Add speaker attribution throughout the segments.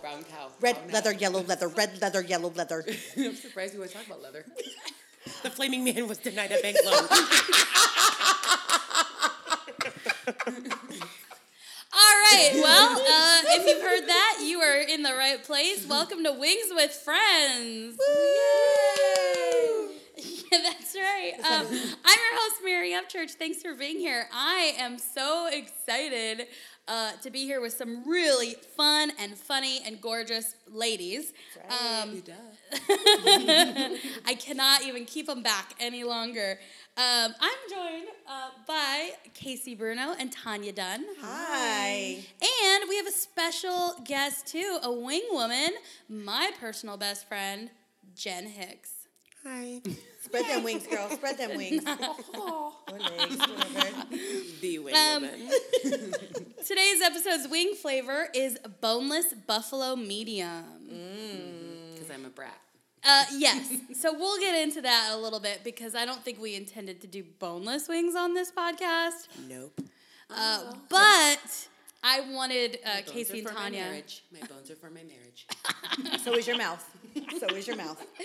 Speaker 1: brown cow.
Speaker 2: Red
Speaker 1: Brown
Speaker 2: leather,
Speaker 1: cow.
Speaker 2: yellow leather, red leather, yellow leather.
Speaker 1: I'm surprised we want to talk about leather.
Speaker 3: The flaming man was denied a bank loan.
Speaker 4: All right. Well, uh, if you've heard that, you are in the right place. Welcome to Wings with Friends. Yeah, that's right. Um, I'm your host, Mary Upchurch. Thanks for being here. I am so excited uh, to be here with some really fun and funny and gorgeous ladies. Um, I cannot even keep them back any longer. Um, I'm joined uh, by Casey Bruno and Tanya Dunn.
Speaker 2: Hi.
Speaker 4: And we have a special guest too, a wing woman, my personal best friend, Jen Hicks.
Speaker 3: Hi.
Speaker 2: Spread them wings, girl. Spread them wings. Or legs, whatever.
Speaker 3: The wing
Speaker 4: Um,
Speaker 3: woman.
Speaker 4: Today's episode's wing flavor is boneless buffalo medium.
Speaker 1: Because I'm a brat.
Speaker 4: Uh, yes. so we'll get into that a little bit because I don't think we intended to do boneless wings on this podcast.
Speaker 3: Nope.
Speaker 4: Uh, but I wanted uh,
Speaker 1: Bones
Speaker 4: Casey
Speaker 1: are
Speaker 4: and
Speaker 1: for My,
Speaker 4: Tanya.
Speaker 1: marriage. my bones are for my marriage.
Speaker 2: So is your mouth. So is your mouth.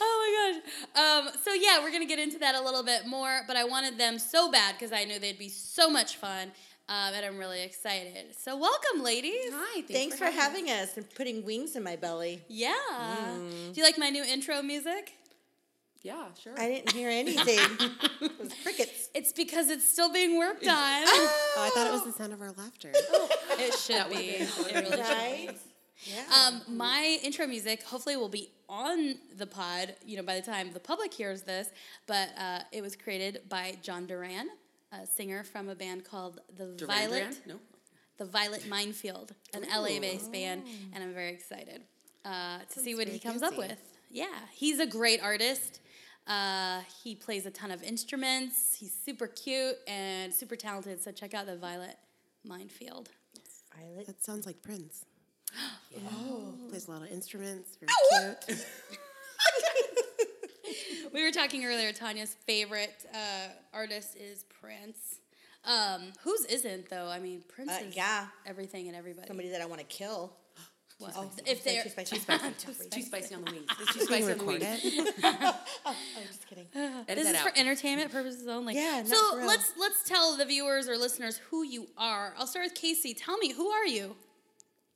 Speaker 4: Oh my gosh. Um, so yeah, we're gonna get into that a little bit more, but I wanted them so bad because I knew they'd be so much fun, um, and I'm really excited. So welcome, ladies.
Speaker 1: Hi,
Speaker 2: Thanks for having us and putting wings in my belly.
Speaker 4: Yeah. Do you like my new intro music?
Speaker 1: Yeah, sure.
Speaker 2: I didn't hear anything. It was crickets.
Speaker 4: It's because it's still being worked on.
Speaker 3: Oh, I thought it was the sound of our laughter.
Speaker 4: it should be. It really should.
Speaker 2: Right? Yeah.
Speaker 4: Um, my intro music hopefully will be on the pod, you know, by the time the public hears this, but uh, it was created by John Duran, a singer from a band called The
Speaker 1: Duran
Speaker 4: Violet.
Speaker 1: Duran? No.
Speaker 4: the Violet Minefield, an LA based band, and I'm very excited uh, to see what he comes up with. Yeah, he's a great artist. Uh, he plays a ton of instruments. He's super cute and super talented. So check out the Violet Minefield.
Speaker 2: Violet.
Speaker 3: That sounds like Prince. Oh. Plays a lot of instruments. Very
Speaker 2: Oh,
Speaker 3: cute.
Speaker 4: We were talking earlier. Tanya's favorite uh, artist is Prince. Um, whose isn't though? I mean, Prince
Speaker 2: Uh,
Speaker 4: is
Speaker 2: yeah.
Speaker 4: everything and everybody.
Speaker 2: Somebody that I want to kill.
Speaker 4: Well, if they're
Speaker 2: Too spicy. Too spicy. Oh, Too spicy.
Speaker 1: Too spicy on the wings. It's too spicy on the
Speaker 3: Record
Speaker 1: wings.
Speaker 3: it.
Speaker 2: I'm Oh, just kidding.
Speaker 1: Edit
Speaker 4: This
Speaker 1: that
Speaker 4: is
Speaker 1: out.
Speaker 4: for entertainment purposes only.
Speaker 2: Yeah, not
Speaker 4: So
Speaker 2: for real.
Speaker 4: let's let's tell the viewers or listeners who you are. I'll start with Casey. Tell me who are you?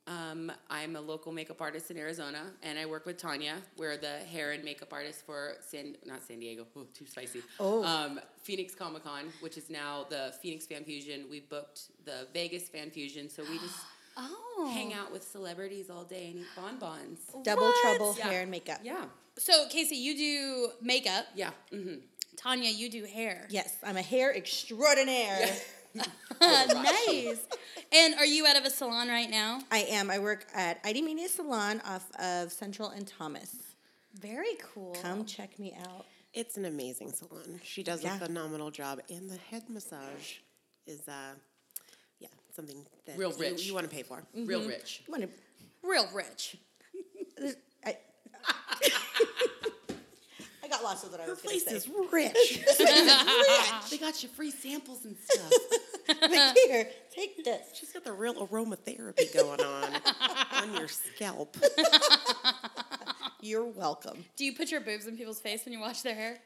Speaker 1: Um, I'm a local makeup artist in Arizona, and I work with Tanya. We're the hair and makeup artist for San, not San Diego, oh, too spicy. Oh. Um, Phoenix Comic Con, which is now the Phoenix Fan Fusion. We booked the Vegas Fan Fusion, so we just
Speaker 4: Oh,
Speaker 1: hang out with celebrities all day and eat bonbons.
Speaker 2: Double
Speaker 4: What?
Speaker 2: trouble
Speaker 1: Yeah.
Speaker 2: hair and makeup.
Speaker 1: Yeah,
Speaker 4: So Casey, you do makeup.
Speaker 1: yeah. Mm-hmm.
Speaker 4: Tanya, you do hair.
Speaker 2: Yes, I'm a hair extraordinaire.
Speaker 4: nice. and are you out of a salon right now?
Speaker 2: I am. I work at ID Media Salon off of Central and Thomas.
Speaker 4: Very cool.
Speaker 2: Come check me out.
Speaker 3: It's an amazing salon. She does
Speaker 2: Yeah.
Speaker 3: a phenomenal job, and the head massage is, uh, yeah, something that
Speaker 1: Real
Speaker 3: you-
Speaker 1: rich.
Speaker 3: you, want to pay for.
Speaker 1: Real rich.
Speaker 2: I'm gonna,
Speaker 4: Real rich.
Speaker 2: I, I got lots of that I was going
Speaker 3: Place
Speaker 2: to
Speaker 3: is
Speaker 2: say.
Speaker 3: rich.
Speaker 1: They got you free samples and stuff.
Speaker 2: Like, Here, take this.
Speaker 3: She's got the real aromatherapy going on on your scalp.
Speaker 2: You're welcome.
Speaker 4: Do you put your boobs in people's face when you wash their hair?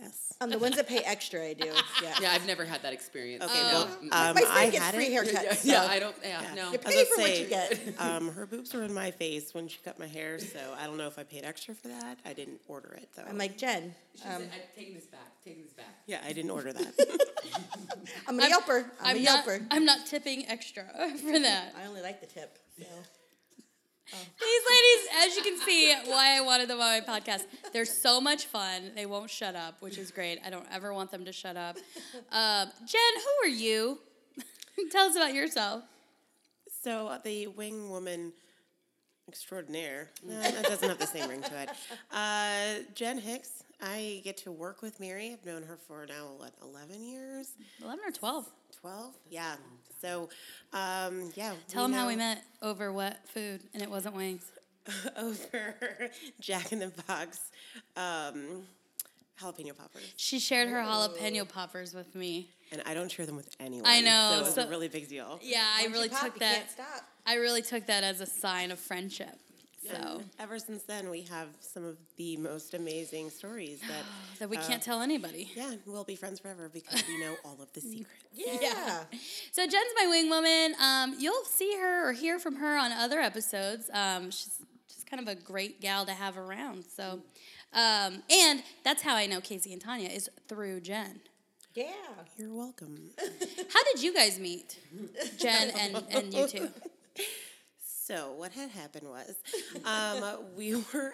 Speaker 3: Yes.
Speaker 2: On the ones that pay extra, I do. Yeah.
Speaker 1: yeah, I've never had that experience.
Speaker 3: Okay, well,
Speaker 1: no.
Speaker 3: um,
Speaker 2: My son
Speaker 3: I
Speaker 2: gets
Speaker 3: had
Speaker 2: free
Speaker 3: it.
Speaker 2: haircuts.
Speaker 1: yeah,
Speaker 2: so
Speaker 1: yeah, I don't. Yeah, no.
Speaker 2: You
Speaker 3: I
Speaker 2: pay
Speaker 3: was gonna
Speaker 2: for what you
Speaker 3: say,
Speaker 2: get.
Speaker 3: Um, her boobs were in my face when she cut my hair, so I don't know if I paid extra for that. I didn't order it though.
Speaker 2: I'm like, Jen, uh,
Speaker 1: She's- I'm taking this back. Taking this back.
Speaker 3: yeah, I didn't order that.
Speaker 2: I'm a yelper. I'm, a
Speaker 4: not.
Speaker 2: yelper.
Speaker 4: I'm not tipping extra for that.
Speaker 2: I only like the tip. So.
Speaker 4: These ladies, as you can see, why I wanted them on my podcast. They're so much fun. They won't shut up, which is great. I don't ever want them to shut up. Um, Jen, who are you? Tell us about yourself.
Speaker 3: so uh, the wing woman extraordinaire. No, that doesn't have the same ring to it. Uh, Jen Hicks. I get to work with Mary. I've known her for now what eleven years,
Speaker 4: 11 or 12.
Speaker 3: twelve. Yeah. So, um, yeah.
Speaker 4: Tell them how we
Speaker 3: know-
Speaker 4: met over what food, and it wasn't wings.
Speaker 3: over Jack in the Box, um, jalapeno poppers.
Speaker 4: She shared her jalapeno poppers with me.
Speaker 3: and I don't share them with anyone.
Speaker 4: I know,
Speaker 3: So it's
Speaker 4: so-
Speaker 3: a really big deal.
Speaker 4: Yeah,
Speaker 2: Once
Speaker 4: I
Speaker 2: you
Speaker 4: really
Speaker 2: pop,
Speaker 4: took
Speaker 2: you
Speaker 4: that.
Speaker 2: Can't stop.
Speaker 4: I really took that as a sign of friendship. So
Speaker 3: Ever since then, we have some of the most amazing stories that,
Speaker 4: that we
Speaker 2: Oh.
Speaker 4: can't tell anybody.
Speaker 3: yeah, we'll be friends forever because we know all of the secrets.
Speaker 2: Yeah.
Speaker 4: So Jen's my wing woman. Um, you'll see her or hear from her on other episodes. Um, she's just kind of a great gal to have around. So, um, and that's how I know Casey and Tanya is through Jen.
Speaker 2: Yeah.
Speaker 3: You're welcome.
Speaker 4: How did you guys meet, Jen and, and you two?
Speaker 3: So what had happened was, um, we were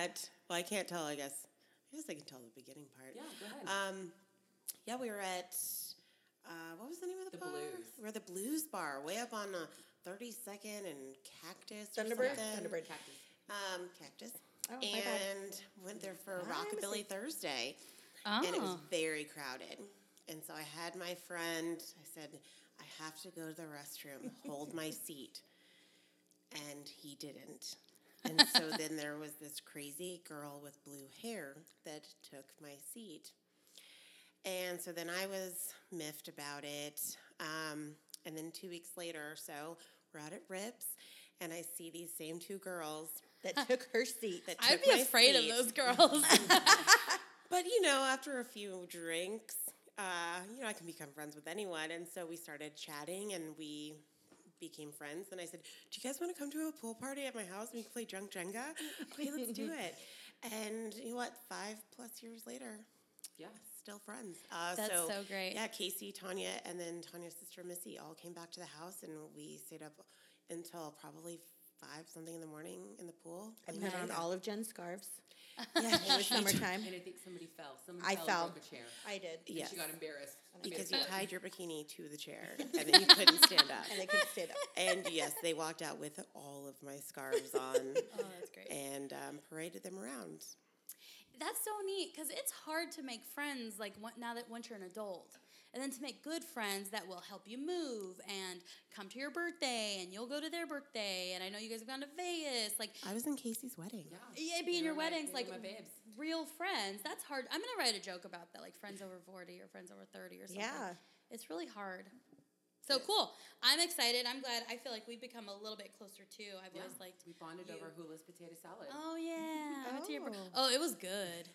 Speaker 3: at. Well, I can't tell. I guess. I guess I can tell the beginning part. Yeah,
Speaker 1: Oh, go ahead.
Speaker 3: Um, yeah, we were at. Uh, what was the name of the,
Speaker 1: The
Speaker 3: bar?
Speaker 1: Blues.
Speaker 3: We were at the Blues Bar, way up on uh, 32nd and Cactus. or
Speaker 2: Thunderbird.
Speaker 3: something.
Speaker 2: Thunderbird.
Speaker 3: Um, Cactus.
Speaker 2: Oh, my bad.
Speaker 3: and went there for
Speaker 2: I honestly-
Speaker 3: Rockabilly Thursday and it was
Speaker 4: Oh,
Speaker 3: very crowded. And so I had my friend, I said, I have to go to the restroom, hold my seat. And he didn't. And so then there was this crazy girl with blue hair that took my seat. And so then I was miffed about it. Um, and then two weeks later or so, we're out at Rips, and I see these same two girls
Speaker 2: That took her seat.
Speaker 3: that took
Speaker 4: I'd be
Speaker 3: my
Speaker 4: afraid
Speaker 3: seat.
Speaker 4: of those girls.
Speaker 3: But you know, after a few drinks, uh, you know, I can become friends with anyone. And so we started chatting and we became friends. And I said, Do you guys want to come to a pool party at my house and we can play drunk Jenga? Okay, let's do it. And you know what? Five plus years later,
Speaker 1: Yeah.
Speaker 3: still friends. Uh,
Speaker 4: That's so great.
Speaker 3: Yeah, Casey, Tanya, and then Tanya's sister Missy all came back to the house and we stayed up until probably five something in the morning in the pool.
Speaker 2: I
Speaker 3: playing
Speaker 2: put on
Speaker 3: Jenga.
Speaker 2: all of Jen's scarves.
Speaker 3: Yeah,
Speaker 2: It was summertime.
Speaker 1: And I think somebody fell. Somebody
Speaker 2: I
Speaker 1: fell,
Speaker 2: fell.
Speaker 1: and broke a chair.
Speaker 2: I did.
Speaker 1: And
Speaker 3: Yes.
Speaker 1: She got embarrassed.
Speaker 3: because you tied your bikini to the chair and then you couldn't stand up.
Speaker 2: And I couldn't stand up.
Speaker 3: And yes, they walked out with all of my scarves on
Speaker 4: oh, that's great.
Speaker 3: and um, paraded them around.
Speaker 4: That's so neat because it's hard to make friends like one- now that once you're an adult, and then to make good friends that will help you move and come to your birthday and you'll go to their birthday. And I know you guys have gone to Vegas, like
Speaker 3: I was in Casey's wedding.
Speaker 1: Yeah.
Speaker 4: yeah, being
Speaker 1: They
Speaker 4: your
Speaker 1: were my-
Speaker 4: weddings,
Speaker 1: they
Speaker 4: like
Speaker 1: were my babes.
Speaker 4: real friends. That's hard. I'm gonna write a joke about that, like friends over forty or friends over thirty or something.
Speaker 2: Yeah.
Speaker 4: it's really hard. So cool. I'm excited. I'm glad. I feel like we've become a little bit closer too. I've
Speaker 1: Yeah.
Speaker 4: always liked.
Speaker 1: we bonded
Speaker 4: you.
Speaker 1: over Hula's potato salad.
Speaker 4: Oh yeah. I went to your bur-
Speaker 2: Oh.
Speaker 4: oh, it was good.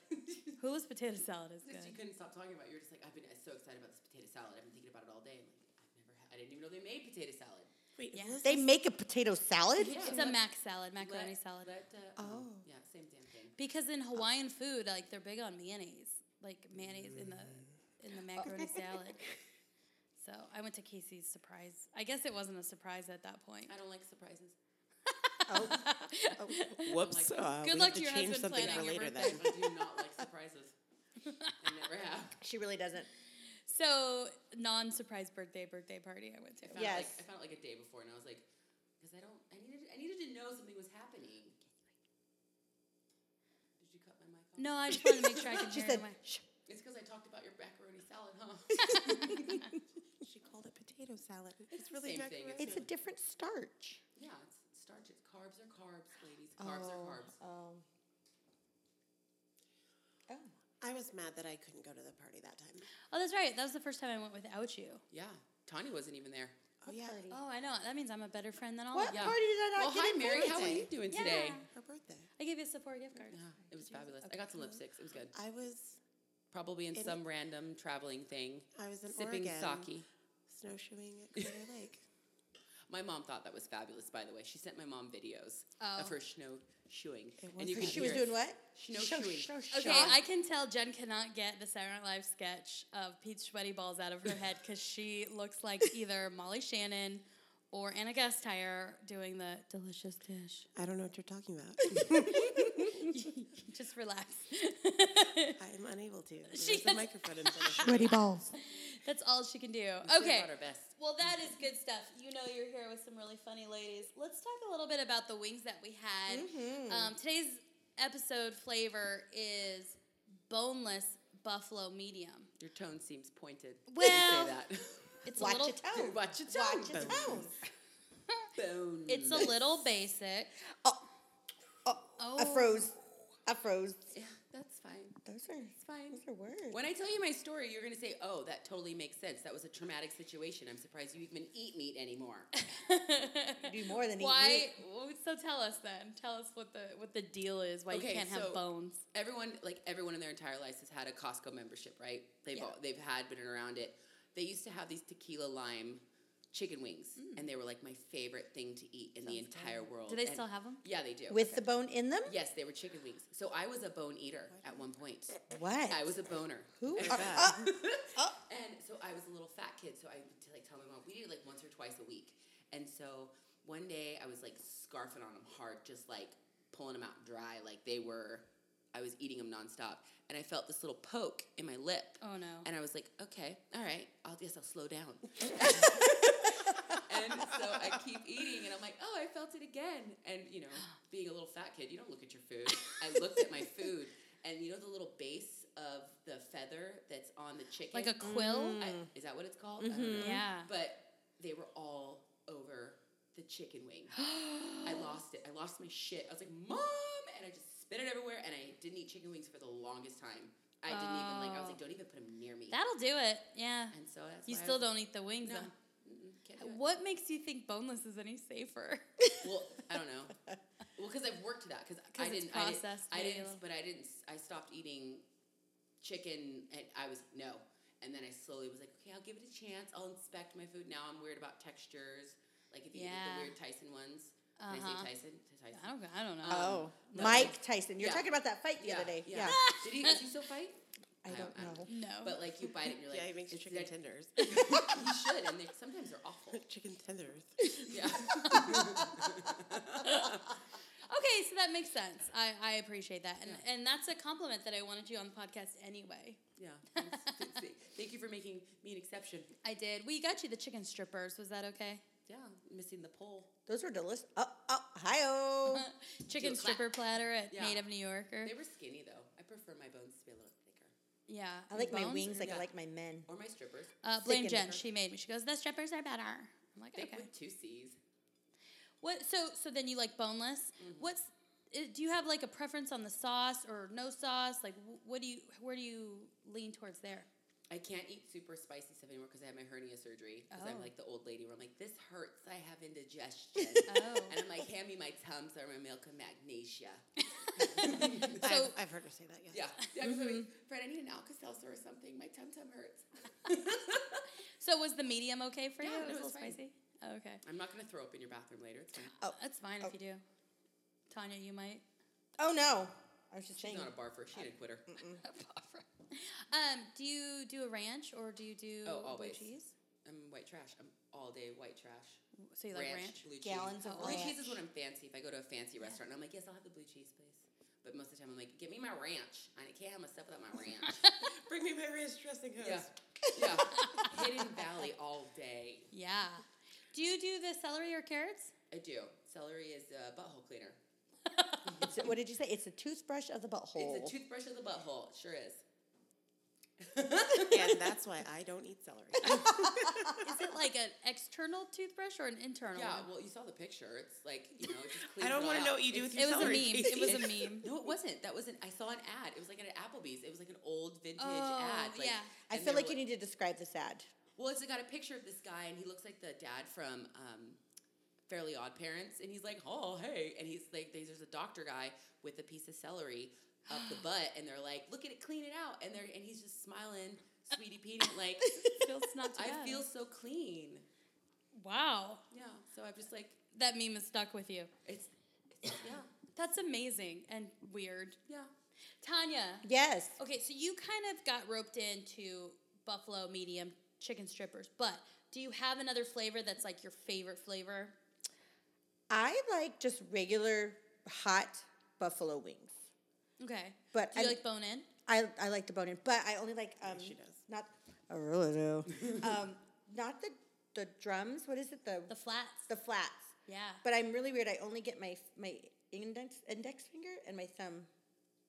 Speaker 4: Hula's potato salad is
Speaker 1: Just you
Speaker 4: good.
Speaker 1: couldn't stop talking about. it. You were just like, I've been so excited about this potato salad. I've been thinking about it all day. I'm like, I've never. Had, I didn't even know they made potato salad.
Speaker 3: Wait,
Speaker 4: Yeah.
Speaker 3: who was
Speaker 2: They
Speaker 3: this?
Speaker 2: make a potato salad?
Speaker 1: Yeah.
Speaker 4: It's a mac salad,
Speaker 1: Let-
Speaker 4: macaroni salad.
Speaker 1: let, uh, um,
Speaker 2: Oh.
Speaker 1: Yeah, same damn thing.
Speaker 4: Because in Hawaiian food, like they're big on mayonnaise, like mayonnaise in
Speaker 1: Mm.
Speaker 4: the in the macaroni salad. So I went to Casey's surprise. I guess it wasn't a surprise at that point.
Speaker 1: I don't like surprises.
Speaker 2: Oh,
Speaker 3: Whoops.
Speaker 1: Oh. Like,
Speaker 3: uh,
Speaker 4: good
Speaker 3: we
Speaker 4: luck
Speaker 3: have
Speaker 4: to your
Speaker 3: change
Speaker 4: husband
Speaker 3: something
Speaker 4: planning
Speaker 3: for
Speaker 4: your
Speaker 3: later
Speaker 4: birthday.
Speaker 3: then.
Speaker 1: I do not like surprises. I never have.
Speaker 2: She really doesn't.
Speaker 4: So non surprise birthday birthday party I went to.
Speaker 1: I found
Speaker 2: Yes.
Speaker 1: It like, I found it like a day before, and I was like, because I don't. I needed. I needed to know something was happening. Did you cut my mic off?
Speaker 4: No, I just wanted to make sure I could
Speaker 2: She
Speaker 4: hear
Speaker 2: said,
Speaker 4: my.
Speaker 2: Shh.
Speaker 1: It's because I talked about your macaroni salad, huh?
Speaker 3: She called it potato salad. It's really
Speaker 1: Same
Speaker 3: not
Speaker 1: thing.
Speaker 3: good.
Speaker 2: it's a different starch.
Speaker 1: yeah, it's starches. Carbs are carbs, ladies. Carbs are carbs.
Speaker 2: Oh. Oh.
Speaker 3: I was mad that I couldn't go to the party that time.
Speaker 4: Oh, that's right. That was the first time I went without you.
Speaker 1: Yeah, Tanya wasn't even there.
Speaker 3: Oh, yeah.
Speaker 2: party?
Speaker 4: Oh, I know. That means I'm a better friend than all
Speaker 2: What
Speaker 4: of you.
Speaker 1: Yeah.
Speaker 2: party did I
Speaker 1: Well,
Speaker 2: not get
Speaker 1: hi,
Speaker 2: invited
Speaker 1: Mary. How are
Speaker 2: to?
Speaker 1: you doing today?
Speaker 4: Yeah.
Speaker 3: Her birthday.
Speaker 4: I gave you a Sephora gift card.
Speaker 1: Yeah, it was fabulous. I got some lipsticks. It was good.
Speaker 3: I was
Speaker 1: Probably in some random traveling thing,
Speaker 3: I was in
Speaker 1: sipping
Speaker 3: Oregon
Speaker 1: sake.
Speaker 3: snowshoeing at Crater Lake.
Speaker 1: My mom thought that was fabulous, by the way. She sent my mom videos
Speaker 4: Oh.
Speaker 1: of her snow shoeing.
Speaker 3: was her-
Speaker 1: could
Speaker 2: She was
Speaker 1: hear it.
Speaker 2: doing what?
Speaker 1: Snow shoeing.
Speaker 4: Okay, I can tell Jen cannot get the Saturday Night Live sketch of Pete Sweaty Balls out of her head because she looks like either Molly Shannon or Anna Gasteyer doing the delicious dish.
Speaker 3: I don't know what you're talking about.
Speaker 4: Just relax.
Speaker 3: I am unable to. There's
Speaker 4: She
Speaker 3: a
Speaker 4: has-
Speaker 3: microphone in front of me.
Speaker 2: Sweaty balls.
Speaker 4: That's all she can do.
Speaker 1: We should've
Speaker 4: Okay.
Speaker 1: brought our best.
Speaker 4: Well, that is good stuff. You know, you're here with some really funny ladies. Let's talk a little bit about the wings that we had. Um, today's episode flavor is boneless buffalo medium.
Speaker 1: Your tone seems pointed.
Speaker 4: Well-
Speaker 1: when you say
Speaker 4: It's
Speaker 2: Watch
Speaker 4: a little.
Speaker 2: your tone.
Speaker 1: that. Watch your tone.
Speaker 2: Watch your tone.
Speaker 1: Bone.
Speaker 4: It's a little basic.
Speaker 1: oh,
Speaker 2: Oh, I froze. I froze.
Speaker 1: Yeah, that's fine.
Speaker 2: Those are
Speaker 4: It's fine.
Speaker 2: those are words.
Speaker 1: When I tell you my story, you're going to say, oh, that totally makes sense. That was a traumatic situation. I'm surprised you even eat meat anymore.
Speaker 2: do more than eat
Speaker 4: Why? well, So tell us then. Tell us what the what the deal is. Why
Speaker 1: Okay,
Speaker 4: you can't
Speaker 1: so-
Speaker 4: have bones.
Speaker 1: everyone like everyone in their entire lives has had a Costco membership, right? They've
Speaker 4: Yeah.
Speaker 1: all, they've had been around it. They used to have these tequila lime chicken wings, and they were like my favorite thing to eat in the entire world.
Speaker 4: Mm. Do they
Speaker 1: And-
Speaker 4: still have 'em?
Speaker 1: Yeah, they do.
Speaker 2: with the bone in them.
Speaker 1: yes, they were chicken wings. So I was a bone eater at one point.
Speaker 2: What?
Speaker 1: I was a boner.
Speaker 2: Who
Speaker 1: And-
Speaker 2: are- ah,
Speaker 1: and so I was a little fat kid, so I would like tell my mom we do it, like once or twice a week. And so one day I was like scarfing on them hard, just like pulling them out dry, like they were. I was eating them nonstop, and I felt this little poke in my lip.
Speaker 4: Oh, no.
Speaker 1: And I was like, okay, all right, I'll guess I'll slow down. and so I keep eating, and I'm like, oh, I felt it again. And you know, being a little fat kid, you don't look at your food. I looked at my food, and you know the little base of the feather that's on the chicken,
Speaker 4: Like a quill?
Speaker 1: I, is that what it's called? I don't know.
Speaker 4: Mm. Mm-hmm. Yeah.
Speaker 1: Mm-hmm. But they were all over the chicken wing. I lost it. I lost my shit. I was like, Mom! And I just spit it everywhere, and I didn't eat chicken wings for the longest time. I didn't even like. I was like, don't even put them near me.
Speaker 4: That'll do it. Yeah.
Speaker 1: and so that's
Speaker 4: You
Speaker 1: why I
Speaker 4: still
Speaker 1: was-
Speaker 4: don't eat the wings
Speaker 1: No,
Speaker 4: then.
Speaker 1: Mm-mm, can't do it.
Speaker 4: What makes you think boneless is any safer?
Speaker 1: Well, I don't know. Well, because I've worked that because I
Speaker 4: 'Cause it's
Speaker 1: didn't. I didn't-
Speaker 4: processed
Speaker 1: I
Speaker 4: maybe a
Speaker 1: didn't.
Speaker 4: little.
Speaker 1: but I didn't. s- I stopped eating chicken. And I was no, and then I slowly was like, okay, I'll give it a chance. I'll inspect my food. Now I'm weird about textures. Like if you eat
Speaker 4: Yeah.
Speaker 1: the weird Tyson ones. Did I
Speaker 4: Uh-huh.
Speaker 1: say Tyson? Tyson.
Speaker 4: I don't. I don't know.
Speaker 1: Uh,
Speaker 2: oh,
Speaker 1: no.
Speaker 2: Mike Tyson. You're
Speaker 1: Yeah.
Speaker 2: talking about that fight the other day. Yeah.
Speaker 1: Did he? Did he still fight?
Speaker 2: I don't know.
Speaker 4: No.
Speaker 1: But like you bite it and you're like,
Speaker 3: yeah, he makes
Speaker 1: "Is
Speaker 3: chicken
Speaker 1: that-"
Speaker 3: tenders.
Speaker 1: You should, and they, sometimes they're awful.
Speaker 3: chicken tenders.
Speaker 1: Yeah.
Speaker 4: Okay, so that makes sense. I, I appreciate that, and and that's a compliment that I wanted you on the podcast anyway.
Speaker 1: yeah. Thank you for making me an exception.
Speaker 4: I did. We got you the chicken strippers. Was that okay?
Speaker 1: Yeah, missing the pole.
Speaker 2: Those were delicious. Oh, oh, hi-oh.
Speaker 4: chicken
Speaker 1: Do a clap.
Speaker 4: stripper platter at
Speaker 1: Yeah.
Speaker 4: Native New Yorker.
Speaker 1: They were skinny though. I prefer my bones to be a little thicker.
Speaker 4: Yeah.
Speaker 2: I like my
Speaker 4: Bones?
Speaker 2: wings like
Speaker 1: Yeah.
Speaker 2: I like my men.
Speaker 1: Or my strippers.
Speaker 4: Uh, blame
Speaker 2: and
Speaker 4: Jen.
Speaker 2: thicker.
Speaker 4: She made me. She goes, the strippers are better. I'm like,
Speaker 1: Thick
Speaker 4: okay.
Speaker 1: with two C's.
Speaker 4: What? So so then you like boneless?
Speaker 1: Mm-hmm.
Speaker 4: What's? i- Do you have like a preference on the sauce or no sauce? Like, wh- what do you? Where do you lean towards there?
Speaker 1: I can't eat super spicy stuff anymore because I had my hernia surgery. Because I'm
Speaker 4: Oh.
Speaker 1: like the old lady where I'm like, this hurts. I have indigestion.
Speaker 4: Oh.
Speaker 1: And I'm like, hand me my Tums or my milk of magnesia.
Speaker 3: So
Speaker 4: So-
Speaker 3: I've, I've heard her say that. Yes.
Speaker 1: Yeah. yeah I'm sorry.
Speaker 4: Mm-hmm.
Speaker 1: Fred, I need an Alka Seltzer or something. My Tum Tum hurts.
Speaker 4: So was the medium okay for
Speaker 1: Yeah,
Speaker 4: you?
Speaker 1: no, it
Speaker 4: it was a
Speaker 1: was
Speaker 4: little
Speaker 1: fine.
Speaker 4: spicy. Oh, okay.
Speaker 1: I'm not going to throw up in your bathroom later. It's fine.
Speaker 2: Oh.
Speaker 4: That's fine if you do. Tanya, you might.
Speaker 2: Oh no. I was just
Speaker 1: She's
Speaker 2: saying.
Speaker 1: not a barfer. She didn't quit her.
Speaker 4: Mm. um, do you do a ranch or do you do
Speaker 1: Oh, always.
Speaker 4: blue cheese?
Speaker 1: I'm white trash. I'm all day white trash.
Speaker 4: So you like ranch?
Speaker 1: blue cheese.
Speaker 2: Gallons of
Speaker 1: blue cheese
Speaker 2: ranch.
Speaker 1: is when I'm fancy. If I go to a fancy restaurant, I'm like, yes, I'll have the blue cheese, please. But most of the time, I'm like, give me my ranch. I can't have my stuff without my ranch.
Speaker 3: Bring me my ranch dressing house.
Speaker 1: yeah, yeah. Hidden Valley all day.
Speaker 4: Yeah. Do you do the celery or carrots?
Speaker 1: I do. Celery is a butthole cleaner.
Speaker 2: It's a- what did you say? It's a toothbrush of the butthole.
Speaker 1: It's a toothbrush of the butthole. It sure is.
Speaker 3: and that's why I don't eat celery.
Speaker 4: Is it like an external toothbrush or an internal?
Speaker 1: Yeah.
Speaker 4: one?
Speaker 1: Well, you saw the picture. It's like you know, it just
Speaker 3: I
Speaker 1: cleans
Speaker 3: don't
Speaker 1: want to
Speaker 3: know what you do with
Speaker 4: It
Speaker 3: your
Speaker 4: was a meme.
Speaker 3: celery.
Speaker 4: It was a meme.
Speaker 1: No, it wasn't. That was an. I saw an ad. It was like at an Applebee's. It was like an old vintage
Speaker 4: Oh,
Speaker 1: ad. Like,
Speaker 4: yeah.
Speaker 2: I
Speaker 1: and
Speaker 2: feel
Speaker 1: they
Speaker 2: like
Speaker 1: were
Speaker 2: you need to describe this ad.
Speaker 1: Well, it's got a picture of this guy, and he looks like the dad from um, Fairly Odd Parents, and he's like, "Oh, hey," and he's like, "There's a doctor guy with a piece of celery up the butt," and they're like, "Look at it, clean it out," and they're and he's just smiling, sweetie Petey, like,
Speaker 4: Feels not too
Speaker 1: "I
Speaker 4: bad.
Speaker 1: feel so clean."
Speaker 4: Wow.
Speaker 1: Yeah, so I'm just like,
Speaker 4: That meme is stuck with you.
Speaker 1: it's, it's yeah,
Speaker 4: That's amazing and weird.
Speaker 1: yeah.
Speaker 4: Tanya.
Speaker 2: Yes.
Speaker 4: Okay, so you kind of got roped into buffalo medium chicken strippers, but do you have another flavor that's like your favorite flavor?
Speaker 2: I like just regular hot buffalo wings.
Speaker 4: Okay.
Speaker 2: But
Speaker 4: do you
Speaker 2: I-
Speaker 4: like bone in?
Speaker 2: I, I like the bone in, but I only like um
Speaker 3: she does.
Speaker 2: not I really do. um not the the drums, what is it? The
Speaker 4: The flats.
Speaker 2: the flats.
Speaker 4: yeah.
Speaker 2: But I'm really weird. I only get my my index index finger and my thumb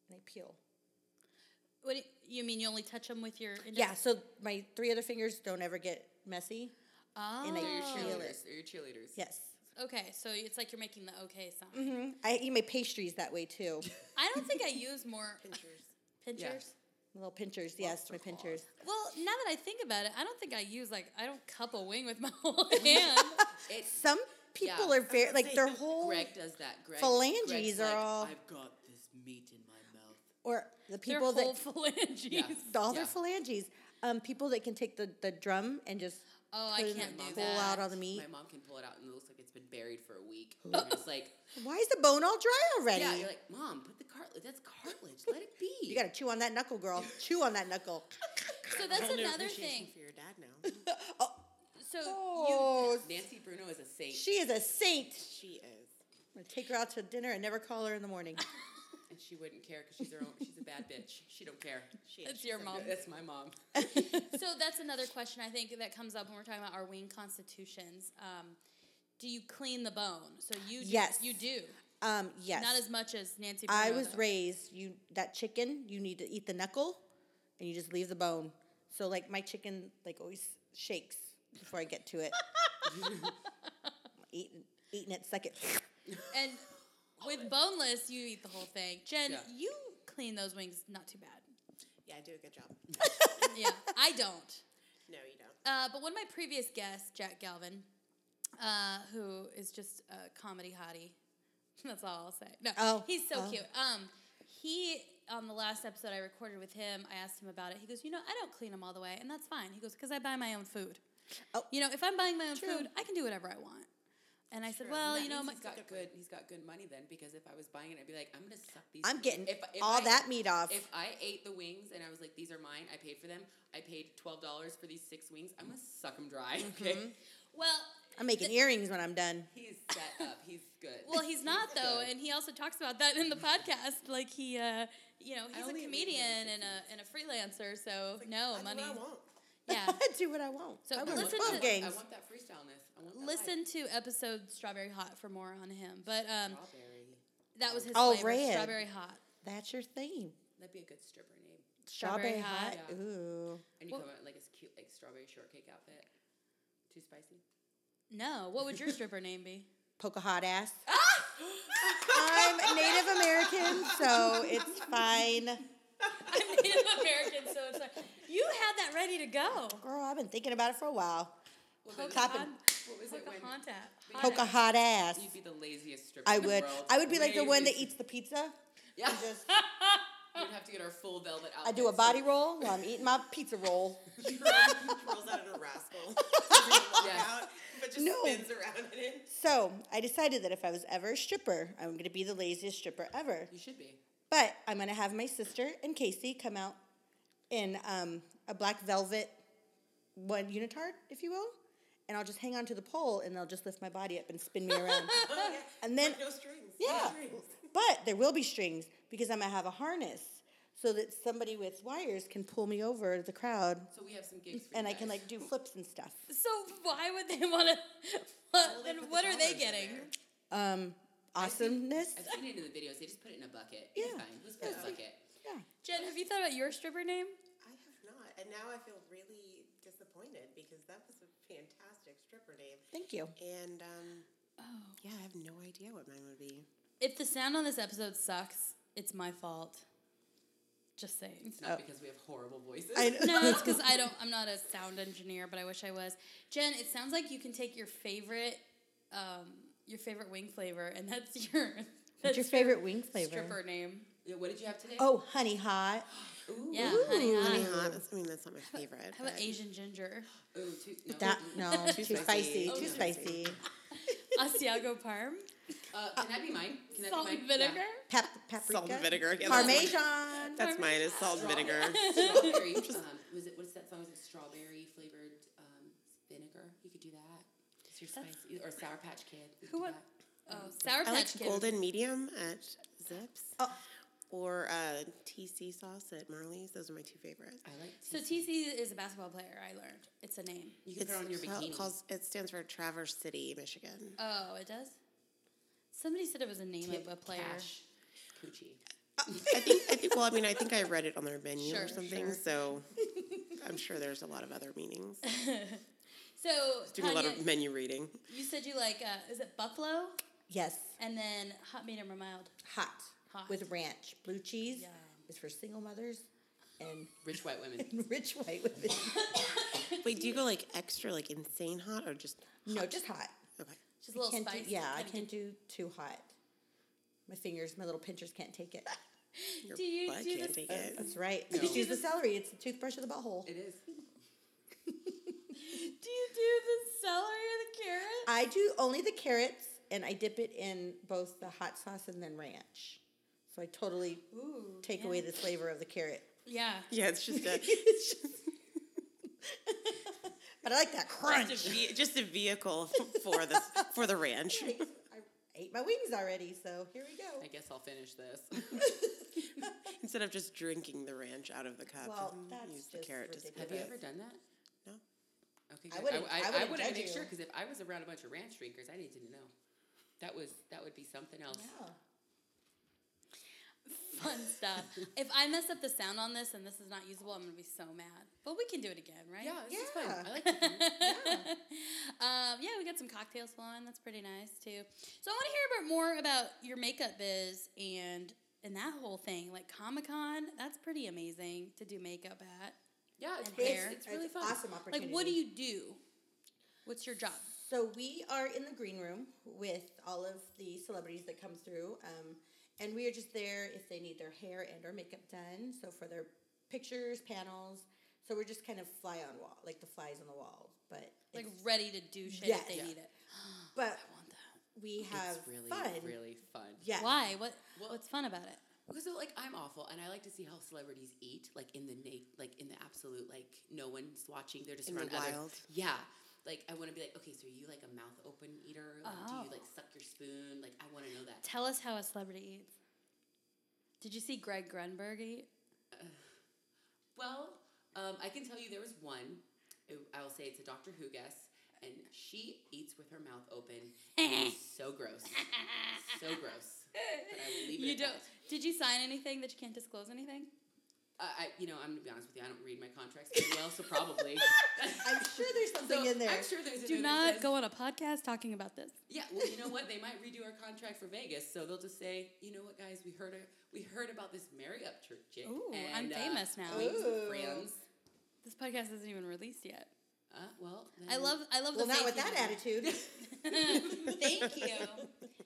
Speaker 2: and I peel.
Speaker 4: What do you, you mean you only touch them with your index?
Speaker 2: Yeah, so my three other fingers don't ever get messy.
Speaker 4: Oh.
Speaker 2: and I
Speaker 1: They're your
Speaker 2: Oh.
Speaker 1: cheerleaders. They're your cheerleaders.
Speaker 2: Yes.
Speaker 4: Okay, so it's like you're making
Speaker 1: Mm-hmm.
Speaker 4: the okay sign.
Speaker 2: I eat my pastries that way too.
Speaker 4: I don't think I use more. Pinchers.
Speaker 2: Little pinchers, yes, my pinchers.
Speaker 4: Well, now that I think about it, I don't think I use like I don't cup a wing with my whole hand.
Speaker 1: It's
Speaker 2: Some people
Speaker 1: Yeah.
Speaker 2: are very like their
Speaker 3: Greg
Speaker 2: whole
Speaker 1: Greg does that. Greg
Speaker 2: Phalanges
Speaker 1: Greg's
Speaker 2: are
Speaker 1: like,
Speaker 2: all-
Speaker 1: I've got this meat in my mouth.
Speaker 2: or the
Speaker 4: Their
Speaker 2: people
Speaker 4: whole
Speaker 2: that
Speaker 4: phalanges.
Speaker 1: Yeah.
Speaker 2: all their
Speaker 1: Yeah.
Speaker 2: phalanges. Um, people that can take the, the drum and just
Speaker 4: Oh, I
Speaker 2: put it-
Speaker 4: can't do
Speaker 2: pull out
Speaker 4: that.
Speaker 2: all the meat.
Speaker 1: My mom can pull it out and it looks like it's been buried for a week. and it's like,
Speaker 2: Why is the bone all dry already?
Speaker 1: yeah, you're like, mom, put the cartilage. That's cartilage. Let it be.
Speaker 2: you gotta chew on that knuckle, girl. chew on that knuckle.
Speaker 4: So that's
Speaker 3: Whole new
Speaker 4: another
Speaker 3: appreciation
Speaker 4: thing.
Speaker 3: for your dad now.
Speaker 4: So
Speaker 2: Oh,
Speaker 1: Nancy Bruno is a saint,
Speaker 2: she is a saint.
Speaker 3: She is.
Speaker 2: I'm gonna take her out to dinner and never call her in the morning.
Speaker 1: and she wouldn't care because she's her own. She's a bad bitch. She don't care.
Speaker 3: She
Speaker 4: you,
Speaker 3: is.
Speaker 4: it's your mom.
Speaker 1: That's my mom.
Speaker 4: so that's another question I think that comes up when we're talking about our wing constitutions. Um, do you clean the bone? So you do,
Speaker 2: Yes.
Speaker 4: you do
Speaker 2: Um, yes.
Speaker 4: not as much as Nancy.
Speaker 2: I
Speaker 4: Bruno,
Speaker 2: was
Speaker 4: though.
Speaker 2: raised you that chicken you need to eat the knuckle and you just leave the bone. So like my chicken like always shakes before I get to it. eating eating it, suck it.
Speaker 4: and with boneless, you eat the whole thing. Jen,
Speaker 1: Yeah.
Speaker 4: you clean those wings not too bad.
Speaker 3: Yeah, I do a good job.
Speaker 4: Yeah, I don't.
Speaker 3: No, you don't.
Speaker 4: Uh, but one of my previous guests, Jack Galvin, uh, who is just a comedy hottie. That's all I'll say. No,
Speaker 2: Oh,
Speaker 4: he's so
Speaker 2: oh.
Speaker 4: cute. Um, he on the last episode I recorded with him, I asked him about it. He goes, "You know, I don't clean them all the way, and that's fine." He goes, "Because I buy my own food.
Speaker 2: Oh.
Speaker 4: you know, if I'm buying my own
Speaker 2: True.
Speaker 4: food, I can do whatever I want." And I said,
Speaker 1: And
Speaker 4: "Well,
Speaker 1: that
Speaker 4: you know,
Speaker 1: means
Speaker 4: my,
Speaker 1: he's got good. He's got good money then because if I was buying it, I'd be like, I'm gonna suck these.
Speaker 2: I'm getting
Speaker 1: if- if
Speaker 2: all
Speaker 1: I-
Speaker 2: that meat off.
Speaker 1: If I ate the wings and I was like, these are mine, I paid for them. I paid twelve dollars for these six wings. I'm gonna suck them dry.
Speaker 2: Mm-hmm.
Speaker 1: Okay.
Speaker 4: well,
Speaker 2: I'm making earrings when I'm done.
Speaker 1: He's set up. He's good.
Speaker 4: well, he's not though,
Speaker 1: good.
Speaker 4: and he also talks about that in the podcast. Like he, uh, you know, he's a
Speaker 1: only read him
Speaker 4: comedian and a and a freelancer, so no
Speaker 3: I
Speaker 4: Oh, money.
Speaker 3: Do what I want.
Speaker 4: Yeah.
Speaker 2: Do what I want.
Speaker 4: So
Speaker 2: I was
Speaker 4: listen
Speaker 2: ball
Speaker 4: to-
Speaker 1: I
Speaker 2: games.
Speaker 1: want that freestyleness. I want that
Speaker 4: Listen to episode Strawberry Hot for more on him. But um,
Speaker 1: life. strawberry.
Speaker 4: that was his
Speaker 2: Oh,
Speaker 4: flavor,
Speaker 2: red.
Speaker 4: Strawberry Hot.
Speaker 2: That's your theme.
Speaker 1: That'd be a good stripper name.
Speaker 4: Strawberry hot.
Speaker 1: Yeah.
Speaker 2: Ooh.
Speaker 1: And you come out in, like this cute like strawberry shortcake outfit. Too spicy.
Speaker 4: No, what would your stripper name be?
Speaker 2: Poke a hot ass. I'm Native American, so it's fine.
Speaker 4: I'm Native American, so it's like you had that ready to go.
Speaker 2: Girl, I've been thinking about it for a while.
Speaker 1: What
Speaker 2: Cop
Speaker 4: Pocahon-
Speaker 1: was it when
Speaker 4: Pocahontas.
Speaker 2: Poke a hot ass.
Speaker 1: you'd be the laziest stripper?
Speaker 2: I
Speaker 1: in the
Speaker 2: would.
Speaker 1: world.
Speaker 2: I would be like the one that
Speaker 1: Laziest.
Speaker 2: eats the pizza.
Speaker 1: Yeah.
Speaker 2: Just
Speaker 1: We'd have to get our full velvet outfit.
Speaker 2: I do a body roll while I'm eating my pizza roll.
Speaker 3: rolls out in a rascal. Walk
Speaker 1: Yes.
Speaker 3: out, but just
Speaker 2: No.
Speaker 3: spins around in it.
Speaker 2: So I decided that if I was ever a stripper, I'm gonna be the laziest stripper ever.
Speaker 1: You should be.
Speaker 2: But I'm gonna have my sister and Casey come out in um, a black velvet one unitard, if you will, and I'll just hang onto the pole and they'll just lift my body up and spin me around. and then
Speaker 3: oh, No strings. no
Speaker 2: Yeah.
Speaker 3: strings.
Speaker 2: But there will be strings because I'm going to have a harness so that somebody with wires can pull me over the crowd
Speaker 1: So we have some gigs. For
Speaker 2: and
Speaker 1: you
Speaker 2: I can
Speaker 1: guys.
Speaker 2: like do flips and stuff.
Speaker 4: So why would they want to? What,
Speaker 3: they
Speaker 4: then
Speaker 3: put the
Speaker 4: what are they getting?
Speaker 3: dollars in there.
Speaker 2: Um, awesomeness.
Speaker 1: I've seen it in the videos. They just put it in a bucket. Yeah. It's
Speaker 2: Yeah.
Speaker 1: fine. Just put a bucket.
Speaker 2: Yeah.
Speaker 4: Jen, have you thought about your stripper name?
Speaker 3: I have not, and now I feel really disappointed because that was a fantastic stripper name,
Speaker 2: Thank you.
Speaker 3: and um,
Speaker 4: Oh.
Speaker 3: yeah, I have no idea what mine would be.
Speaker 4: If the sound on this episode sucks, it's my fault. Just saying.
Speaker 1: It's
Speaker 2: Oh.
Speaker 1: not because we have horrible voices.
Speaker 4: No, it's because I don't. I'm not a sound engineer, but I wish I was. Jen, it sounds like you can take your favorite, um, your favorite wing flavor, and that's your.
Speaker 2: What's
Speaker 4: That's
Speaker 2: your favorite wing flavor?
Speaker 4: Stripper name.
Speaker 1: Yeah, what did you have today?
Speaker 2: Oh, honey hot.
Speaker 1: Ooh.
Speaker 4: Yeah, honey, honey.
Speaker 3: Uh, that's- I mean, that's not my favorite.
Speaker 4: How about
Speaker 3: but-
Speaker 4: Asian ginger?
Speaker 1: Ooh, too, no.
Speaker 2: That no, too spicy,
Speaker 3: spicy.
Speaker 2: too spicy.
Speaker 4: Asiago parm?
Speaker 1: Uh, can that be mine? Can that
Speaker 4: Salt
Speaker 1: be
Speaker 4: and
Speaker 1: mine?
Speaker 4: vinegar?
Speaker 1: Yeah.
Speaker 2: Pap- paprika.
Speaker 3: Salt and vinegar. Yeah, that's mine.
Speaker 2: Parmesan.
Speaker 3: That's mine. Is salt and vinegar.
Speaker 1: strawberry. um, was it? What's that song? Was it strawberry flavored um, vinegar? You could do that. It's your spicy or Sour Patch Kid. You could
Speaker 4: Who
Speaker 1: do
Speaker 4: would-
Speaker 1: that. Um,
Speaker 4: Oh, Sour
Speaker 3: I like
Speaker 4: Patch Kid.
Speaker 3: golden medium at Zips.
Speaker 2: Oh.
Speaker 3: Or uh, TC sauce at Marley's. Those are my two favorites.
Speaker 1: I like.
Speaker 4: So TC is a basketball player, I learned. It's a name.
Speaker 1: You can put it on your
Speaker 3: cal-
Speaker 1: bikini.
Speaker 3: calls- it stands for Traverse City, Michigan.
Speaker 4: Oh, it does? Somebody said it was a name
Speaker 1: Tip,
Speaker 4: of a player.
Speaker 1: Cash, Coochie.
Speaker 3: I think. I think. Well, I mean, I think I read it on their menu
Speaker 4: Sure,
Speaker 3: or something.
Speaker 4: sure.
Speaker 3: So I'm sure there's a lot of other meanings.
Speaker 4: So,
Speaker 3: Doing a lot
Speaker 4: Tanya,
Speaker 3: of menu reading.
Speaker 4: you said you like, uh, is it buffalo?
Speaker 2: Yes.
Speaker 4: And then hot medium or mild?
Speaker 2: Hot.
Speaker 4: Hot.
Speaker 2: With ranch, blue cheese,
Speaker 4: Yum.
Speaker 2: is for single mothers and
Speaker 1: Rich white women.
Speaker 2: rich white women.
Speaker 3: Wait, do you go like extra, like insane hot, or just
Speaker 2: no, just hot.
Speaker 3: okay?
Speaker 4: Just a little
Speaker 2: Can't do-
Speaker 4: spice.
Speaker 2: yeah, I
Speaker 4: kinda
Speaker 2: can't do too hot. My fingers, my little pinchers can't take it. Uh,
Speaker 3: Your
Speaker 4: Do you
Speaker 3: butt
Speaker 4: do
Speaker 3: can't
Speaker 4: this-
Speaker 3: take it.
Speaker 2: That's right. I just use the celery. It's the toothbrush of the butthole.
Speaker 1: It is.
Speaker 4: get- Do you do the celery or the carrot?
Speaker 2: I do only the carrots, and I dip it in both the hot sauce and then ranch. So I totally take away the flavor of the carrot.
Speaker 4: Yeah.
Speaker 3: Yeah, it's just a
Speaker 2: But I like that crunch.
Speaker 3: just a, ve- just a vehicle for the for the ranch.
Speaker 2: I ate my wings already, so here we go.
Speaker 1: I guess I'll finish this.
Speaker 3: Instead of just drinking the ranch out of the cup,
Speaker 2: Well,
Speaker 3: mm,
Speaker 2: that's
Speaker 3: use the
Speaker 2: just
Speaker 3: carrot to
Speaker 2: ridiculous.
Speaker 1: Have
Speaker 3: scoop
Speaker 1: you
Speaker 3: it.
Speaker 1: ever done that?
Speaker 3: No.
Speaker 1: Okay,
Speaker 2: I
Speaker 1: good.
Speaker 2: wouldn't-
Speaker 1: I,
Speaker 2: I
Speaker 1: I, I
Speaker 2: wouldn't
Speaker 1: wanted to
Speaker 2: judge
Speaker 1: make sure
Speaker 2: you.
Speaker 1: because if I was around a bunch of ranch drinkers, I needed to know. That was that would be something else.
Speaker 4: Fun stuff. if I mess up the sound on this and this is not usable, I'm gonna be so mad. But we can do it again, right?
Speaker 1: Yeah, this is fun.
Speaker 2: Yeah.
Speaker 1: I like cooking.
Speaker 4: Um, yeah, we got some cocktails flowing. That's pretty nice too. So I want to hear about more about your makeup biz and and that whole thing, like Comic Con. That's pretty amazing to do makeup at.
Speaker 1: Yeah, it's,
Speaker 4: And
Speaker 1: it's,
Speaker 4: hair.
Speaker 1: it's really
Speaker 2: It's
Speaker 1: fun.
Speaker 2: Awesome opportunity.
Speaker 4: Like, what do you do? What's your job?
Speaker 2: So we are in the green room with all of the celebrities that come through, um, and we are just there if they need their hair and or makeup done. So for their pictures, panels. So we're just kind of fly on wall, like the flies on the wall. But
Speaker 4: Like,
Speaker 2: it's-
Speaker 4: ready to do shit
Speaker 2: Yeah.
Speaker 4: if they
Speaker 2: Yeah.
Speaker 4: need it.
Speaker 2: but
Speaker 4: I want that.
Speaker 2: we have
Speaker 1: It's really
Speaker 2: fun.
Speaker 1: really fun.
Speaker 2: yeah.
Speaker 4: Why? What?
Speaker 1: Well-
Speaker 4: what's fun about it?
Speaker 1: Because like I'm awful, and I like to see how celebrities eat, like in the na- like in the absolute, like no one's watching. They're just
Speaker 3: In the
Speaker 1: around others.
Speaker 3: wild.
Speaker 1: Yeah, like I want to be like, okay, so are you like a mouth open eater? Like, Do
Speaker 4: Oh.
Speaker 1: you like suck your spoon? Like I want to know that.
Speaker 4: Tell us how a celebrity eats. Did you see Greg Grunberg eat?
Speaker 1: Well, um, I can tell you there was one. it- I will say it's a Doctor Who guest, and she eats with her mouth open. and it's so gross. so gross. But I will leave it
Speaker 4: You
Speaker 1: at
Speaker 4: don't.
Speaker 1: that.
Speaker 4: Did you sign anything that you can't disclose anything?
Speaker 1: I, I, you know, I'm gonna be honest with you. I don't read my contracts very well, so probably.
Speaker 2: I'm sure there's something
Speaker 1: So,
Speaker 2: in there.
Speaker 1: I'm sure there's. a
Speaker 4: Do
Speaker 1: note that
Speaker 4: not
Speaker 1: says-
Speaker 4: go on a podcast talking about this.
Speaker 1: Yeah, well, you know what? They might redo our contract for Vegas, so they'll just say, you know what, guys, we heard a, we heard about this Mary Up Church chick.
Speaker 4: Ooh, I'm
Speaker 1: and, uh,
Speaker 4: famous now.
Speaker 1: we used to be
Speaker 2: Ooh.
Speaker 1: friends.
Speaker 4: This podcast isn't even released yet.
Speaker 1: Uh, well, then,
Speaker 4: I love I love
Speaker 2: well,
Speaker 4: the
Speaker 2: not with
Speaker 4: fake
Speaker 2: that
Speaker 4: humor.
Speaker 2: attitude.
Speaker 4: Thank you.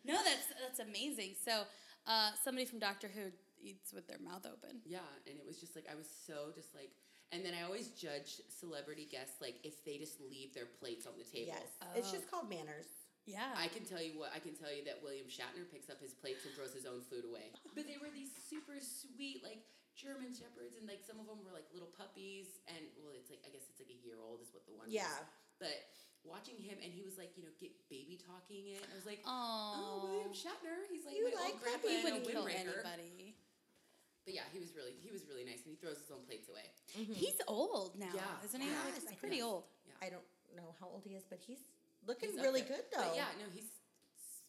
Speaker 4: No, that's that's amazing. So uh, somebody from Doctor Who eats with their mouth open.
Speaker 1: Yeah, and it was just like I was so just like, and then I always judge celebrity guests like if they just leave their plates on the table.
Speaker 2: yes,
Speaker 4: Oh.
Speaker 2: it's just called manners.
Speaker 4: Yeah.
Speaker 1: I can tell you what I can tell you that William Shatner picks up his plates and throws his own food away. But they were these super sweet like German shepherds and like some of them were like little puppies and well it's like I guess it's like a year old is what the one was.
Speaker 2: Yeah.
Speaker 1: But watching him and he was like you know get baby talking it I was like
Speaker 4: Aw.
Speaker 1: oh William Shatner he's like
Speaker 2: You
Speaker 1: my
Speaker 2: like
Speaker 1: old
Speaker 2: that?
Speaker 1: grandpa
Speaker 4: he
Speaker 1: and a
Speaker 4: wouldn't kill
Speaker 1: windbreaker.
Speaker 4: anybody.
Speaker 1: But yeah he was really he was really nice and he throws his own plates away.
Speaker 4: He's old now,
Speaker 1: Mm-hmm. Yeah.
Speaker 4: isn't he?
Speaker 1: Yeah.
Speaker 4: Like,
Speaker 2: Yes, I
Speaker 4: he's pretty
Speaker 2: know.
Speaker 4: old.
Speaker 2: I don't know how old he is, but he's
Speaker 1: He's
Speaker 2: looking
Speaker 1: up
Speaker 2: really
Speaker 1: there.
Speaker 2: good
Speaker 1: But
Speaker 2: though.
Speaker 1: yeah, no, he's s-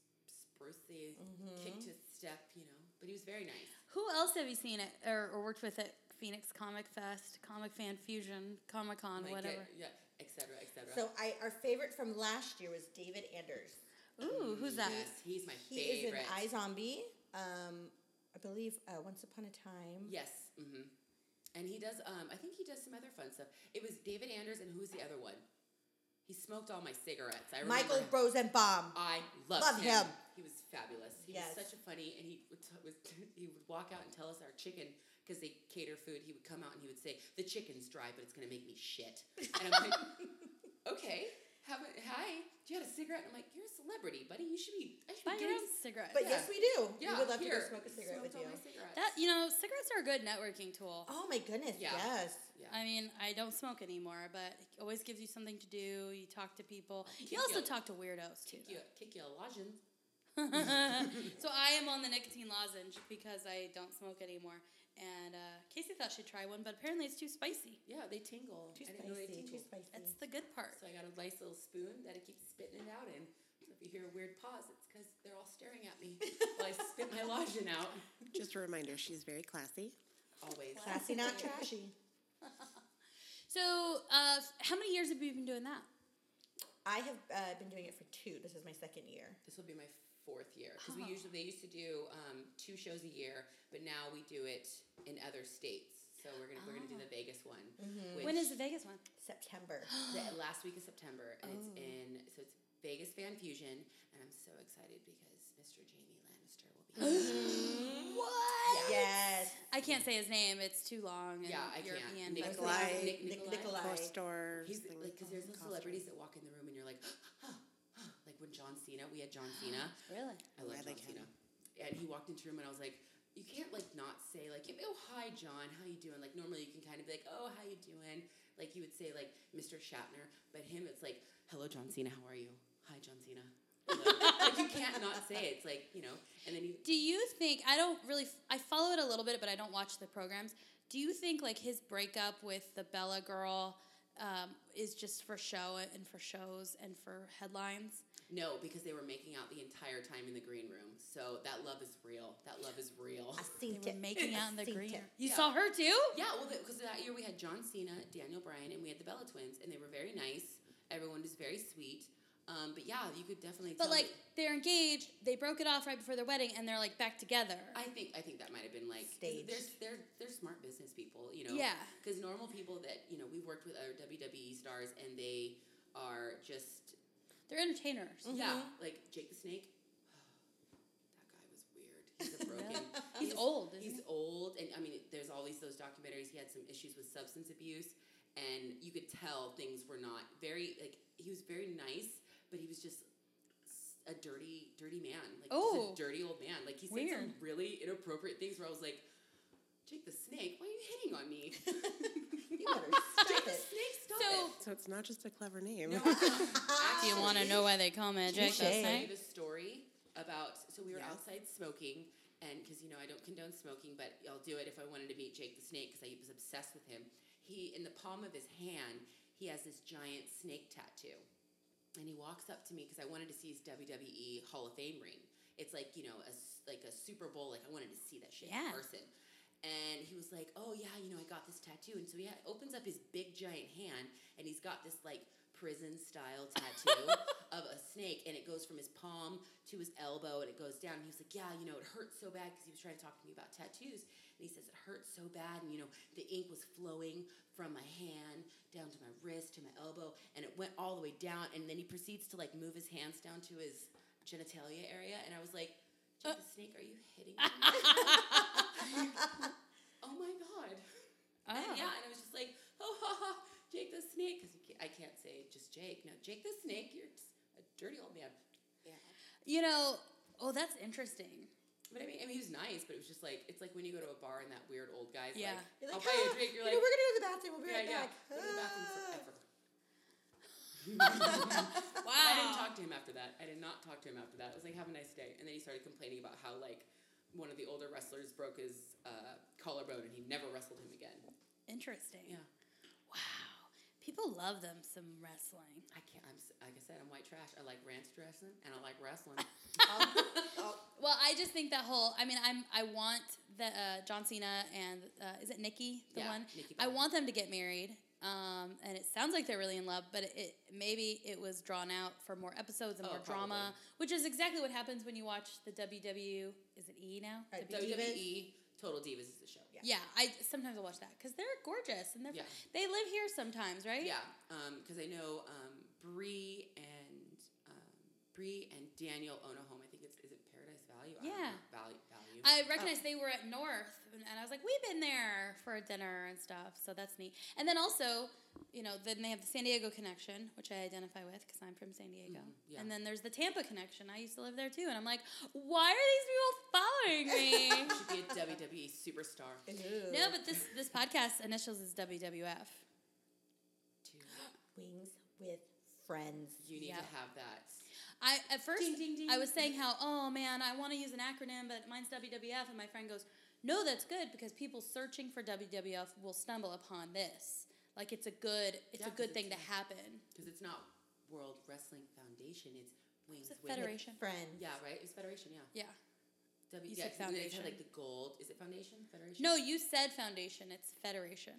Speaker 1: sprucely
Speaker 2: Mm-hmm.
Speaker 1: kicked his step, you know. But he was very nice.
Speaker 4: Who else have you seen it or, or worked with at Phoenix Comic Fest, Comic Fan Fusion, Comic Con,
Speaker 1: Like,
Speaker 4: whatever?
Speaker 1: uh, yeah, et cetera, et cetera.
Speaker 2: So I, our favorite from last year was David Anders.
Speaker 4: Ooh, who's that?
Speaker 1: yes, he's my
Speaker 2: He
Speaker 1: favorite.
Speaker 2: is an iZombie. Um, I believe uh, Once Upon a Time.
Speaker 1: yes, hmm and he does. Um, I think he does some other fun stuff. It was David Anders, and who was the other one? He smoked all my cigarettes. I remember.
Speaker 2: Michael
Speaker 1: him. Uh,
Speaker 2: Rosenbaum.
Speaker 1: I loved
Speaker 2: Love
Speaker 1: him.
Speaker 2: him.
Speaker 1: He was fabulous. He
Speaker 2: Yes.
Speaker 1: was such a funny, and he would, t- was, he would walk out and tell us our chicken because they cater food. He would come out and he would say, "The chicken's dry, but it's gonna make me shit." And I'm like, "Okay, have a, hi. Do you had a cigarette?" And I'm like, "You're a celebrity, buddy. You should be. I should
Speaker 4: Buy
Speaker 1: be
Speaker 4: your
Speaker 1: getting
Speaker 4: own cigarette.
Speaker 2: but
Speaker 1: yeah.
Speaker 2: yes, we do.
Speaker 1: Yeah,
Speaker 2: we would love to
Speaker 1: here.
Speaker 2: go smoke a cigarette
Speaker 1: Smoked
Speaker 2: with
Speaker 1: all
Speaker 2: you.
Speaker 1: my cigarettes.
Speaker 4: that you know, cigarettes are a good networking tool.
Speaker 2: Oh my goodness!
Speaker 1: Yeah.
Speaker 2: Yes.
Speaker 1: yeah.
Speaker 4: I mean, I don't smoke anymore, but it always gives you something to do. You talk to people.
Speaker 1: Kick
Speaker 4: You also
Speaker 1: you.
Speaker 4: talk to weirdos too.
Speaker 1: kick you, kick you, lodging.
Speaker 4: though. so I am on the nicotine lozenge because I don't smoke anymore. And uh, Casey thought she'd try one, but apparently it's too spicy.
Speaker 1: Yeah, they tingle.
Speaker 2: Too
Speaker 1: I didn't know they
Speaker 2: spicy. Too
Speaker 1: tingled.
Speaker 2: spicy.
Speaker 4: That's the good part.
Speaker 1: Mm. So I got a nice little spoon that I keep spitting it out in. So if you hear a weird pause, it's because they're all staring at me while I spit my lodging out.
Speaker 3: Just a reminder, she's very classy.
Speaker 1: Always.
Speaker 2: Classy, not trashy.
Speaker 4: So, uh, how many years have you been doing that?
Speaker 2: I have uh, been doing it for two. This is my second year.
Speaker 1: This will be my fourth year because we usually they used to do um, two shows a year, but now we do it in other states. So we're gonna we're gonna do the Vegas one. Which
Speaker 4: Ah. Mm-hmm. When is the Vegas one?
Speaker 2: September.
Speaker 1: the last week of September, and
Speaker 4: Oh.
Speaker 1: it's in so it's Vegas Fan Fusion, and I'm so excited because Mr. Jamie Lannister will be.
Speaker 4: What?
Speaker 2: yes.
Speaker 4: I can't say his name. It's too long. and
Speaker 1: yeah, I can't.
Speaker 4: European,
Speaker 1: Nick-
Speaker 4: but-
Speaker 3: Nikolai.
Speaker 1: Nick, Nick,
Speaker 2: Nick-
Speaker 1: Nikolai.
Speaker 2: Nikolai.
Speaker 3: Or store.
Speaker 1: He's
Speaker 3: thing.
Speaker 1: like because there's those celebrities that walk in the room and you're like, like when John Cena, we had John Cena.
Speaker 4: Really?
Speaker 1: I love
Speaker 3: I
Speaker 1: John
Speaker 3: like him.
Speaker 1: Cena. And he walked into the room and I was like, you can't like not say like, oh hi John, how you doing? Like normally you can kind of be like, oh how you doing? Like you would say like Mr. Shatner, but him it's like, hello John Cena, how are you? Hi John Cena. like you can't not say it. It's like you know, and then you
Speaker 4: Do you think I don't really? f- I follow it a little bit, but I don't watch the programs. Do you think like his breakup with the Bella girl um, is just for show and for shows and for headlines?
Speaker 1: no because they were making out the entire time in the green room. So that love is real. That love is real.
Speaker 2: I
Speaker 4: They
Speaker 2: seen
Speaker 4: were
Speaker 2: it.
Speaker 4: making out in the
Speaker 2: Seen
Speaker 4: green.
Speaker 2: it.
Speaker 4: You
Speaker 1: Yeah.
Speaker 4: saw her too?
Speaker 1: Yeah, well, because that year we had John Cena, Daniel Bryan, and we had the Bella Twins, and they were very nice. Everyone was very sweet. Um, but yeah, you could definitely.
Speaker 4: But
Speaker 1: tell
Speaker 4: like
Speaker 1: that-
Speaker 4: they're engaged. They broke it off right before their wedding, and they're like back together.
Speaker 1: I think I think that might have been like
Speaker 2: Staged.
Speaker 1: They're, they're they're smart business people, you know.
Speaker 4: Yeah.
Speaker 1: Because normal people that you know we've worked with other WWE E stars, and they are just
Speaker 4: they're entertainers.
Speaker 1: yeah,
Speaker 4: Mm-hmm.
Speaker 1: like Jake the Snake. That guy was weird. He's a broken.
Speaker 4: He's old, isn't
Speaker 1: he's
Speaker 4: he?
Speaker 1: old, and I mean, there's always those documentaries. He had some issues with substance abuse, and you could tell things were not very like. He was very nice, but he was just s- a dirty, dirty man. Like
Speaker 4: Oh.
Speaker 1: just a dirty old man. Like he said some
Speaker 4: Weird.
Speaker 1: really inappropriate things where I was like. Jake the Snake, why are you hitting on me? you better
Speaker 2: stop
Speaker 1: the
Speaker 2: it.
Speaker 1: Snake, stop
Speaker 4: So
Speaker 1: it.
Speaker 3: So it's not just a clever name.
Speaker 4: do you want to know why they call me Jack
Speaker 2: Touche.
Speaker 4: the
Speaker 1: I'll tell you the
Speaker 4: Snake?
Speaker 1: story about. So we were
Speaker 3: Yeah.
Speaker 1: outside smoking, and because you know I don't condone smoking, but I'll do it if I wanted to meet Jake the Snake because I was obsessed with him. He in the palm of his hand, he has this giant snake tattoo, and he walks up to me because I wanted to see his WWE Hall of Fame ring. It's like you know a s- like a Super Bowl. Like I wanted to see that shit in
Speaker 4: Yeah.
Speaker 1: person. And he was like, "Oh yeah, you know I got this tattoo." And so he ha- opens up his big giant hand, and he's got this like prison style tattoo of a snake, and it goes from his palm to his elbow, and it goes down. And he was like, "Yeah, you know it hurts so bad because he was trying to talk to me about tattoos." And he says it hurts so bad, and you know the ink was flowing from my hand down to my wrist to my elbow, and it went all the way down. And then he proceeds to like move his hands down to his genitalia area, and I was like, "Jake the snake, are you hitting me?" oh my god.
Speaker 4: Oh.
Speaker 1: And yeah, and I was just like, oh, ha, ha, Jake the Snake. Because I can't say just Jake. No, Jake the Snake, you're just a dirty old man. Yeah.
Speaker 4: You know. Oh, that's interesting.
Speaker 1: But I mean, I mean, he was nice, but it was just like, it's like when you go to a bar and that weird old guy's
Speaker 4: Yeah.
Speaker 1: like,
Speaker 2: You're
Speaker 1: I'll buy
Speaker 2: like,
Speaker 1: you
Speaker 2: "Ah,
Speaker 1: a drink. You're like,
Speaker 2: you know, we're gonna go to the bathroom. We'll be
Speaker 1: yeah,
Speaker 2: right
Speaker 1: yeah.
Speaker 2: back.
Speaker 1: Go to the bathroom forever.
Speaker 4: Ah. Wow.
Speaker 1: I didn't talk to him after that. I did not talk to him after that. I was like, have a nice day. And then he started complaining about how, like, one of the older wrestlers broke his uh, collarbone and he never wrestled him again.
Speaker 4: Interesting.
Speaker 1: Yeah.
Speaker 4: Wow. People love them some wrestling.
Speaker 1: I can't. I'm s- like I said. I'm white trash. I like ranch dressing and I like wrestling.
Speaker 2: Oh,
Speaker 4: Well, I just think that whole. I mean, I'm. I want the uh, John Cena and uh, is it Nikki the
Speaker 1: Yeah,
Speaker 4: one?
Speaker 1: Nikki
Speaker 4: I
Speaker 1: Bella.
Speaker 4: want them to get married. Um, and it sounds like they're really in love, but it, maybe it was drawn out for more episodes and
Speaker 1: Oh,
Speaker 4: more drama,
Speaker 1: probably.
Speaker 4: which is exactly what happens when you watch the WW. Is it E now?
Speaker 2: Right,
Speaker 1: WWE
Speaker 4: W-
Speaker 2: Divas.
Speaker 1: E, Total Divas is the show. Yeah.
Speaker 4: yeah, I sometimes I watch that because they're gorgeous and they're
Speaker 1: Yeah.
Speaker 4: they live here sometimes, right?
Speaker 1: Yeah. Because I know um, Bree and um, Bree and Daniel own a home. I think it's is it Paradise Value. I don't
Speaker 4: Yeah.
Speaker 1: know. Value. Value.
Speaker 4: I recognized they were at North, and, and I was like, we've been there for dinner and stuff, so that's neat. And then also, you know, then they have the San Diego connection, which I identify with because I'm from San Diego.
Speaker 1: Mm-hmm. yeah.
Speaker 4: And then there's the Tampa connection. I used to live there too, and I'm like, why are these people following me?
Speaker 1: should be a WWE superstar.
Speaker 4: no, but this this podcast initials is WWF.
Speaker 1: Dude,
Speaker 2: Wings with friends.
Speaker 1: you need
Speaker 4: Yeah.
Speaker 1: to have that.
Speaker 4: I at first
Speaker 1: Ding, ding, ding.
Speaker 4: I was saying how oh man I want to use an acronym but mine's WWF and my friend goes no that's good because people searching for WWF will stumble upon this like it's a good it's
Speaker 1: Yeah,
Speaker 4: a good
Speaker 1: 'cause
Speaker 4: thing to
Speaker 1: it's a-
Speaker 4: happen
Speaker 1: Because it's not World Wrestling Foundation. It's Wings.
Speaker 4: Is it
Speaker 1: with-
Speaker 4: Federation
Speaker 2: Friends.
Speaker 1: Yeah. Right. It's Federation. Yeah.
Speaker 4: yeah
Speaker 1: W.
Speaker 4: You
Speaker 1: yeah.
Speaker 4: said
Speaker 1: so they had,
Speaker 4: foundation.
Speaker 1: like the gold. Is it Foundation? Federation. Oh,
Speaker 4: no you said foundation it's Federation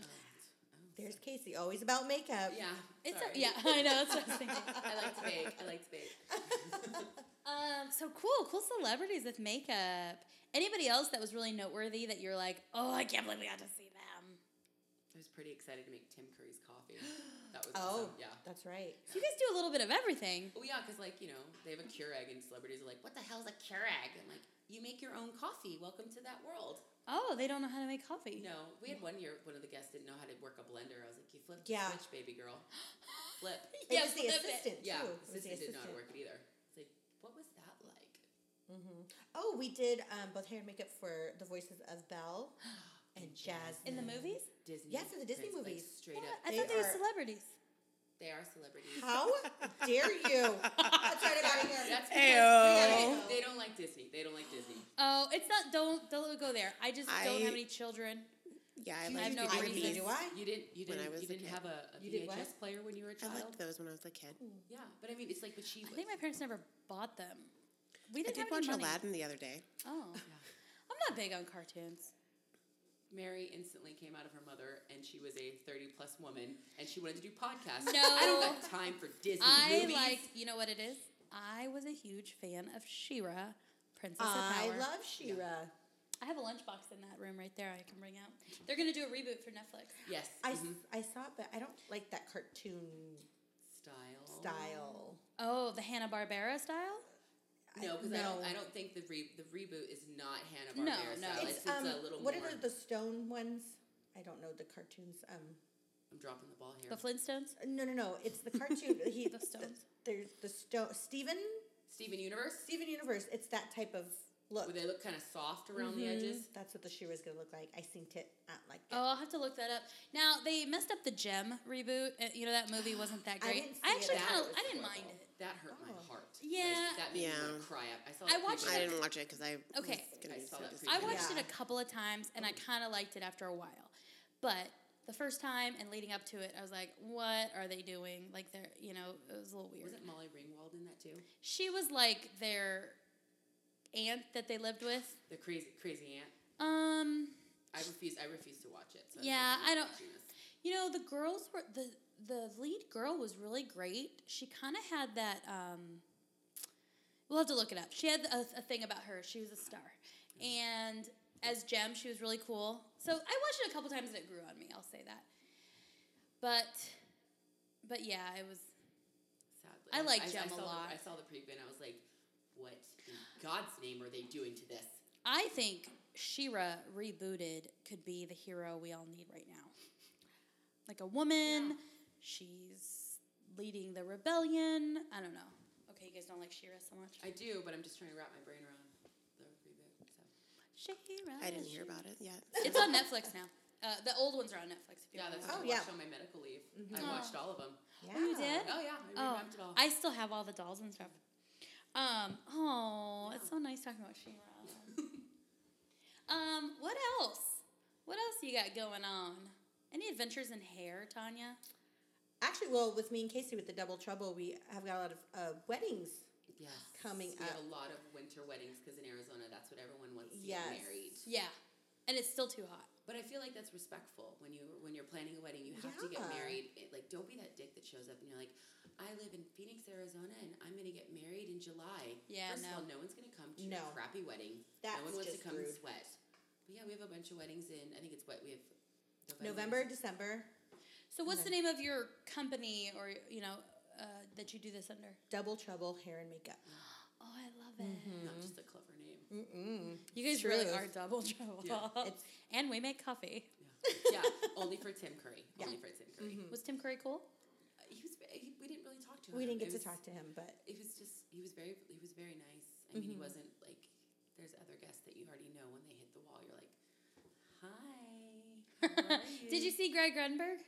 Speaker 2: There's Casey, always about makeup.
Speaker 1: oh. Yeah.
Speaker 4: it's
Speaker 1: sorry.
Speaker 4: a, yeah I know that's what I was thinking
Speaker 1: I like to bake. I like to bake.
Speaker 4: uh, Um, so cool, cool celebrities with makeup. Anybody else that was really noteworthy that you're like, oh, I can't believe we got to see them.
Speaker 1: I was pretty excited to make Tim Curry's coffee. That was
Speaker 2: Oh,
Speaker 1: awesome. Yeah.
Speaker 2: that's right.
Speaker 4: So you guys do a little bit of everything.
Speaker 1: Well, yeah, because like you know they have a Keurig, and celebrities are like, "What the hell's a Keurig?" I'm like, "You make your own coffee. Welcome to that world."
Speaker 4: Oh, they don't know how to make coffee.
Speaker 1: No, we had one year. One of the guests didn't know how to work a blender. I was like, "You flip the
Speaker 2: Yeah.
Speaker 1: switch, baby girl. Flip."
Speaker 2: It
Speaker 4: Yeah,
Speaker 2: was the
Speaker 4: flip it.
Speaker 2: assistant.
Speaker 1: yeah,
Speaker 2: too. It was the
Speaker 1: assistant did not
Speaker 2: assistant.
Speaker 1: work it either. It's like, what was that like?
Speaker 2: Oh, we did um, both hair and makeup for the voices of Belle and Jasmine.
Speaker 4: In the movies?
Speaker 1: Disney.
Speaker 2: Yeah, for the Disney
Speaker 1: Prince, like,
Speaker 2: movies.
Speaker 1: straight
Speaker 4: Yeah,
Speaker 1: up,
Speaker 4: I
Speaker 2: They
Speaker 4: thought they were
Speaker 2: are-
Speaker 4: celebrities.
Speaker 1: they are celebrities.
Speaker 2: How dare you? Let's start it out of here.
Speaker 1: That's because
Speaker 3: Ayo.
Speaker 1: They, they don't like Disney. They don't like Disney.
Speaker 4: Oh, it's not. Don't don't go there. I just don't
Speaker 3: I-
Speaker 4: have any children.
Speaker 3: Yeah, I
Speaker 4: You
Speaker 3: liked
Speaker 4: have no
Speaker 3: Beauty and the
Speaker 4: reason.
Speaker 2: Neither
Speaker 3: Beast.
Speaker 2: do I.
Speaker 1: You didn't. You
Speaker 3: When I
Speaker 1: didn't.
Speaker 3: was
Speaker 1: You
Speaker 3: a
Speaker 1: didn't
Speaker 3: kid.
Speaker 1: have a, a
Speaker 2: You did what?
Speaker 1: VHS player when you were a
Speaker 3: I
Speaker 1: child.
Speaker 3: liked those when I was a kid.
Speaker 1: Yeah, but I mean, it's like what she.
Speaker 4: I
Speaker 1: Was.
Speaker 4: think my parents never bought them. We
Speaker 3: I
Speaker 4: didn't
Speaker 3: did
Speaker 4: have
Speaker 3: watch
Speaker 4: any money.
Speaker 3: Aladdin the other day.
Speaker 4: Oh, I'm not big on cartoons.
Speaker 1: Mary instantly came out of her mother, and she was a thirty-plus woman, and she wanted to do podcasts.
Speaker 4: No.
Speaker 1: I don't got time for Disney
Speaker 4: I
Speaker 1: movies.
Speaker 4: liked. You know what it is? I was a huge fan of Shira, Princess
Speaker 2: I
Speaker 4: of Power.
Speaker 2: love Shira.
Speaker 4: I have a lunchbox in that room right there. I can bring out. They're gonna do a reboot for Netflix.
Speaker 1: yes mm-hmm.
Speaker 2: I, s-
Speaker 4: Mm-hmm.
Speaker 2: I saw it, but I don't like that cartoon
Speaker 1: style
Speaker 2: style.
Speaker 4: Oh, the Hanna Barbera style.
Speaker 1: No, because I don't.
Speaker 2: No.
Speaker 1: I don't think the re- the reboot is not Hannah
Speaker 4: No,
Speaker 1: Barbera
Speaker 4: no.
Speaker 1: style. Oh, It's,
Speaker 2: It's,
Speaker 1: it's
Speaker 2: um,
Speaker 1: a little
Speaker 2: what
Speaker 1: more.
Speaker 2: are the, the stone ones? I don't know the cartoons. Um,
Speaker 1: I'm dropping the ball here.
Speaker 4: The Flintstones.
Speaker 2: no, no, no. It's the cartoon. he,
Speaker 4: The stones.
Speaker 2: there's the stone. Steven?
Speaker 1: Steven Universe.
Speaker 2: Steven Universe. It's that type of look.
Speaker 1: Where they look kind of soft around the
Speaker 4: Mm-hmm.
Speaker 1: edges.
Speaker 2: That's what the Shira's gonna look like. I synced it. I don't like it.
Speaker 4: Oh, I'll have to look that up. Now they messed up the Gem reboot. Uh, You know that movie wasn't that
Speaker 2: I
Speaker 4: great.
Speaker 2: didn't
Speaker 4: I,
Speaker 2: see it.
Speaker 4: actually
Speaker 1: That
Speaker 4: kind of
Speaker 1: was
Speaker 4: I didn't
Speaker 1: horrible.
Speaker 4: mind it.
Speaker 1: That hurt my heart. Like,
Speaker 4: Yeah.
Speaker 1: that made me
Speaker 3: Oh. Yeah.
Speaker 1: want to cry out. I saw.
Speaker 4: I
Speaker 1: that
Speaker 4: watched
Speaker 1: preview.
Speaker 3: I
Speaker 4: it.
Speaker 3: didn't watch it because I
Speaker 4: Okay.
Speaker 3: was gonna
Speaker 1: I
Speaker 3: be
Speaker 1: saw
Speaker 3: so
Speaker 1: that
Speaker 3: disappointed.
Speaker 4: I
Speaker 1: Yeah.
Speaker 4: watched it a couple of times and I kind of liked it after a while, but the first time and leading up to it, I was like, "What are they doing?" Like they're you know it was a little weird.
Speaker 1: Wasn't Molly Ringwald in that too?
Speaker 4: She was like their aunt that they lived with.
Speaker 1: The crazy crazy aunt.
Speaker 4: Um,
Speaker 1: I refuse. I refuse to watch it. So
Speaker 4: Yeah,
Speaker 1: I'm not
Speaker 4: I don't-
Speaker 1: watching this.
Speaker 4: you know the girls were the the lead girl was really great. She kind of had that. Um, we'll have to look it up. She had a, a thing about her. She was a star, and as Jem, she was really cool. So I watched it a couple times and it grew on me. I'll say that. But, but yeah, it was.
Speaker 1: Sadly,
Speaker 4: I like Jem a
Speaker 1: saw the-
Speaker 4: lot.
Speaker 1: I saw the preview and I was like, "What in God's name are they doing to this?"
Speaker 4: I think Shira rebooted could be the hero we all need right now. Like a woman, she's leading the rebellion. I don't know. Okay, you guys don't like Shira so much.
Speaker 1: I do, but I'm just trying to wrap my brain around the reboot. So
Speaker 4: Shira.
Speaker 3: I didn't hear about it yet.
Speaker 4: It's on Netflix now. Uh, the old ones are on Netflix. If you
Speaker 1: yeah,
Speaker 4: want
Speaker 1: that's
Speaker 4: to
Speaker 1: what I
Speaker 2: Oh,
Speaker 1: watched
Speaker 2: yeah.
Speaker 1: on my medical leave. I watched all of them.
Speaker 2: yeah.
Speaker 4: Oh, you did?
Speaker 1: Mm-hmm. Oh yeah, I
Speaker 4: Oh,
Speaker 1: revamped it all.
Speaker 4: I still have all the dolls and stuff. Um, oh, it's so nice talking about Shira. um, what else? What else you got going on? Any adventures in hair, Tanya?
Speaker 2: Actually, well, with me and Casey with the double trouble, we have got a lot of uh, weddings.
Speaker 1: yes,
Speaker 2: coming
Speaker 1: We have a
Speaker 2: up.
Speaker 1: lot of winter weddings because in Arizona, that's what everyone wants to
Speaker 2: Yes.
Speaker 1: get married.
Speaker 4: Yeah. And it's still too hot.
Speaker 1: But I feel like that's respectful when you when you're planning a wedding. You have to get
Speaker 2: Yeah.
Speaker 1: married. It, like, don't be that dick that shows up and you're like, "I live in Phoenix, Arizona, and I'm gonna get married in July."
Speaker 4: Yeah,
Speaker 1: First
Speaker 4: no.
Speaker 1: of all, no one's gonna come to
Speaker 2: No.
Speaker 1: your crappy wedding.
Speaker 2: That's
Speaker 1: no one wants
Speaker 2: just
Speaker 1: to come and
Speaker 2: rude.
Speaker 1: sweat. But yeah, we have a bunch of weddings in. I think it's what we have.
Speaker 2: November, December,
Speaker 4: So what's the name of your company or you know uh, that you do this under?
Speaker 2: double trouble hair and makeup.
Speaker 4: Oh, I love it.
Speaker 1: Not just a
Speaker 4: Mm-hmm.
Speaker 1: clever name.
Speaker 4: You guys
Speaker 2: True.
Speaker 4: really are double trouble.
Speaker 1: Yeah,
Speaker 2: it's-
Speaker 4: and we make coffee.
Speaker 1: Yeah, yeah only for Tim Curry. Only for Tim Curry.
Speaker 4: Was Tim Curry cool? Mm-hmm.
Speaker 1: Uh, He was. He, we didn't really talk to him.
Speaker 2: We didn't
Speaker 1: It
Speaker 2: get to
Speaker 1: was-
Speaker 2: talk to him, but
Speaker 1: It was just. He was very. He was very nice. I mean, he wasn't like. There's other guests that you already know when they hit the wall. You're like, hi. how are
Speaker 4: Did you see Greg Grunberg?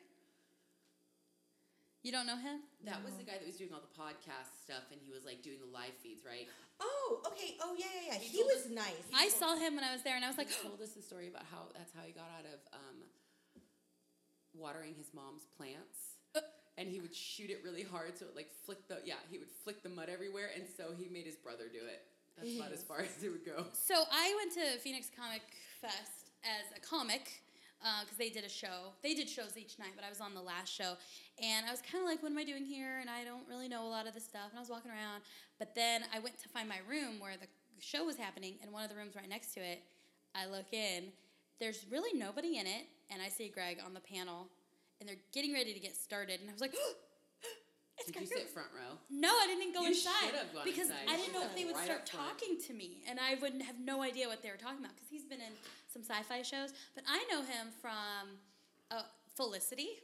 Speaker 4: You don't know him?
Speaker 1: That was the guy that was doing all the podcast stuff, and he was like doing the live feeds, right?
Speaker 2: oh, okay, oh yeah, yeah, yeah. He,
Speaker 1: told
Speaker 2: was
Speaker 1: us-
Speaker 2: nice.
Speaker 4: I saw him when I was there and I was like,
Speaker 1: He told us the story about how that's how he got out of um, watering his mom's plants. And he would shoot it really hard, so it like flick the yeah. He would flick the mud everywhere, and so he made his brother do it. That's about as far as it would go.
Speaker 4: So I went to Phoenix Comic Fest as a comic because they did a show. They did shows each night, but I was on the last show, and I was kind of like, "What am I doing here?" And I don't really know a lot lot of the stuff and I was walking around. But then I went to find my room where the show was happening, and one of the rooms right next to it, I look in. There's really nobody in it, and I see Greg on the panel, and they're getting ready to get started. And I was like, "Oh, it's
Speaker 1: Did
Speaker 4: Greg
Speaker 1: you
Speaker 4: Grove.
Speaker 1: sit front row?
Speaker 4: No, I didn't go
Speaker 1: You
Speaker 4: inside
Speaker 1: should have gone
Speaker 4: because
Speaker 1: inside.
Speaker 4: I
Speaker 1: You
Speaker 4: didn't
Speaker 1: should
Speaker 4: know
Speaker 1: have
Speaker 4: if they would
Speaker 1: right
Speaker 4: start
Speaker 1: up front.
Speaker 4: talking to me, and I wouldn't have no idea what they were talking about because he's been in some sci-fi shows. But I know him from uh, Felicity.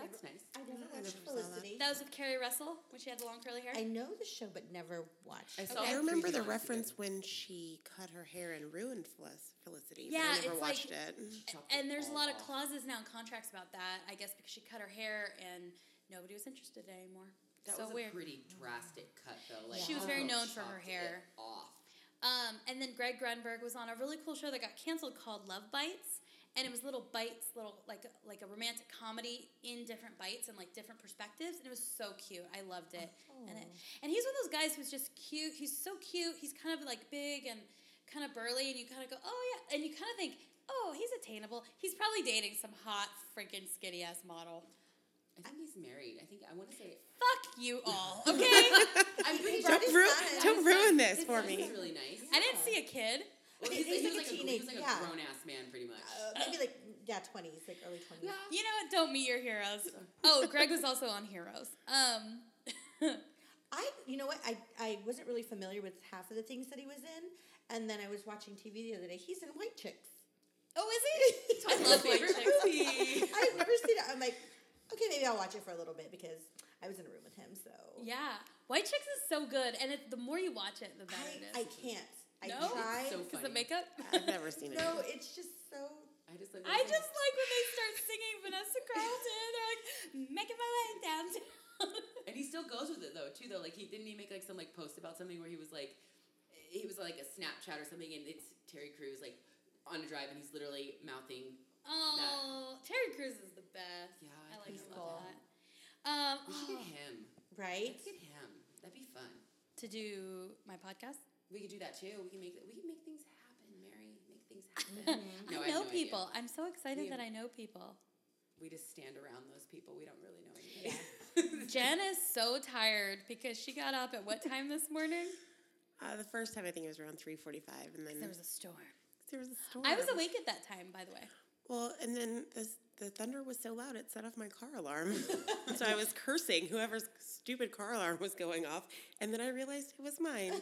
Speaker 1: That's nice.
Speaker 2: I never
Speaker 3: I
Speaker 2: watched
Speaker 3: never saw that.
Speaker 2: Felicity.
Speaker 4: That was with Carrie Russell when she had the long curly hair.
Speaker 2: I know the show, but never watched.
Speaker 1: I
Speaker 2: it.
Speaker 1: saw it
Speaker 4: Okay.
Speaker 3: I
Speaker 1: three
Speaker 3: remember the
Speaker 1: times.
Speaker 3: reference when she cut her hair and ruined Felic- Felicity. but
Speaker 4: Yeah,
Speaker 3: I never
Speaker 4: it's like-
Speaker 3: watched it.
Speaker 1: Chopped
Speaker 4: and
Speaker 1: it
Speaker 4: there's
Speaker 1: all
Speaker 4: a lot of
Speaker 1: off.
Speaker 4: clauses now in contracts about that. I guess because she cut her hair and nobody was interested anymore.
Speaker 1: That
Speaker 4: so
Speaker 1: was a
Speaker 4: weird.
Speaker 1: pretty drastic cut, though. Like
Speaker 4: She was very
Speaker 1: almost
Speaker 4: known for her
Speaker 1: chopped it
Speaker 4: hair.
Speaker 1: Off.
Speaker 4: Um, and then Greg Grunberg was on a really cool show that got canceled called Love Bites, and it was little bites, little like like a romantic comedy in different bites and like different perspectives, and it was so cute. I loved it.
Speaker 2: Oh.
Speaker 4: And it, and he's one of those guys who's just cute. He's so cute. He's kind of like big and kind of burly, and you kind of go, oh yeah, and you kind of think, oh, he's attainable. He's probably dating some hot freaking skinny ass model.
Speaker 1: I think he's married. I think I want to say.
Speaker 4: Fuck you all, okay?
Speaker 1: I'm pretty sure.
Speaker 2: Don't
Speaker 1: his
Speaker 2: His
Speaker 3: Ru-
Speaker 2: son-
Speaker 3: don't ruin this
Speaker 1: son
Speaker 3: for
Speaker 1: is
Speaker 3: me.
Speaker 1: really nice.
Speaker 4: I didn't see a kid.
Speaker 1: Well,
Speaker 2: He's-
Speaker 1: he's,
Speaker 2: he's
Speaker 1: he was
Speaker 2: like
Speaker 1: like a, he
Speaker 2: a
Speaker 1: was like a
Speaker 2: teenage- yeah.
Speaker 1: grown ass man, pretty much.
Speaker 2: Uh, maybe like yeah, twenties, like early twenties.
Speaker 1: yeah.
Speaker 4: You know what? Don't meet your heroes. Oh, Greg was also on Heroes. Um,
Speaker 2: I, you know what, I, I wasn't really familiar with half of the things that he was in, and then I was watching TV the other day. He's in White Chicks.
Speaker 4: oh, is he? I love White
Speaker 1: Favorite
Speaker 4: Chicks.
Speaker 1: movie.
Speaker 2: I've never seen it. I'm like, okay, maybe I'll watch it for a little bit because I was in a room with him, so
Speaker 4: Yeah, White Chicks is so good, and it, the more you watch it, the better
Speaker 2: I, I
Speaker 4: it is.
Speaker 2: can't. I
Speaker 4: No?
Speaker 2: try.
Speaker 1: So
Speaker 4: Because the
Speaker 1: funny.
Speaker 4: makeup.
Speaker 3: I've never seen it.
Speaker 2: no, it's just so.
Speaker 1: I just like.
Speaker 4: I just like when they start singing Vanessa Carlton. They're like, making my way downtown.
Speaker 1: And he still goes with it though too though. Like he didn't he make like some like post about something where he was like, he was like a Snapchat or something, and it's Terry Crews like on a drive, and he's literally mouthing.
Speaker 4: oh, Terry Crews is the best.
Speaker 1: Yeah,
Speaker 4: I like
Speaker 1: he's
Speaker 4: him a
Speaker 2: cool.
Speaker 4: lot. Um,
Speaker 1: We should
Speaker 4: oh,
Speaker 1: get him.
Speaker 2: Right?
Speaker 1: Let's get him. That'd be fun.
Speaker 4: to do my podcast.
Speaker 1: We could do that too. We can make we can make things happen, Mary. Make things happen. No,
Speaker 4: I
Speaker 1: I
Speaker 4: know
Speaker 1: have no idea.
Speaker 4: people. I'm so excited
Speaker 1: We-
Speaker 4: that I know people.
Speaker 1: we just stand around those people. We don't really know anything.
Speaker 4: Jen is so tired because she got up at what time this morning?
Speaker 3: Uh, the first time I think it was around 3:45, and then
Speaker 4: There was a storm.
Speaker 3: there was a storm.
Speaker 4: I was awake at that time, by the way.
Speaker 3: Well, and then this, the thunder was so loud it set off my car alarm. so I was cursing whoever's stupid car alarm was going off, and then I realized it was mine.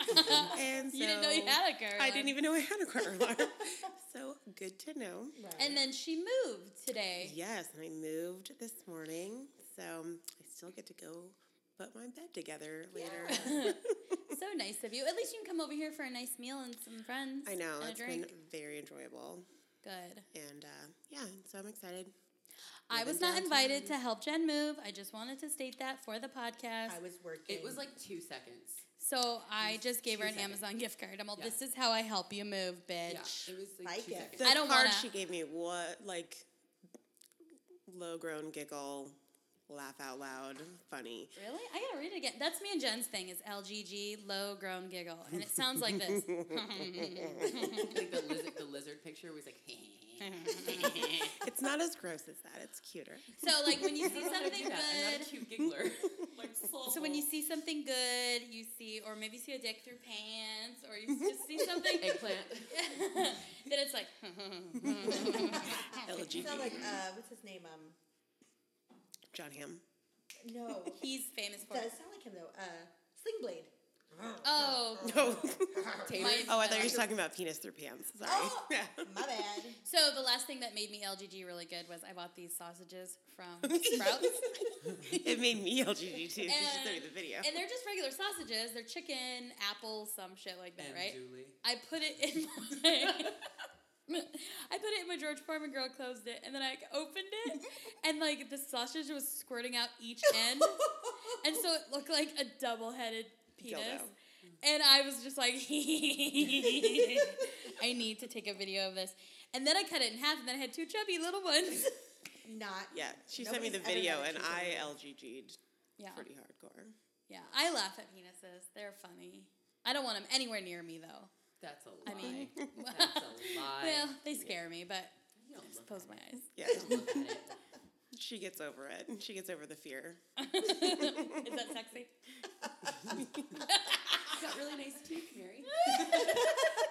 Speaker 3: and so
Speaker 4: You didn't know you had a car.
Speaker 3: I didn't even know I had a car alarm. so good to know.
Speaker 2: Right.
Speaker 4: And then she moved today.
Speaker 3: Yes, and I moved this morning, so I still get to go put my bed together later.
Speaker 4: So nice of you. At least you can come over here for a nice meal and some friends.
Speaker 3: I know
Speaker 4: and a
Speaker 3: it's been
Speaker 4: drink.
Speaker 3: very enjoyable,
Speaker 4: Good.
Speaker 3: and uh, yeah, so I'm excited.
Speaker 4: I was not invited to help Jen move. I just wanted to state that for the podcast.
Speaker 2: I was working.
Speaker 1: It was like two seconds.
Speaker 4: so I just gave her an
Speaker 1: two seconds.
Speaker 4: Amazon gift card. I'm like,
Speaker 1: Yeah.
Speaker 4: this is how I help you move, bitch.
Speaker 1: Yeah, it was like
Speaker 2: Like
Speaker 1: two
Speaker 2: it.
Speaker 1: seconds.
Speaker 3: The
Speaker 4: I don't
Speaker 3: card
Speaker 4: wanna-
Speaker 3: she gave me what like low grown giggle, laugh out loud, funny.
Speaker 4: Really? I gotta read it again. That's me and Jen's thing is LGG, low grown giggle. And it sounds like this.
Speaker 1: like the lizard, the lizard picture was like.
Speaker 3: It's not as gross as that. It's cuter.
Speaker 4: So like when you see
Speaker 1: I
Speaker 4: something
Speaker 1: do that. I'm
Speaker 4: good.
Speaker 1: not a cute giggler. like,
Speaker 4: So when you see something good, you see, or maybe see a dick through pants, or you just see something, then
Speaker 1: eggplant,
Speaker 4: it's like,
Speaker 2: You
Speaker 3: LG
Speaker 2: sound like uh, what's his name? Um,
Speaker 3: John Hamm.
Speaker 2: no, he
Speaker 4: he's famous for
Speaker 2: does
Speaker 4: it.
Speaker 2: sound like him though. Uh, Sling Blade.
Speaker 4: Oh,
Speaker 3: Oh,
Speaker 1: Taylor.
Speaker 3: oh, I thought you were talking about penis through pants. Sorry.
Speaker 2: Oh,
Speaker 3: Yeah.
Speaker 2: my bad.
Speaker 4: so the last thing that made me LGG really good was I bought these sausages from Sprouts.
Speaker 3: It made me LGG too. She just sent me the video.
Speaker 4: And they're just regular sausages. They're chicken, apple, some shit like that,
Speaker 1: and
Speaker 4: right?
Speaker 1: Julie.
Speaker 4: I put it in my I put it in my George Foreman girl closed it and then I opened it and like the sausage was squirting out each end and so it looked like a double headed penis.
Speaker 3: Dildo.
Speaker 4: And I was just like I need to take a video of this. And then I cut it in half and then I had two chubby little ones.
Speaker 2: Not
Speaker 3: Yeah, she sent me the
Speaker 2: Nobody's ever
Speaker 3: video,
Speaker 2: had a
Speaker 3: and
Speaker 2: cuter
Speaker 3: I
Speaker 2: than
Speaker 3: LGG'd
Speaker 4: Yeah.
Speaker 3: pretty hardcore.
Speaker 4: Yeah. I laugh at penises. They're funny. I don't want them anywhere near me though.
Speaker 1: That's a lie.
Speaker 4: mean-
Speaker 1: that's a lie.
Speaker 4: Well, they scare me, but
Speaker 1: you don't look
Speaker 4: close my eyes.
Speaker 3: Yeah,
Speaker 1: at it.
Speaker 3: she gets over it. She gets over the fear.
Speaker 4: Is that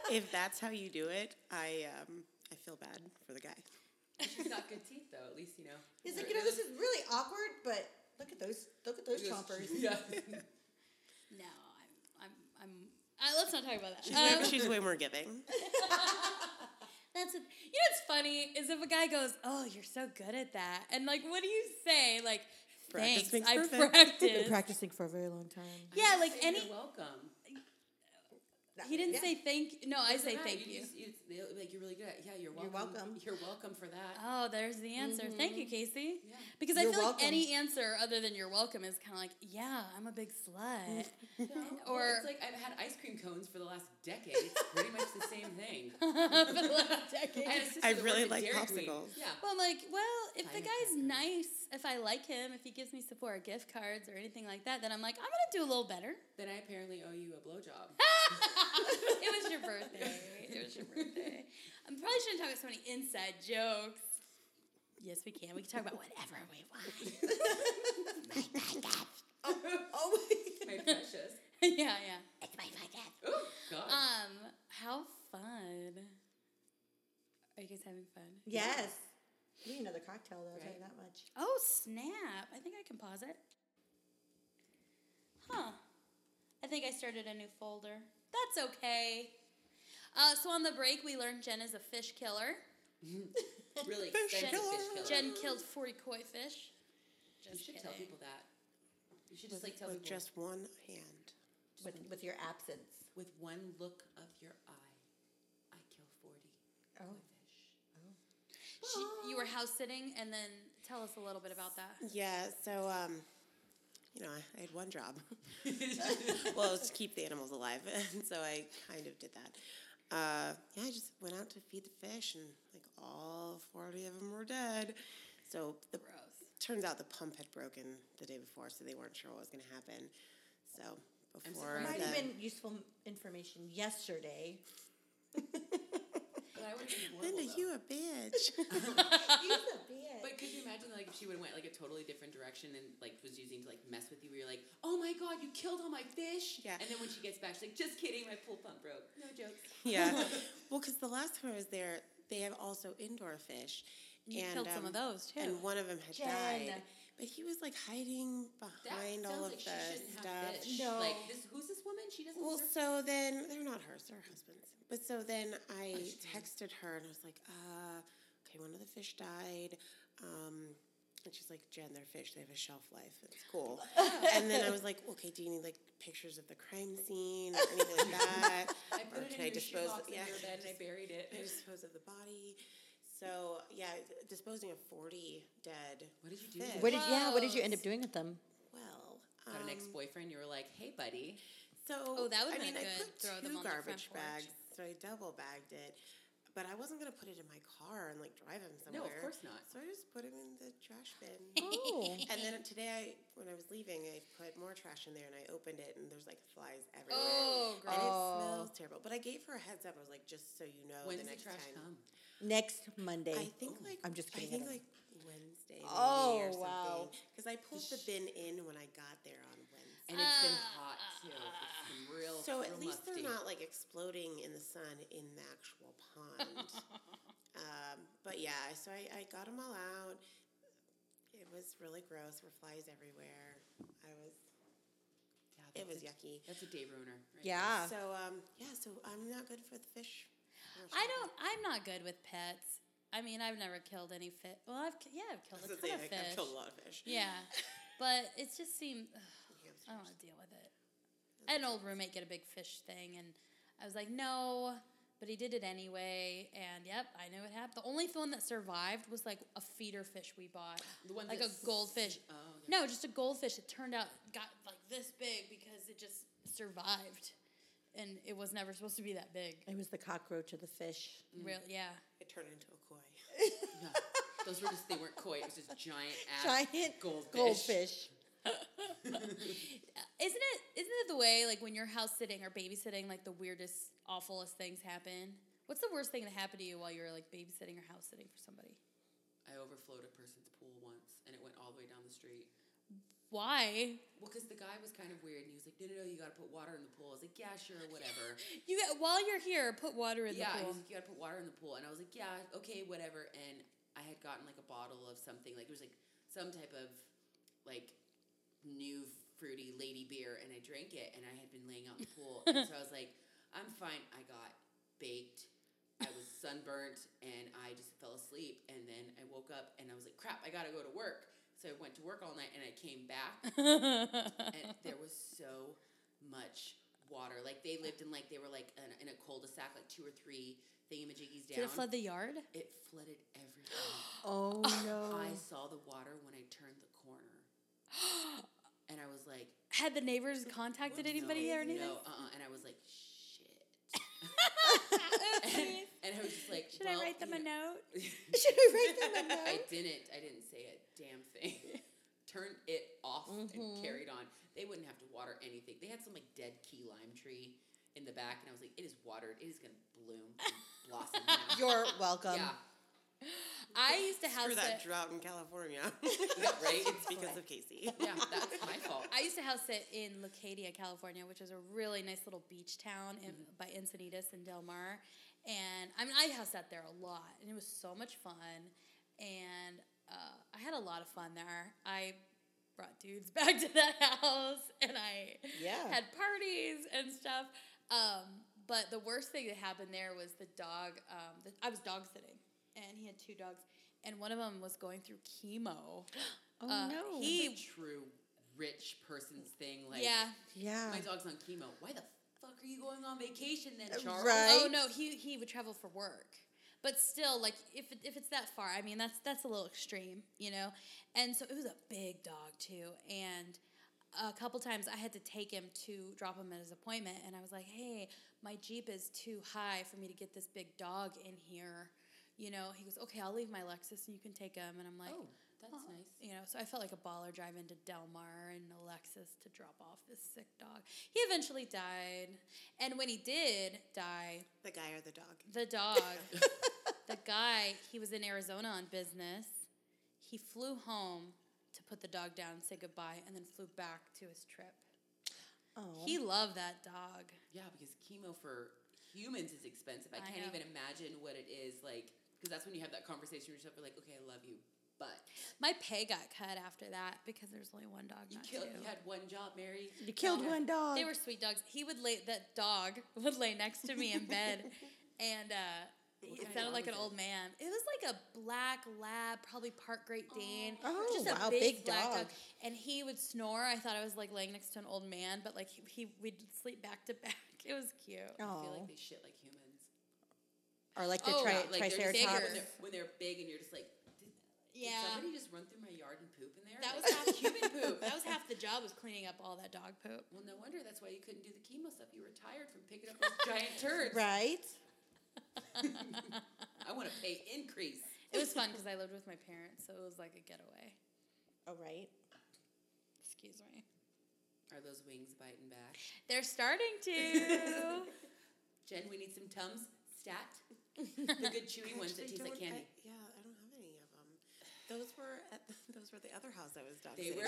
Speaker 3: if that's how you do it, I um, I feel bad for the guy.
Speaker 1: She's got good teeth though. At least you know.
Speaker 2: He's like, you know, this is really awkward, but look at those, look at those chompers.
Speaker 1: Yeah.
Speaker 4: No, I'm, I'm, I'm. Uh, let's not talk about that.
Speaker 3: She's,
Speaker 4: Um,
Speaker 1: Oh.
Speaker 3: way, she's way more giving.
Speaker 4: That's a, you know what's funny is if a guy goes, "Oh, you're so good at that," and like, what do you say? Like,
Speaker 3: Practice
Speaker 4: thanks,
Speaker 3: makes
Speaker 4: I
Speaker 3: perfect."
Speaker 4: practiced.
Speaker 2: practicing for a very long time.
Speaker 4: yeah, like
Speaker 1: Say
Speaker 4: any.
Speaker 1: You're welcome.
Speaker 4: He didn't
Speaker 2: Yeah.
Speaker 4: say thank. you. No, Oh, I say
Speaker 1: Yeah,
Speaker 4: thank you.
Speaker 1: just- just- they'll be like you're really good. at it. Yeah, you're welcome.
Speaker 2: welcome.
Speaker 1: You're welcome for that.
Speaker 4: Oh, there's the answer. Thank you, Casey.
Speaker 1: Yeah.
Speaker 4: Because I
Speaker 2: You're
Speaker 4: feel
Speaker 2: welcome.
Speaker 4: like any answer other than "you're welcome" is kind of like, "Yeah, I'm a big slut."
Speaker 1: No,
Speaker 4: or-
Speaker 1: well, it's like I've had ice cream cones for the last decade. It's pretty much the same thing.
Speaker 4: For the last decade.
Speaker 1: I, had a sister
Speaker 3: I
Speaker 1: that
Speaker 3: really
Speaker 1: worked at
Speaker 3: like
Speaker 1: Dairy Queen.
Speaker 3: popsicles.
Speaker 1: Yeah.
Speaker 4: Well, I'm like, well, if the
Speaker 1: Tiny
Speaker 4: guy's
Speaker 1: crackers.
Speaker 4: nice, if I like him, if he gives me support, gift cards, or anything like that, then I'm like, I'm gonna do a little better.
Speaker 1: Then I apparently owe you a blowjob.
Speaker 4: it was your birthday. It was your birthday. I probably shouldn't talk about so many inside jokes. Yes, we can. We can talk about whatever we want.
Speaker 2: Oh,
Speaker 1: My precious.
Speaker 4: yeah, yeah. It's my podcast.
Speaker 1: Oh God.
Speaker 4: Um, how fun. Are you guys having fun?
Speaker 2: yes. We need another cocktail though. I'll tell you
Speaker 1: Right.
Speaker 2: that much.
Speaker 4: Oh snap! I think I can pause it. Huh. I think I started a new folder. That's okay. Uh, so on the break, we learned Jen is a fish killer.
Speaker 1: really
Speaker 3: Fish
Speaker 1: expensive
Speaker 3: killer.
Speaker 1: fish killer.
Speaker 4: Jen killed forty koi fish.
Speaker 1: you should tell
Speaker 4: kidding.
Speaker 1: people that. You should just like tell
Speaker 3: With
Speaker 1: people
Speaker 3: just one hand.
Speaker 2: With, with your absence.
Speaker 1: with one look of your eye, I kill forty
Speaker 2: Oh.
Speaker 1: fish.
Speaker 4: She, you were house sitting, and then tell us a little bit about that.
Speaker 3: Yeah, so um, you know, I, I had one job. well, it was to keep the animals alive, and so I kind of did that. Uh, yeah, I just went out to feed the fish, and like all forty of them were dead. So the
Speaker 4: Gross.
Speaker 3: turns out the pump had broken the day before, so they weren't sure what was going to happen. So before
Speaker 1: surprised.
Speaker 2: Might
Speaker 3: the-
Speaker 2: have been useful information yesterday.
Speaker 1: But I would have been
Speaker 3: Linda,
Speaker 1: horrible, though.
Speaker 3: you a bitch.
Speaker 2: He's a bitch.
Speaker 1: But could you imagine like if she would have went like a totally different direction and like was using to like mess with you where you're like, Oh my god, you killed all my fish
Speaker 3: Yeah.
Speaker 1: And then when she gets back, she's like, Just kidding, my pool pump broke. No jokes.
Speaker 3: yeah, well, because the last time I was there, they have also indoor fish,
Speaker 4: You
Speaker 3: and
Speaker 4: killed some
Speaker 3: um,
Speaker 4: of those too.
Speaker 3: and one of them had
Speaker 2: Jen.
Speaker 3: died. But he was like hiding behind all of the stuff.
Speaker 2: No.
Speaker 1: Like this who's this woman? She doesn't
Speaker 3: Well,
Speaker 1: deserve-
Speaker 3: so then they're not hers; they're her husband's. But so then I
Speaker 1: Understand.
Speaker 3: texted her and I was like, uh, "Okay, one of the fish died," um, and she's like, "Jen, they're fish; they have a shelf life. It's cool." and then I was like, "Okay, do you need like pictures of the crime scene or anything like that?
Speaker 1: I put
Speaker 3: or
Speaker 1: it
Speaker 3: can
Speaker 1: in
Speaker 3: I
Speaker 1: your
Speaker 3: dispose-
Speaker 1: shoebox
Speaker 3: yeah.
Speaker 1: in your bed and I buried it.
Speaker 3: Can I dispose of the body?" So yeah, disposing of forty dead.
Speaker 1: What did you do?
Speaker 3: fish.
Speaker 2: what did, yeah, what did you end up doing with them?
Speaker 3: well,
Speaker 1: Got an
Speaker 3: um,
Speaker 1: ex-boyfriend, you were like, Hey buddy.
Speaker 3: So
Speaker 4: Oh, that would've
Speaker 3: I mean,
Speaker 4: been
Speaker 3: I
Speaker 4: good,
Speaker 3: put
Speaker 4: throw
Speaker 3: two
Speaker 4: them on the front
Speaker 3: garbage
Speaker 4: porch.
Speaker 3: bags, so I double bagged it. But I wasn't gonna put it in my car and like drive him somewhere.
Speaker 1: No, of course not.
Speaker 3: So I just put him in the trash bin.
Speaker 2: Oh.
Speaker 3: and then today, I when I was leaving, I put more trash in there and I opened it and there's like flies everywhere.
Speaker 4: Oh,
Speaker 3: And
Speaker 2: Oh.
Speaker 4: gross.
Speaker 3: it smells terrible. But I gave her a heads up. I was like, just so you know,
Speaker 1: When
Speaker 3: the
Speaker 1: does the
Speaker 3: next
Speaker 1: trash come?
Speaker 3: time.
Speaker 2: Next Monday.
Speaker 3: I think like
Speaker 2: I'm just kidding,
Speaker 3: I think
Speaker 2: I
Speaker 3: like Wednesday.
Speaker 2: Oh,
Speaker 3: maybe, or
Speaker 2: wow.
Speaker 3: Because I pulled the bin in when I got there on Wednesday.
Speaker 1: And it's been
Speaker 3: Uh,
Speaker 1: hot too. It's been real
Speaker 3: So
Speaker 1: real
Speaker 3: at least
Speaker 1: musty.
Speaker 3: they're not like exploding in the sun in the actual pond. um, but yeah, so I, I got them all out. It was really gross. There were flies everywhere. I was.
Speaker 1: Yeah,
Speaker 3: It
Speaker 1: that's
Speaker 3: was
Speaker 1: a-
Speaker 3: yucky.
Speaker 1: That's a day ruiner. Right
Speaker 2: yeah.
Speaker 3: So um, yeah, so I'm not good for the fish.
Speaker 4: Ah. I don't. I'm not good with pets. I mean, I've never killed any fish. Well, I've ki- yeah, I've killed
Speaker 3: I was
Speaker 4: a
Speaker 3: gonna say,
Speaker 4: ton of
Speaker 3: I-
Speaker 4: fish.
Speaker 3: I've killed a lot of fish.
Speaker 4: Yeah, but it just seemed. ugh, I don't
Speaker 3: Hamsters.
Speaker 4: want to deal with it. I had an old roommate get a big fish thing, and I was like, no, but he did it anyway. And yep, I knew it happened. The only one that survived was like a feeder fish we bought,
Speaker 1: The one
Speaker 4: like a
Speaker 1: that's-
Speaker 4: goldfish.
Speaker 1: Oh, okay.
Speaker 4: No, just a goldfish. It turned out got like this big because it just survived, and it was never supposed to be that big.
Speaker 2: it was the cockroach of the fish.
Speaker 1: Mm.
Speaker 4: Real, yeah.
Speaker 3: It turned into a koi.
Speaker 1: Yeah. Those were just, they weren't koi. It was just giant ass.
Speaker 2: Giant
Speaker 1: goldfish.
Speaker 2: goldfish.
Speaker 4: Isn't it isn't it the way like when you're house sitting or babysitting like the weirdest awfulest things happen? What's the worst thing that happened to you while you were like babysitting or house sitting for somebody?
Speaker 1: I overflowed a person's pool once and it went all the way down the street.
Speaker 4: Why?
Speaker 1: Well, because the guy was kind of weird, and he was like, "No, no, no, you got to put water in the pool." I was like, "Yeah, sure, whatever."
Speaker 4: You got- while you're here, put water in
Speaker 1: yeah, he
Speaker 4: the pool.
Speaker 1: was like, "You got to put water in the pool," and I was like, "Yeah, okay, whatever." And I had gotten like a bottle of something, like it was like some type of like new fruity lady beer, and I drank it, and I had been laying out in the pool, and so I was like, "I'm fine." I got baked. I was sunburnt and I just fell asleep. And then I woke up and I was like, crap, I gotta go to work. So I went to work all night and I came back and there was so much water. Like they lived in like they were like in, in a cul-de-sac, like two or three thingamajiggies down.
Speaker 4: Did it flood the yard?
Speaker 1: It flooded everything.
Speaker 2: Oh
Speaker 1: I
Speaker 2: no.
Speaker 1: saw the water when I turned the corner, and I was like,
Speaker 4: Had the neighbors contacted anybody
Speaker 1: no,
Speaker 4: or anything?
Speaker 1: No, uh-uh. and I was like, shit. and, I was just like,
Speaker 4: Should
Speaker 1: well,
Speaker 4: I write them
Speaker 1: you
Speaker 4: a
Speaker 1: know-
Speaker 4: note?
Speaker 2: Should we write them a note?
Speaker 1: I didn't. I didn't say a damn thing. Turned it off
Speaker 2: Mm-hmm.
Speaker 1: and carried on. They wouldn't have to water anything. They had some like dead key lime tree in the back, and I was like, it is watered. It is gonna bloom, and blossom. now."
Speaker 2: You're welcome.
Speaker 1: yeah,
Speaker 4: I used to house
Speaker 3: For that
Speaker 4: it.
Speaker 3: drought in California.
Speaker 1: right.
Speaker 3: it's because of Casey.
Speaker 1: yeah, that's my fault.
Speaker 4: I used to house it in Leucadia, California, which is a really nice little beach town in, by Encinitas and Del Mar. And I mean, I house out there a lot, and it was so much fun. And uh, I had a lot of fun there. I brought dudes back to that house, and I
Speaker 2: Yeah.
Speaker 4: had parties and stuff. Um, but the worst thing that happened there was the dog. Um, the, I was dog sitting, and he had two dogs, and one of them was going through chemo.
Speaker 2: Oh
Speaker 4: Uh,
Speaker 2: no.
Speaker 4: he
Speaker 1: True rich person's thing. Like,
Speaker 4: yeah.
Speaker 2: yeah.
Speaker 1: my dog's on chemo. Why the fuck are you going on vacation then, Charles?
Speaker 2: right.
Speaker 4: Oh no, he he would travel for work. But still, like if it- if it's that far, I mean that's that's a little extreme, you know. And so it was a big dog too, and a couple times I had to take him to drop him at his appointment, and I was like, hey, my jeep is too high for me to get this big dog in here, you know. He goes, okay, I'll leave my Lexus and you can take him, and I'm like.
Speaker 1: Oh, that's nice.
Speaker 4: You know, so I felt like a baller driving to Del Mar and Alexis to drop off this sick dog. He eventually died. And when he did die,
Speaker 3: The guy or the dog.
Speaker 4: the dog, the guy, he was in Arizona on business. He flew home to put the dog down and say goodbye and then flew back to his trip.
Speaker 2: Oh.
Speaker 4: He loved that dog.
Speaker 1: Yeah, because chemo for humans is expensive. I
Speaker 4: I
Speaker 1: can't
Speaker 4: know.
Speaker 1: even imagine what it is like. Because that's when you have that conversation with yourself. You're like, okay, I love you, but
Speaker 4: My pay got cut after that because there was only one dog.
Speaker 1: you
Speaker 4: not
Speaker 1: killed.
Speaker 4: two.
Speaker 1: You had one job, Mary.
Speaker 2: you killed one dog.
Speaker 4: They were sweet dogs. He would lay that dog would lay next to me in bed, and uh,
Speaker 1: What
Speaker 4: it
Speaker 1: kind of dog
Speaker 4: sounded like an
Speaker 1: was
Speaker 4: old man. It was like a black lab, probably part Great Dane.
Speaker 2: Oh,
Speaker 4: just a
Speaker 2: wow,
Speaker 4: big,
Speaker 2: big
Speaker 4: black
Speaker 2: dog.
Speaker 4: dog. And he would snore. I thought I was like laying next to an old man, but like he, he we'd sleep back to back. It was cute.
Speaker 1: I feel
Speaker 2: Oh.
Speaker 1: like they shit like humans.
Speaker 2: Or like the
Speaker 4: Oh,
Speaker 2: tri-
Speaker 4: yeah,
Speaker 1: Like they're just-
Speaker 2: triceratops.
Speaker 1: when, they're, when they're big and you're just like, did,
Speaker 4: Yeah.
Speaker 1: did somebody just run through my yard and poop in there?
Speaker 4: That was
Speaker 1: Like,
Speaker 4: half human poop. That was half the job was cleaning up all that dog poop.
Speaker 1: well, no wonder that's why you couldn't do the chemo stuff. You were tired from picking up those giant turds.
Speaker 2: Right?
Speaker 1: I want to pay increase.
Speaker 4: It was fun because I lived with my parents, so it was like a getaway.
Speaker 2: Oh, right.
Speaker 4: Excuse me.
Speaker 1: Are those wings biting back?
Speaker 4: They're starting to.
Speaker 1: Jen, we need some Tums. Stat. The good chewy ones that
Speaker 3: Actually,
Speaker 1: taste like candy.
Speaker 3: don't- I- yeah, I don't have any of them. Those were at, those were the other house I was dog
Speaker 1: They were.
Speaker 3: sitting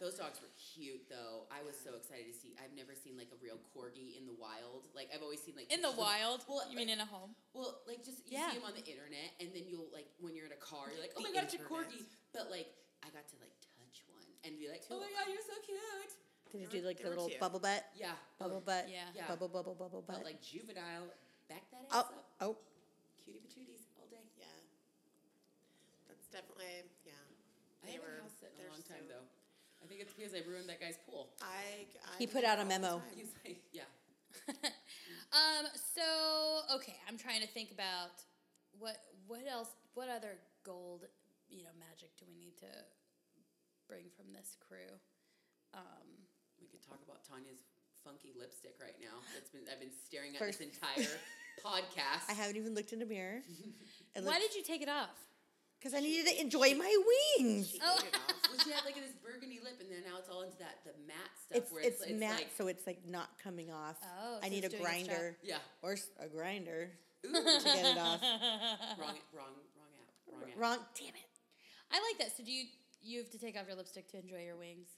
Speaker 1: Those dogs were cute, though. I was so excited to see. I've never seen like a real corgi in the wild. Like I've always seen like
Speaker 4: In the
Speaker 1: pictures of-
Speaker 4: wild?
Speaker 1: Well,
Speaker 4: you mean in a home?
Speaker 1: Well, like just you
Speaker 4: Yeah.
Speaker 1: see them on the internet, and then you'll like when you're in a car, you're like, oh my
Speaker 3: The
Speaker 1: god, it's a
Speaker 3: internet.
Speaker 1: corgi. But like I got to like touch one and be like, oh my god, you're so cute.
Speaker 2: Did it
Speaker 3: They
Speaker 2: do
Speaker 3: were-
Speaker 2: like
Speaker 3: they
Speaker 2: the
Speaker 3: were
Speaker 2: little
Speaker 3: cute.
Speaker 2: bubble butt?
Speaker 1: Yeah.
Speaker 2: Bubble
Speaker 1: Oh,
Speaker 2: butt.
Speaker 4: Yeah.
Speaker 1: Yeah.
Speaker 2: Bubble, bubble, bubble butt.
Speaker 1: But like juvenile, back that ass
Speaker 2: oh,
Speaker 1: up,
Speaker 2: oh.
Speaker 1: cutie patooties all day.
Speaker 3: Yeah, that's definitely yeah.
Speaker 1: I haven't house sit in
Speaker 3: they're
Speaker 1: a long time
Speaker 3: so-
Speaker 1: though. I think it's because I ruined that guy's pool.
Speaker 3: I, I
Speaker 2: He
Speaker 3: do
Speaker 2: put out
Speaker 3: that
Speaker 2: a
Speaker 3: all the
Speaker 2: memo.
Speaker 3: time.
Speaker 1: He's like, yeah.
Speaker 4: Um, so okay, I'm trying to think about what what else what other gold, you know, magic do we need to bring from this crew? Um,
Speaker 1: We could talk about Tanya's funky lipstick right now. That's been I've been staring at
Speaker 2: First-
Speaker 1: this entire podcast.
Speaker 2: I haven't even looked in the mirror.
Speaker 4: Why did you take it off?
Speaker 2: Because I needed to enjoy my wings.
Speaker 3: She ate it all.
Speaker 1: Well, she had like this burgundy lip, and then now it's all into that the matte stuff
Speaker 2: It's
Speaker 1: where
Speaker 2: it's,
Speaker 1: it's,
Speaker 2: matte,
Speaker 1: like
Speaker 2: so it's like not coming off.
Speaker 4: Oh,
Speaker 2: I
Speaker 4: so
Speaker 2: need a
Speaker 4: it's doing its job.
Speaker 2: grinder
Speaker 1: yeah,
Speaker 2: or s- a grinder
Speaker 1: Ooh,
Speaker 2: to get it off.
Speaker 1: wrong, wrong, wrong app, wrong app.
Speaker 2: Wrong. Damn it.
Speaker 4: I like that. So do you You have to take off your lipstick to enjoy your wings.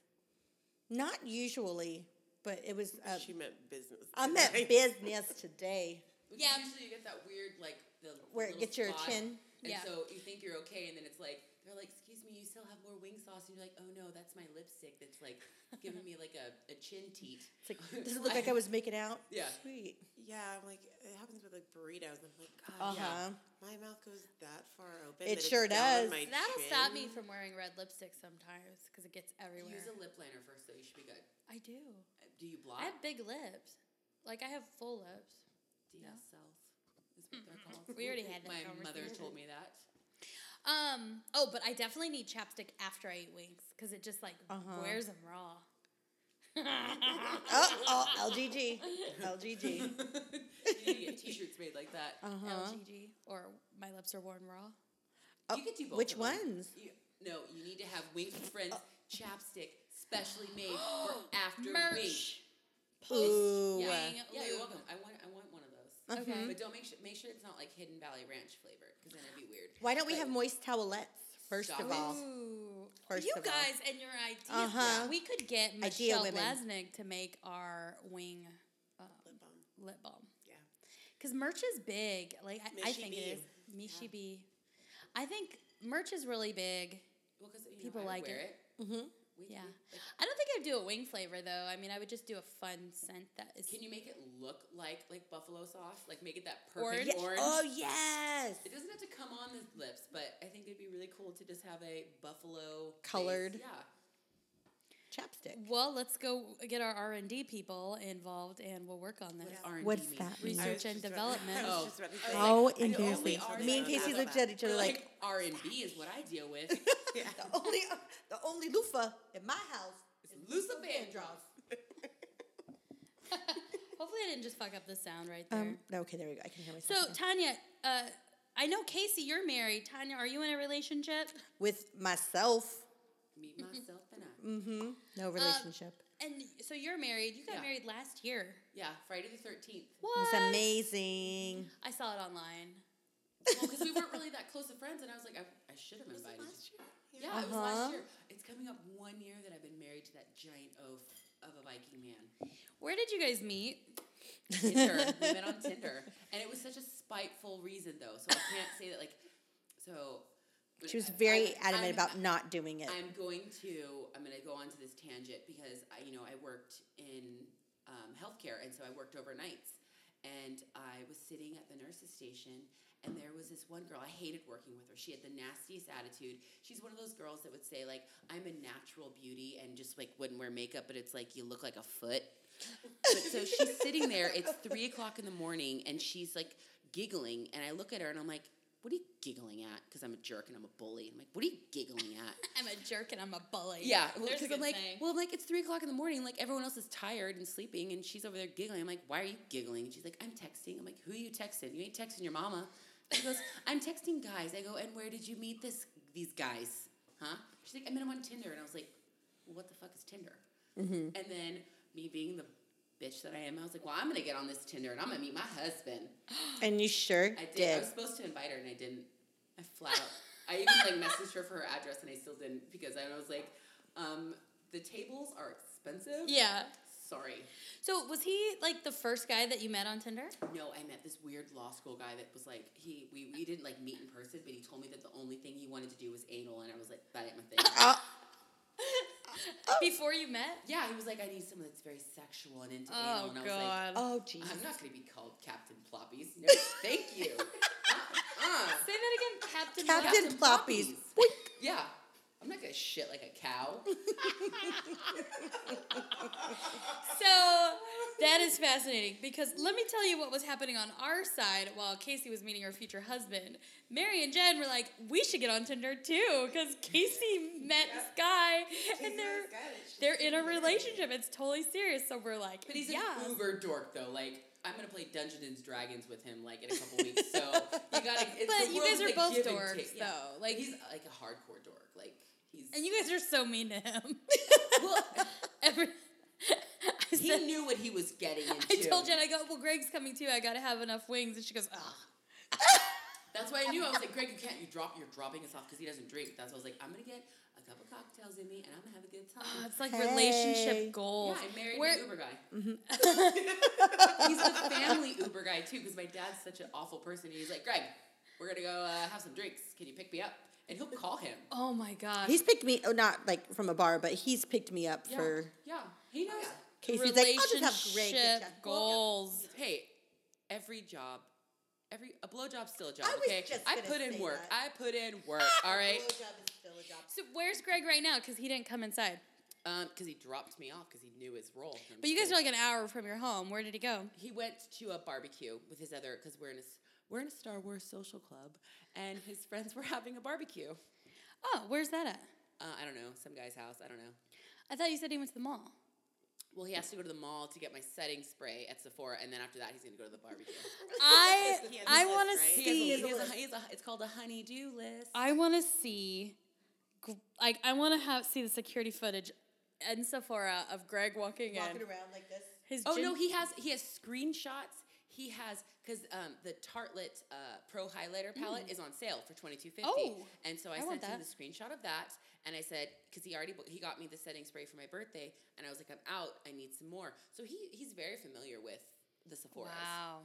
Speaker 2: Not usually, but it was. Uh,
Speaker 3: She meant business.
Speaker 2: I'm at
Speaker 3: today.
Speaker 2: business today.
Speaker 4: Yeah.
Speaker 1: Usually you get that weird like the
Speaker 2: Where it
Speaker 1: little
Speaker 2: gets your
Speaker 1: spot,
Speaker 2: chin.
Speaker 1: And
Speaker 4: Yeah.
Speaker 1: so you think you're okay, and then it's like they're like, "Excuse me, you still have more wing sauce." And you're like, "Oh no, that's my lipstick. That's like giving me like a, a chin teat."
Speaker 2: It's like, does it look like I was making out?
Speaker 1: Yeah.
Speaker 2: Sweet.
Speaker 3: Yeah, I'm like it happens with like burritos. I'm like, God,
Speaker 2: Uh huh.
Speaker 3: my mouth goes that far open.
Speaker 2: It
Speaker 3: that it's
Speaker 2: sure
Speaker 3: down
Speaker 2: does.
Speaker 3: my
Speaker 4: That'll
Speaker 3: chin.
Speaker 4: stop me from wearing red lipstick sometimes because it gets everywhere.
Speaker 1: Use a lip liner first, though. You should be good.
Speaker 4: I do.
Speaker 1: Uh, Do you block?
Speaker 4: I have big lips. Like I have full lips.
Speaker 1: DSLs is what they're called.
Speaker 4: We already had that
Speaker 1: My mother
Speaker 4: conversation.
Speaker 1: told me that.
Speaker 4: Um. Oh, but I definitely need chapstick after I eat wings because it just like
Speaker 2: Uh-huh.
Speaker 4: wears them raw.
Speaker 2: Oh, oh, LGG. LGG.
Speaker 1: you need to get t-shirts made like that.
Speaker 2: Uh-huh.
Speaker 4: LGG or my lips are worn raw.
Speaker 2: Oh,
Speaker 1: you could do both.
Speaker 2: which
Speaker 1: of them.
Speaker 2: ones?
Speaker 1: You, no, you need to have Wings with Friends chapstick specially made for after wings.
Speaker 4: Merch.
Speaker 2: Ooh.
Speaker 4: Yang
Speaker 1: Yeah,
Speaker 4: lube.
Speaker 1: you're welcome. I want, I want one of those.
Speaker 4: Okay.
Speaker 1: But don't make sure, make sure it's not like Hidden Valley Ranch flavored, because then it'd be weird.
Speaker 2: Why don't we have moist towelettes first
Speaker 1: Stop
Speaker 2: of
Speaker 1: it.
Speaker 2: all?
Speaker 4: Ooh.
Speaker 2: First
Speaker 4: you
Speaker 2: of all.
Speaker 4: guys and your ideas.
Speaker 2: Uh-huh.
Speaker 4: We could get
Speaker 2: Idea
Speaker 4: Michelle
Speaker 2: women.
Speaker 4: Lesnick to make our wing um,
Speaker 3: Lip balm.
Speaker 4: lip balm.
Speaker 3: Yeah.
Speaker 4: Because merch is big. Like I, I
Speaker 3: Mishi
Speaker 4: think
Speaker 3: B.
Speaker 4: it is. Mishi B. I think merch is really big.
Speaker 1: Well, because
Speaker 4: People like
Speaker 1: wear
Speaker 4: it.
Speaker 1: it. Mm-hmm.
Speaker 4: Yeah. I don't think I'd do a wing flavor though. I mean, I would just do a fun scent that is.
Speaker 1: Can you make it look like like buffalo sauce? Like make it that perfect orange.
Speaker 4: Orange. Yeah.
Speaker 2: Oh yes.
Speaker 1: It doesn't have to come on the lips, but I think it'd be really cool to just have a buffalo base.
Speaker 2: Colored.
Speaker 1: Yeah.
Speaker 2: Chapstick.
Speaker 4: Well, let's go get our R and D people involved, and we'll work on this.
Speaker 1: R&D
Speaker 2: What's
Speaker 1: means.
Speaker 2: that?
Speaker 4: Research
Speaker 3: I was
Speaker 4: and
Speaker 3: just about-
Speaker 4: development.
Speaker 3: I
Speaker 1: Oh.
Speaker 3: was just about to
Speaker 1: I was
Speaker 3: say,
Speaker 1: like,
Speaker 2: How
Speaker 1: I know only
Speaker 2: embarrassing.
Speaker 1: R
Speaker 2: Me and
Speaker 1: is
Speaker 2: Casey
Speaker 1: what I
Speaker 2: looked
Speaker 1: got.
Speaker 2: at each other like,
Speaker 1: Like R and B is what I deal with.
Speaker 2: the only the only loofah in my house is
Speaker 1: Loose of
Speaker 4: Hopefully, I didn't just fuck up the sound right there.
Speaker 2: Um, no, okay, there we go. I can hear myself.
Speaker 4: so,
Speaker 2: now.
Speaker 4: Tanya, uh, I know Casey, you're married. Tanya, are you in a relationship?
Speaker 2: with myself, Mm-hmm.
Speaker 1: Meet myself and I. Um,
Speaker 2: no relationship.
Speaker 4: And so you're married. You got
Speaker 1: Yeah.
Speaker 4: married last year.
Speaker 1: Yeah, Friday the thirteenth.
Speaker 4: What?
Speaker 2: it's amazing.
Speaker 4: I saw it online.
Speaker 1: Well, because we weren't really that close of friends, and I was like, I, I should have invited. you.
Speaker 3: last year?
Speaker 1: Yeah, it was
Speaker 2: Uh-huh.
Speaker 1: last year. It's coming up one year that I've been married to that giant oaf of a Viking man.
Speaker 4: Where did you guys meet?
Speaker 1: Tinder. we met on Tinder, and it was such a spiteful reason, though. So I can't say that. Like, so
Speaker 2: She was
Speaker 1: I-
Speaker 2: very
Speaker 1: I'm-
Speaker 2: adamant
Speaker 1: I'm-
Speaker 2: about not doing it.
Speaker 1: I'm going to I'm going to go on to this tangent because I you know I worked in um, healthcare and so I worked overnights and I was sitting at the nurses station and there was this one girl I hated working with her. She had the nastiest attitude. She's one of those girls that would say like I'm a natural beauty and just like wouldn't wear makeup, but it's like you look like a foot. But so she's sitting there. It's three o'clock in the morning, and she's like giggling. And I look at her, and I'm like, "What are you giggling at?" Because I'm a jerk and I'm a bully. I'm like, "What are you giggling at?"
Speaker 4: I'm a jerk and I'm a bully.
Speaker 1: Yeah, well,
Speaker 4: There's a
Speaker 1: because I'm
Speaker 4: good
Speaker 1: like,
Speaker 4: saying.
Speaker 1: well, I'm like it's three o'clock in the morning. Like everyone else is tired and sleeping, and she's over there giggling. I'm like, why are you giggling? And she's like, I'm texting. I'm like, who you texting? You ain't texting your mama. She goes, I'm texting guys. I go, and where did you meet this these guys? Huh? She's like, I met him on Tinder, and I was like, well, what the fuck is Tinder?
Speaker 4: Mm-hmm.
Speaker 1: And then me being the bitch that I am, I was like, well, I'm gonna get on this Tinder and I'm gonna meet my husband.
Speaker 2: and you sure
Speaker 1: I did. I
Speaker 2: did.
Speaker 1: was um, supposed to invite her and I didn't. I flat out. I even like messaged her for her address and I still didn't because I was like, um, the tables are expensive.
Speaker 4: yeah.
Speaker 1: Sorry.
Speaker 4: So was he like the first guy that you met on Tinder?
Speaker 1: No, I met this weird law school guy that was like he we, we didn't like meet in person, but he told me that the only thing he wanted to do was anal, and I was like, that ain't my thing.
Speaker 4: Before you met?
Speaker 1: yeah, he was like, I need someone that's very sexual and into anal,
Speaker 4: Oh
Speaker 1: and I was like,
Speaker 4: God!
Speaker 2: Oh geez.
Speaker 1: I'm not gonna be called Captain Ploppies. No, thank you. Uh-uh.
Speaker 4: Say that again, Captain.
Speaker 2: Captain
Speaker 4: Left.
Speaker 2: Ploppies.
Speaker 1: Ploppies. Yeah. I'm not gonna shit like a cow.
Speaker 4: So that is fascinating because let me tell you what was happening on our side while Casey was meeting her future husband. Mary and Jen were like, "We should get on Tinder too," because Casey met this guy and they're they're in a relationship. It's totally serious. So we're like,
Speaker 1: But he's
Speaker 4: yeah.
Speaker 1: an uber dork though. Like I'm gonna play Dungeons and Dragons with him like in a couple weeks. So you gotta. It's
Speaker 4: But
Speaker 1: the
Speaker 4: you
Speaker 1: world
Speaker 4: guys
Speaker 1: is
Speaker 4: are
Speaker 1: a
Speaker 4: both
Speaker 1: give and
Speaker 4: dorks,
Speaker 1: take. Yeah.
Speaker 4: though. Like-
Speaker 1: he's like a hardcore dork. Like he's.
Speaker 4: And you guys are so mean to him.
Speaker 1: well,
Speaker 4: Every, I
Speaker 1: he
Speaker 4: said-
Speaker 1: knew what he was getting into.
Speaker 4: I told Jen, I go, well, Greg's coming too. I got to have enough wings. And she goes, ah.
Speaker 1: That's why I knew. I was like, Greg, you can't. You drop. You're dropping us off because he doesn't drink. That's why I was like, I'm gonna get a couple cocktails in me and I'm gonna have a good
Speaker 4: Oh,
Speaker 1: time.
Speaker 4: it's like
Speaker 2: Hey.
Speaker 4: relationship goals.
Speaker 1: yeah, I married
Speaker 4: Where-
Speaker 1: an Uber guy. He's a family Uber guy too because my dad's such an awful person. He's like, Greg, we're gonna go uh, have some drinks. Can you pick me up? And he'll call him.
Speaker 4: oh my gosh.
Speaker 2: He's picked me, oh, not like from a bar, but he's picked me up
Speaker 1: Yeah,
Speaker 2: for
Speaker 1: yeah, he knows.
Speaker 2: Casey's like, I'll just have Greg. get
Speaker 4: relationship
Speaker 2: ya."
Speaker 4: goals.
Speaker 1: Hey, every job, every a blowjob's still a job.
Speaker 2: I was
Speaker 1: okay,
Speaker 2: just
Speaker 1: I
Speaker 2: gonna
Speaker 1: put in
Speaker 2: say
Speaker 1: work.
Speaker 2: that.
Speaker 1: I put in work. all right,
Speaker 2: Blowjob is still a job.
Speaker 4: So where's Greg right now? Because he didn't come inside.
Speaker 1: um, because he dropped me off because he knew his role. I'm
Speaker 4: But you
Speaker 1: just
Speaker 4: guys are
Speaker 1: kidding.
Speaker 4: like an hour from your home. Where did he go?
Speaker 1: he went to a barbecue with his other because we're in a s- we're in a Star Wars social club, and his friends were having a barbecue.
Speaker 4: Oh, where's that at?
Speaker 1: Uh, I don't know some guy's house. I don't know.
Speaker 4: I thought you said he went to the mall.
Speaker 1: Well, he has to go to the mall to get my setting spray at Sephora, and then after that, he's gonna go to the barbecue.
Speaker 4: I
Speaker 3: He has a
Speaker 4: I
Speaker 3: list,
Speaker 4: want
Speaker 3: right?
Speaker 4: to
Speaker 1: he has a,
Speaker 4: see. Uh,
Speaker 1: he has a- he has a- it's called a honey-do list.
Speaker 4: I want to see, gr- like, I want to have see the security footage in Sephora of Greg walking in.
Speaker 2: Walking around like this.
Speaker 4: His
Speaker 1: Oh
Speaker 4: gin-
Speaker 1: no, he has he has screenshots. He has because um, the Tartlet uh, Pro Highlighter Palette is on sale for twenty two fifty.
Speaker 4: Mm. Oh,
Speaker 1: and so I,
Speaker 4: I
Speaker 1: sent
Speaker 4: want
Speaker 1: him the
Speaker 4: that.
Speaker 1: screenshot of that, and I said because he already bo- he got me the setting spray for my birthday, and I was like, I'm out. I need some more. So he he's very familiar with the Sephora's.
Speaker 4: Wow,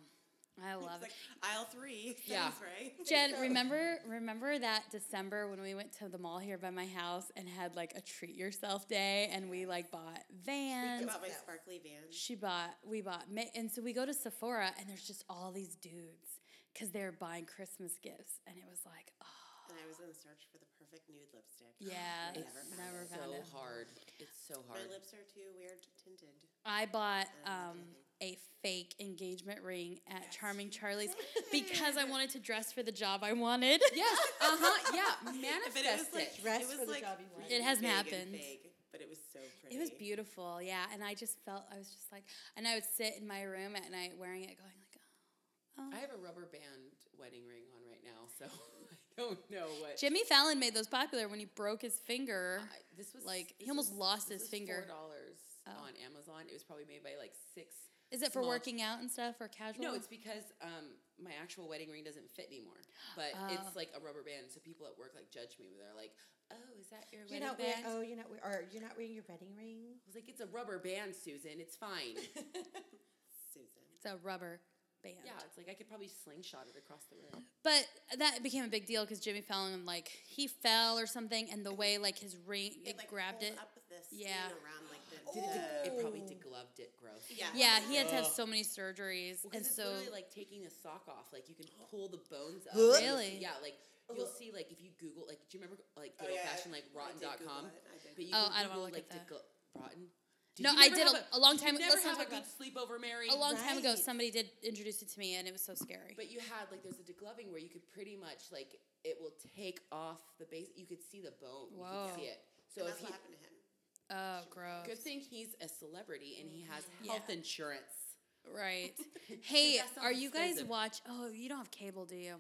Speaker 4: I love it.
Speaker 3: like aisle three.
Speaker 1: Yeah.
Speaker 3: That's right.
Speaker 4: Jen, remember remember that December when we went to the mall here by my house and had like a treat yourself day and we like bought
Speaker 3: I
Speaker 4: Vans.
Speaker 3: bought my sparkly van.
Speaker 4: She bought we bought ma- and so we go to Sephora and there's just all these dudes cuz they're buying Christmas gifts and it was like, oh,
Speaker 3: And I was in search for the perfect nude lipstick.
Speaker 4: yeah,
Speaker 1: It's
Speaker 4: never
Speaker 1: so
Speaker 4: found it.
Speaker 1: hard. It's so
Speaker 3: My
Speaker 1: hard.
Speaker 3: lips are too weird tinted.
Speaker 4: I bought
Speaker 3: I don't
Speaker 4: um,
Speaker 3: like
Speaker 4: a fake engagement ring at Charming Charlie's because I wanted to dress for the job I wanted.
Speaker 1: Yes. Uh huh. Yeah. Manifest
Speaker 3: But
Speaker 1: it.
Speaker 3: it was like
Speaker 2: Dress
Speaker 3: it was
Speaker 2: for the
Speaker 3: like
Speaker 2: job you want.
Speaker 3: really
Speaker 4: It hasn't
Speaker 3: big and
Speaker 4: happened.
Speaker 3: Big, but it was so pretty.
Speaker 4: It was beautiful, yeah. And I just felt I was just like, and I would sit in my room at night wearing it, going like,
Speaker 1: I have a rubber band wedding ring on right now, so I don't know what.
Speaker 4: Jimmy Fallon made those popular when he broke his finger.
Speaker 1: I- this was
Speaker 4: like, he
Speaker 1: this
Speaker 4: almost
Speaker 1: was-
Speaker 4: lost
Speaker 1: this
Speaker 4: his
Speaker 1: was
Speaker 4: finger.
Speaker 1: Four dollars on Amazon. It was probably made by like six.
Speaker 4: Is it for
Speaker 1: small-
Speaker 4: working out and stuff or casual?
Speaker 1: No, it's because um, my actual wedding ring doesn't fit anymore. But
Speaker 4: Oh.
Speaker 1: it's like a rubber band, so people at work like judge me. They're like, "Oh, is that your
Speaker 2: You're
Speaker 1: wedding
Speaker 2: not wearing.
Speaker 1: band?"
Speaker 2: Oh, you're not wearing. Or you're not wearing your wedding ring.
Speaker 1: I was like, "It's a rubber band, Susan. It's fine."
Speaker 3: Susan.
Speaker 4: It's a rubber band.
Speaker 1: yeah, it's like I could probably slingshot it across the room.
Speaker 4: But that became a big deal because Jimmy Fallon like he fell or something, and the way like his ring it,
Speaker 3: like,
Speaker 4: grabbed
Speaker 3: pulled
Speaker 4: it.
Speaker 3: Up with this
Speaker 4: Yeah.
Speaker 3: Around like the,
Speaker 1: Did it, de- it probably
Speaker 2: Oh.
Speaker 1: degloved it, gross.
Speaker 3: the- yeah.
Speaker 4: Yeah, he had to have so many surgeries,
Speaker 1: Well, 'cause
Speaker 4: and
Speaker 1: it's
Speaker 4: so
Speaker 1: literally like taking a sock off. Like you can pull the bones up.
Speaker 2: Huh?
Speaker 4: Really?
Speaker 1: Yeah, like you'll see like if you Google like do you remember like good
Speaker 3: Oh, yeah,
Speaker 1: old fashioned
Speaker 3: I-
Speaker 1: like
Speaker 3: I did Google
Speaker 1: rotten.com?
Speaker 3: it, I did.
Speaker 1: But you
Speaker 4: Oh,
Speaker 1: can
Speaker 4: I don't wanna
Speaker 1: Google,
Speaker 4: look
Speaker 1: like
Speaker 4: at that.
Speaker 1: Degl- rotten.
Speaker 4: No,
Speaker 1: you
Speaker 4: I
Speaker 1: never
Speaker 4: did
Speaker 1: have
Speaker 4: a- a long
Speaker 1: did
Speaker 4: time-
Speaker 1: You never
Speaker 4: let's not
Speaker 1: have a
Speaker 4: talk
Speaker 1: good
Speaker 4: about
Speaker 1: sleepover, Mary.
Speaker 4: a long time ago
Speaker 2: Right.
Speaker 4: somebody did introduce it to me, and it was so scary.
Speaker 1: But you had like there's a degloving where you could pretty much like it will take off the base. You could see the bone. You
Speaker 4: Whoa.
Speaker 1: could see it. So if
Speaker 3: And that's
Speaker 1: he,
Speaker 3: what happened to him.
Speaker 4: oh, gross!
Speaker 1: good thing he's a celebrity and he has health
Speaker 4: Yeah.
Speaker 1: insurance.
Speaker 4: Right. hey,
Speaker 1: that sounds
Speaker 4: are you guys
Speaker 1: expensive.
Speaker 4: watch? Oh, you don't have cable, do you?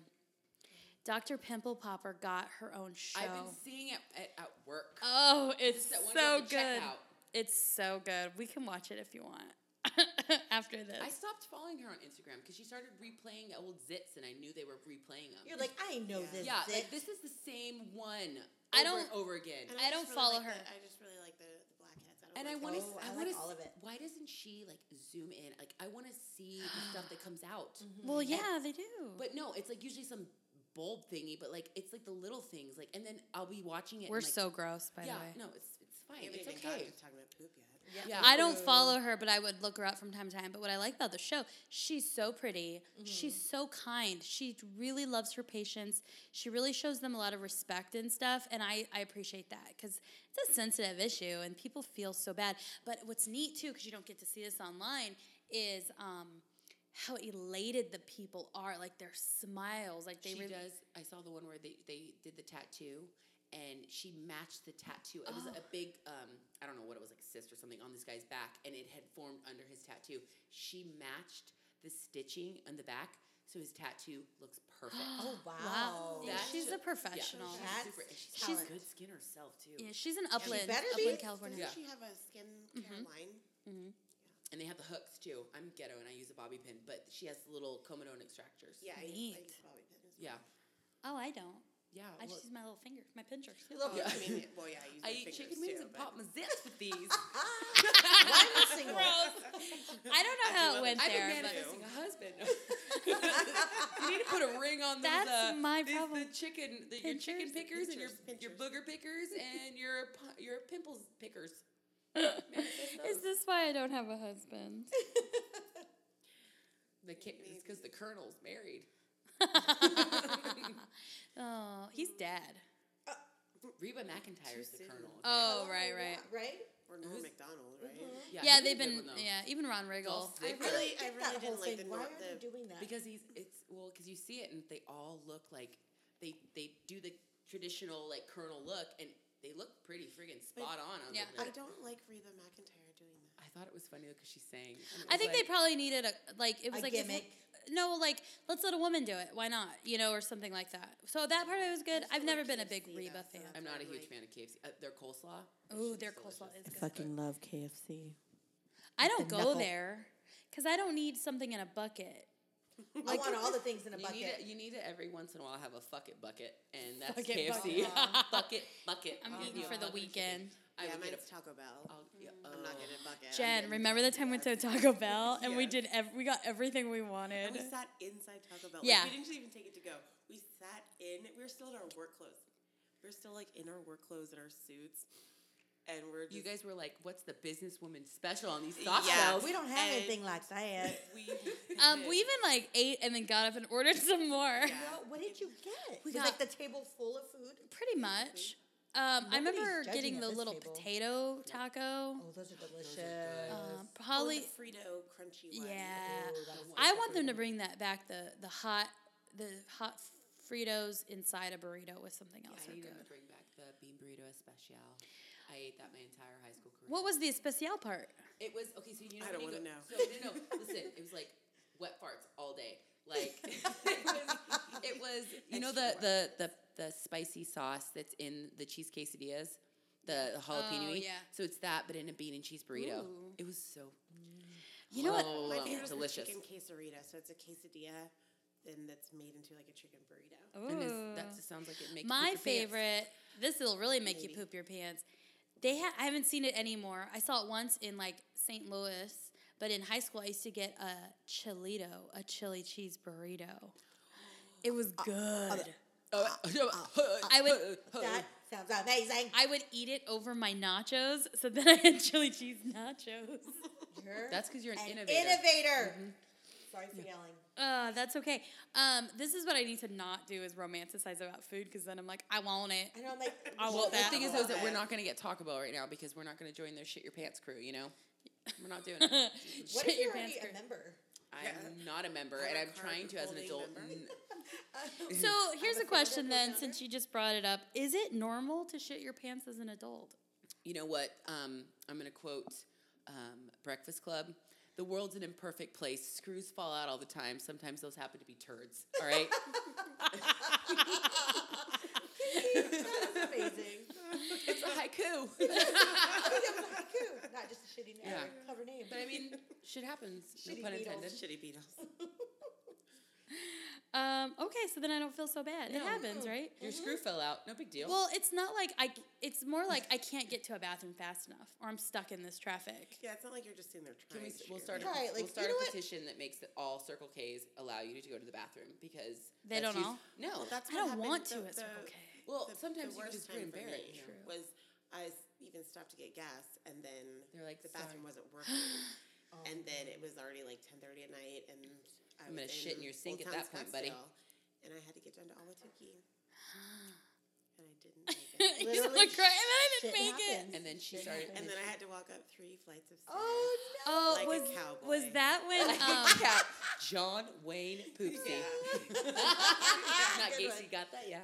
Speaker 4: Dr. Pimple Popper got her own show.
Speaker 1: I've been seeing it at, at work.
Speaker 4: oh, it's
Speaker 1: that one girl
Speaker 4: so
Speaker 1: at the
Speaker 4: good.
Speaker 1: checkout.
Speaker 4: It's so good. We can watch it if you want after this.
Speaker 1: I stopped following her on Instagram because she started replaying old zits, and I knew they were replaying them.
Speaker 2: You're like, I know this.
Speaker 1: yeah, like
Speaker 2: zit.
Speaker 1: this is the same one.
Speaker 4: I
Speaker 1: over
Speaker 4: don't-
Speaker 1: and over again.
Speaker 3: And
Speaker 4: I don't
Speaker 3: just really
Speaker 4: follow
Speaker 3: like the-
Speaker 4: her.
Speaker 3: I just really like the, the blackheads. I don't
Speaker 1: And I
Speaker 3: like
Speaker 1: want to.
Speaker 2: Oh,
Speaker 1: I,
Speaker 2: I
Speaker 1: want
Speaker 2: like all of it.
Speaker 1: Why doesn't she like zoom in? Like I want to see the stuff that comes out.
Speaker 2: Mm-hmm.
Speaker 4: well, yeah, they do.
Speaker 1: But no, it's like usually some bulb thingy. But like it's like the little things. Like and then I'll be watching it.
Speaker 4: We're
Speaker 1: and, like,
Speaker 4: so gross, by
Speaker 1: yeah.
Speaker 4: the way.
Speaker 1: No, it's it's
Speaker 3: I
Speaker 1: fine.
Speaker 3: haven't
Speaker 1: It's
Speaker 3: even gotten
Speaker 1: okay.
Speaker 3: to talking about poop yet.
Speaker 1: Yeah.
Speaker 4: I don't follow her, but I would look her up from time to time. But what I like about the show, she's so pretty.
Speaker 1: Mm-hmm.
Speaker 4: She's so kind. She really loves her patients. She really shows them a lot of respect and stuff. And I, I appreciate that because it's a sensitive issue and people feel so bad. But what's neat too, because you don't get to see this online, is um, how elated the people are. Like their smiles, like they
Speaker 1: she
Speaker 4: really.
Speaker 1: does. I saw the one where they, they did the tattoo, and she matched the tattoo. It was a big, um, I don't know what it was, like cyst or something on this guy's back, and it had formed under his tattoo. She matched the stitching on the back, so his tattoo looks perfect.
Speaker 2: Oh wow.
Speaker 4: Wow,
Speaker 1: That's
Speaker 4: she's a
Speaker 1: just- Yeah,
Speaker 4: professional.
Speaker 1: she's
Speaker 2: That's
Speaker 1: super, and she's,
Speaker 2: talent.
Speaker 1: got good skin herself too.
Speaker 4: Yeah, she's an upland,
Speaker 2: better be.
Speaker 4: upland California.
Speaker 1: Yeah.
Speaker 3: Doesn't she have a
Speaker 4: Mm-hmm.
Speaker 3: skincare line?
Speaker 1: And they have the hooks too. I'm ghetto and I use a bobby pin, but she has little comedone extractors.
Speaker 3: Yeah, I, I
Speaker 4: Neat.
Speaker 3: use bobby pins.
Speaker 1: Yeah.
Speaker 4: Oh, I don't.
Speaker 1: Yeah.
Speaker 4: I
Speaker 1: well,
Speaker 4: just use my little finger, my pincher.
Speaker 3: Oh, I mean, yeah, well, yeah, I use
Speaker 1: I
Speaker 3: my
Speaker 1: eat
Speaker 3: fingers
Speaker 1: chicken wings
Speaker 3: too,
Speaker 1: and
Speaker 3: but-
Speaker 1: pop my zits with these.
Speaker 2: Ah. I'm single.
Speaker 4: I don't know how it went
Speaker 1: I've been
Speaker 4: there, but
Speaker 1: manifesting a husband. you need to put a ring on those, uh,
Speaker 4: That's my
Speaker 1: these-
Speaker 4: problem.
Speaker 1: The chicken, the, your chicken
Speaker 4: Pinchers?
Speaker 1: pickers, and your
Speaker 3: Pinchers,
Speaker 1: your booger pickers, and your pu- your pimples pickers.
Speaker 4: is this why I don't have a husband?
Speaker 1: The kittens, because the colonel's married.
Speaker 4: oh, he's dead.
Speaker 1: Reba McIntyre's the colonel. okay?
Speaker 4: Oh, right, right.
Speaker 2: Yeah, right? Mm-hmm.
Speaker 3: Or Norm McDonald, right?
Speaker 1: he's
Speaker 4: Yeah,
Speaker 1: a good
Speaker 4: they've been.
Speaker 1: one, though.
Speaker 4: Yeah, even Ron Riggle.
Speaker 1: Dolph
Speaker 3: I
Speaker 1: Ziggler.
Speaker 3: really,
Speaker 2: Get
Speaker 3: I
Speaker 2: that whole
Speaker 3: really didn't like the
Speaker 2: thing. Why
Speaker 3: Norm.
Speaker 2: are
Speaker 3: The,
Speaker 2: they doing that?
Speaker 1: because he's it's well because you see it and they all look like they they do the traditional like colonel look and they look pretty friggin' spot on. on
Speaker 4: Yeah.
Speaker 1: the
Speaker 3: I
Speaker 1: bird.
Speaker 3: don't like Reba McIntyre doing
Speaker 1: I
Speaker 3: that.
Speaker 1: thought it was funny because she sang.
Speaker 4: I think they probably needed a like it
Speaker 2: A
Speaker 4: was like if-
Speaker 2: gimmick.
Speaker 4: no, like let's let a woman do it. Why not? You know, or something like that. So that part of it was good. I've never been a big Reba fan.
Speaker 1: I'm not a huge fan of KFC. Uh, their coleslaw.
Speaker 4: Ooh, their coleslaw is good.
Speaker 5: Fucking love KFC.
Speaker 4: I don't
Speaker 5: the
Speaker 4: go
Speaker 5: knuckle.
Speaker 4: there because I don't need something in a bucket.
Speaker 2: I want all the things in a
Speaker 1: You need, it,
Speaker 2: bucket.
Speaker 1: you need to every once in a while have a fuck it bucket, and that's
Speaker 4: Bucket,
Speaker 1: KFC.
Speaker 4: bucket.
Speaker 1: bucket, bucket.
Speaker 4: I'm
Speaker 1: I'll
Speaker 4: eating
Speaker 1: do a
Speaker 4: for the
Speaker 1: bucket chicken.
Speaker 4: weekend.
Speaker 1: I
Speaker 3: yeah,
Speaker 1: would get a.
Speaker 3: mine's Taco Bell.
Speaker 1: I'll, yeah,
Speaker 3: I'm not
Speaker 1: oh.
Speaker 3: getting a bucket. I'm
Speaker 4: Jen,
Speaker 3: getting-
Speaker 4: remember the time we went to Taco Bell and we
Speaker 3: Yes.
Speaker 4: did ev- we got everything we wanted.
Speaker 3: We sat inside Taco Bell.
Speaker 4: Yeah.
Speaker 3: Like, we didn't even take it to go. We sat in. We were still in our work clothes. We were still like in our work clothes and our suits, and we're just,
Speaker 1: You guys were like, "What's the businesswoman special on these soft
Speaker 3: Yeah.
Speaker 1: shells?"
Speaker 2: We don't have
Speaker 3: And-
Speaker 2: anything uh, like that.
Speaker 3: we
Speaker 4: Um, we even like ate and then got up and ordered some more.
Speaker 2: No, what did you get? We
Speaker 4: got-
Speaker 2: like the table full of food.
Speaker 4: Pretty much. Um, I remember
Speaker 2: judging
Speaker 4: getting
Speaker 2: at
Speaker 4: the
Speaker 2: this
Speaker 4: little
Speaker 2: table.
Speaker 4: potato taco.
Speaker 2: Oh, those are delicious.
Speaker 4: Um,
Speaker 3: oh, the
Speaker 4: probably,
Speaker 3: Frito crunchy one.
Speaker 4: yeah.
Speaker 1: that's
Speaker 4: I want them to bring that back the the hot the hot Fritos inside a burrito with something else.
Speaker 1: I
Speaker 4: are
Speaker 1: need them to
Speaker 4: good.
Speaker 1: bring back the bean burrito especial. I ate that my entire high school career.
Speaker 4: What was the especial part?
Speaker 1: It was okay. So you know,
Speaker 3: I
Speaker 1: when
Speaker 3: don't
Speaker 1: you
Speaker 3: wanna
Speaker 1: go- So, no, no, no. Listen, it was like wet farts all day. Like it was, it was you know the, the the the spicy sauce that's in the cheese quesadillas, the, the jalapeno.
Speaker 4: Oh,
Speaker 1: y?
Speaker 4: yeah.
Speaker 1: So it's that, but in a bean and cheese burrito.
Speaker 4: Ooh.
Speaker 1: It was so
Speaker 4: You know what?
Speaker 1: oh,
Speaker 3: My favorite is the
Speaker 1: delicious.
Speaker 3: chicken quesadilla. So it's a quesadilla, then that's made into like a chicken burrito.
Speaker 1: And it's-
Speaker 4: Ooh.
Speaker 1: that just sounds like it makes
Speaker 4: My favorite. This will really make you poop your pants. They ha- I haven't seen it anymore. I saw it once in like St. Louis, but in high school I used to get a chilito, a chili cheese burrito. It was good. I would
Speaker 2: That sounds amazing.
Speaker 4: I would eat it over my nachos, so then I had chili cheese nachos.
Speaker 2: You're
Speaker 1: That's because you're an,
Speaker 2: an
Speaker 1: innovator. Mm-hmm.
Speaker 2: Sorry for yelling.
Speaker 4: Uh, that's okay. Um, this is what I need to not do is romanticize about food because then I'm like, I want it.
Speaker 2: I know. I'm like,
Speaker 4: I
Speaker 1: Oh, Well,
Speaker 4: want
Speaker 1: the
Speaker 4: that.
Speaker 1: thing is, though, is
Speaker 4: I want
Speaker 1: that
Speaker 4: that.
Speaker 1: we're not going to get Taco Bell right now because we're not going to join their shit your pants crew. You know, we're not doing it.
Speaker 2: what
Speaker 4: Shit
Speaker 2: if
Speaker 4: your
Speaker 2: you're
Speaker 4: pants
Speaker 2: already
Speaker 4: crew.
Speaker 2: a member?
Speaker 1: I'm not a member,
Speaker 3: I'm
Speaker 1: and
Speaker 3: a
Speaker 1: I'm trying to as an adult.
Speaker 3: card-holding member.
Speaker 4: So here's a question
Speaker 2: founder,
Speaker 4: then, since you just brought it up, is it normal to shit your pants as an adult?
Speaker 1: You know what? Um, I'm going to quote um, Breakfast Club. The world's an imperfect place. Screws fall out all the time. Sometimes those happen to be turds. All right.
Speaker 2: That's amazing. Oh,
Speaker 1: it's a haiku.
Speaker 2: Cool. Not just a shitty name.
Speaker 1: Yeah.
Speaker 2: Cover name.
Speaker 1: but I mean, shit happens. No
Speaker 2: Shitty
Speaker 1: pun
Speaker 2: needles.
Speaker 1: intended.
Speaker 3: Shitty beetles.
Speaker 4: Um, okay, so then I don't feel so bad. It happens, right?
Speaker 1: Your screw fell out. No big deal.
Speaker 4: Well, it's not like I. c- It's more like I can't get to a bathroom fast enough, or I'm stuck in this traffic.
Speaker 3: Yeah, it's not like you're just sitting there
Speaker 1: Can
Speaker 3: trying.
Speaker 1: we,
Speaker 3: to
Speaker 1: we'll
Speaker 3: share.
Speaker 1: start. A,
Speaker 2: Right, like,
Speaker 1: we'll
Speaker 2: you
Speaker 1: start
Speaker 2: know
Speaker 1: a
Speaker 2: what?
Speaker 1: petition that makes that all Circle K's allow you to go to the bathroom because
Speaker 4: They
Speaker 1: that's
Speaker 4: don't
Speaker 1: us- No,
Speaker 3: Oh, That's
Speaker 4: I
Speaker 3: what
Speaker 4: don't
Speaker 3: happened.
Speaker 4: want
Speaker 3: The-
Speaker 4: to at
Speaker 3: the-
Speaker 4: Circle K.
Speaker 1: well.
Speaker 3: the-
Speaker 1: sometimes
Speaker 3: the
Speaker 1: you can
Speaker 3: worst
Speaker 1: just
Speaker 3: time
Speaker 1: get
Speaker 3: for
Speaker 1: embarrassed.
Speaker 3: me was I s- even stopped to get gas and then
Speaker 1: They're like,
Speaker 3: the
Speaker 1: "Sorry."
Speaker 3: bathroom wasn't working,
Speaker 2: Um,
Speaker 3: and then it was already like ten thirty at night, and I
Speaker 1: gonna
Speaker 3: was
Speaker 1: shit in your sink
Speaker 3: Old
Speaker 1: at
Speaker 3: Town
Speaker 1: that point, buddy.
Speaker 3: Scottsdale, And I had to get down to Awatuki, and I didn't make it.
Speaker 4: He's gonna cry,
Speaker 2: Literally,
Speaker 4: and then I didn't
Speaker 2: shit
Speaker 4: make it.
Speaker 2: happens.
Speaker 1: And then she started.
Speaker 3: And then I had to walk up three flights of stairs.
Speaker 2: Oh no!
Speaker 4: Oh,
Speaker 3: Like a
Speaker 4: was
Speaker 3: cowboy.
Speaker 4: was that when? Um,
Speaker 1: Cat, John Wayne Poopsie. Not
Speaker 2: Good
Speaker 1: Gacy
Speaker 2: one.
Speaker 1: got that, yeah.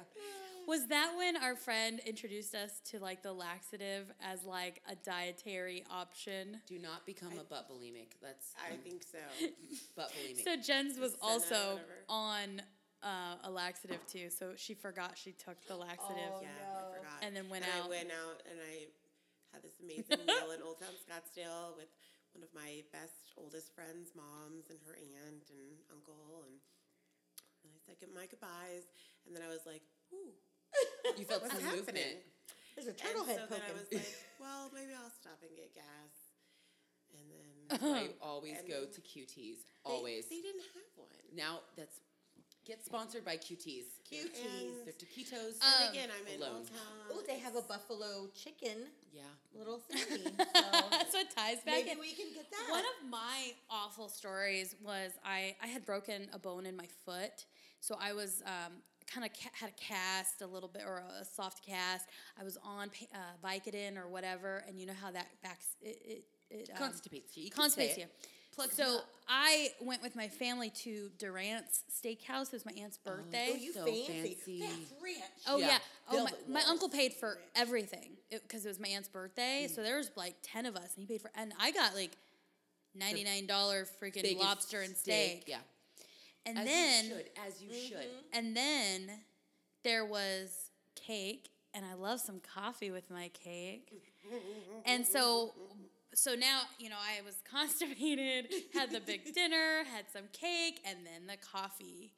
Speaker 4: was that when our friend introduced us to like the laxative as like a dietary option?
Speaker 1: Do not become a butt bulimic. That's
Speaker 3: I
Speaker 1: um,
Speaker 3: think so.
Speaker 1: butt bulimic.
Speaker 4: So Jen's was
Speaker 3: Senna,
Speaker 4: also
Speaker 3: whatever.
Speaker 4: on uh, a laxative too, so she forgot she took the laxative.
Speaker 2: Oh,
Speaker 3: Yeah, I forgot.
Speaker 4: And then went
Speaker 3: and
Speaker 4: out.
Speaker 3: I went out and I had this amazing meal in Old Town Scottsdale with one of my best, oldest friends' moms and her aunt and uncle. And And I said good- my goodbyes, and then I was like, ooh,
Speaker 1: You felt
Speaker 3: what's
Speaker 1: some
Speaker 3: happening?
Speaker 1: movement.
Speaker 2: There's a turtle
Speaker 3: and
Speaker 2: head
Speaker 3: so
Speaker 2: poking.
Speaker 3: then I was like, well, maybe I'll stop and get gas. And then
Speaker 1: I always
Speaker 3: And
Speaker 1: go
Speaker 3: then-
Speaker 1: to QTs.
Speaker 3: they-
Speaker 1: Always.
Speaker 3: They, didn't have one.
Speaker 1: now that's get sponsored by QTs.
Speaker 2: Cuties.
Speaker 1: They're taquitos.
Speaker 3: And
Speaker 2: Um.
Speaker 3: again, I'm in
Speaker 1: alone.
Speaker 3: Old Town.
Speaker 2: oh, they have a buffalo chicken
Speaker 1: yeah.
Speaker 2: little thingy. So
Speaker 4: That's what ties back
Speaker 2: maybe
Speaker 4: in.
Speaker 2: we can get that.
Speaker 4: One of my awful stories was I, I had broken a bone in my foot. So I was um, kind of ca- had a cast a little bit or a, soft cast. I was on pa- uh, Vicodin or whatever. And you know how that backs it. it, it um,
Speaker 1: Constipates you. you can say
Speaker 4: constipates you.
Speaker 1: it.
Speaker 4: so I went with my family to Durant's Steakhouse. It was my aunt's birthday.
Speaker 2: oh, you
Speaker 1: so
Speaker 2: fancy.
Speaker 1: fancy.
Speaker 2: That's rich.
Speaker 4: Oh yeah.
Speaker 1: Yeah.
Speaker 4: Oh
Speaker 2: Velvet
Speaker 4: my, my
Speaker 2: walls.
Speaker 4: uncle paid for everything because it, was my aunt's birthday.
Speaker 1: Mm.
Speaker 4: So there was like ten of us, and he paid for. And I got like ninety nine dollar freaking
Speaker 1: Biggest
Speaker 4: lobster and steak.
Speaker 1: Yeah.
Speaker 4: And
Speaker 1: As
Speaker 4: then Mm-hmm.
Speaker 1: you should. As you should.
Speaker 4: and then there was cake, and I love some coffee with my cake. and so so now, you know, I was constipated, had the big dinner, had some cake, and then the coffee.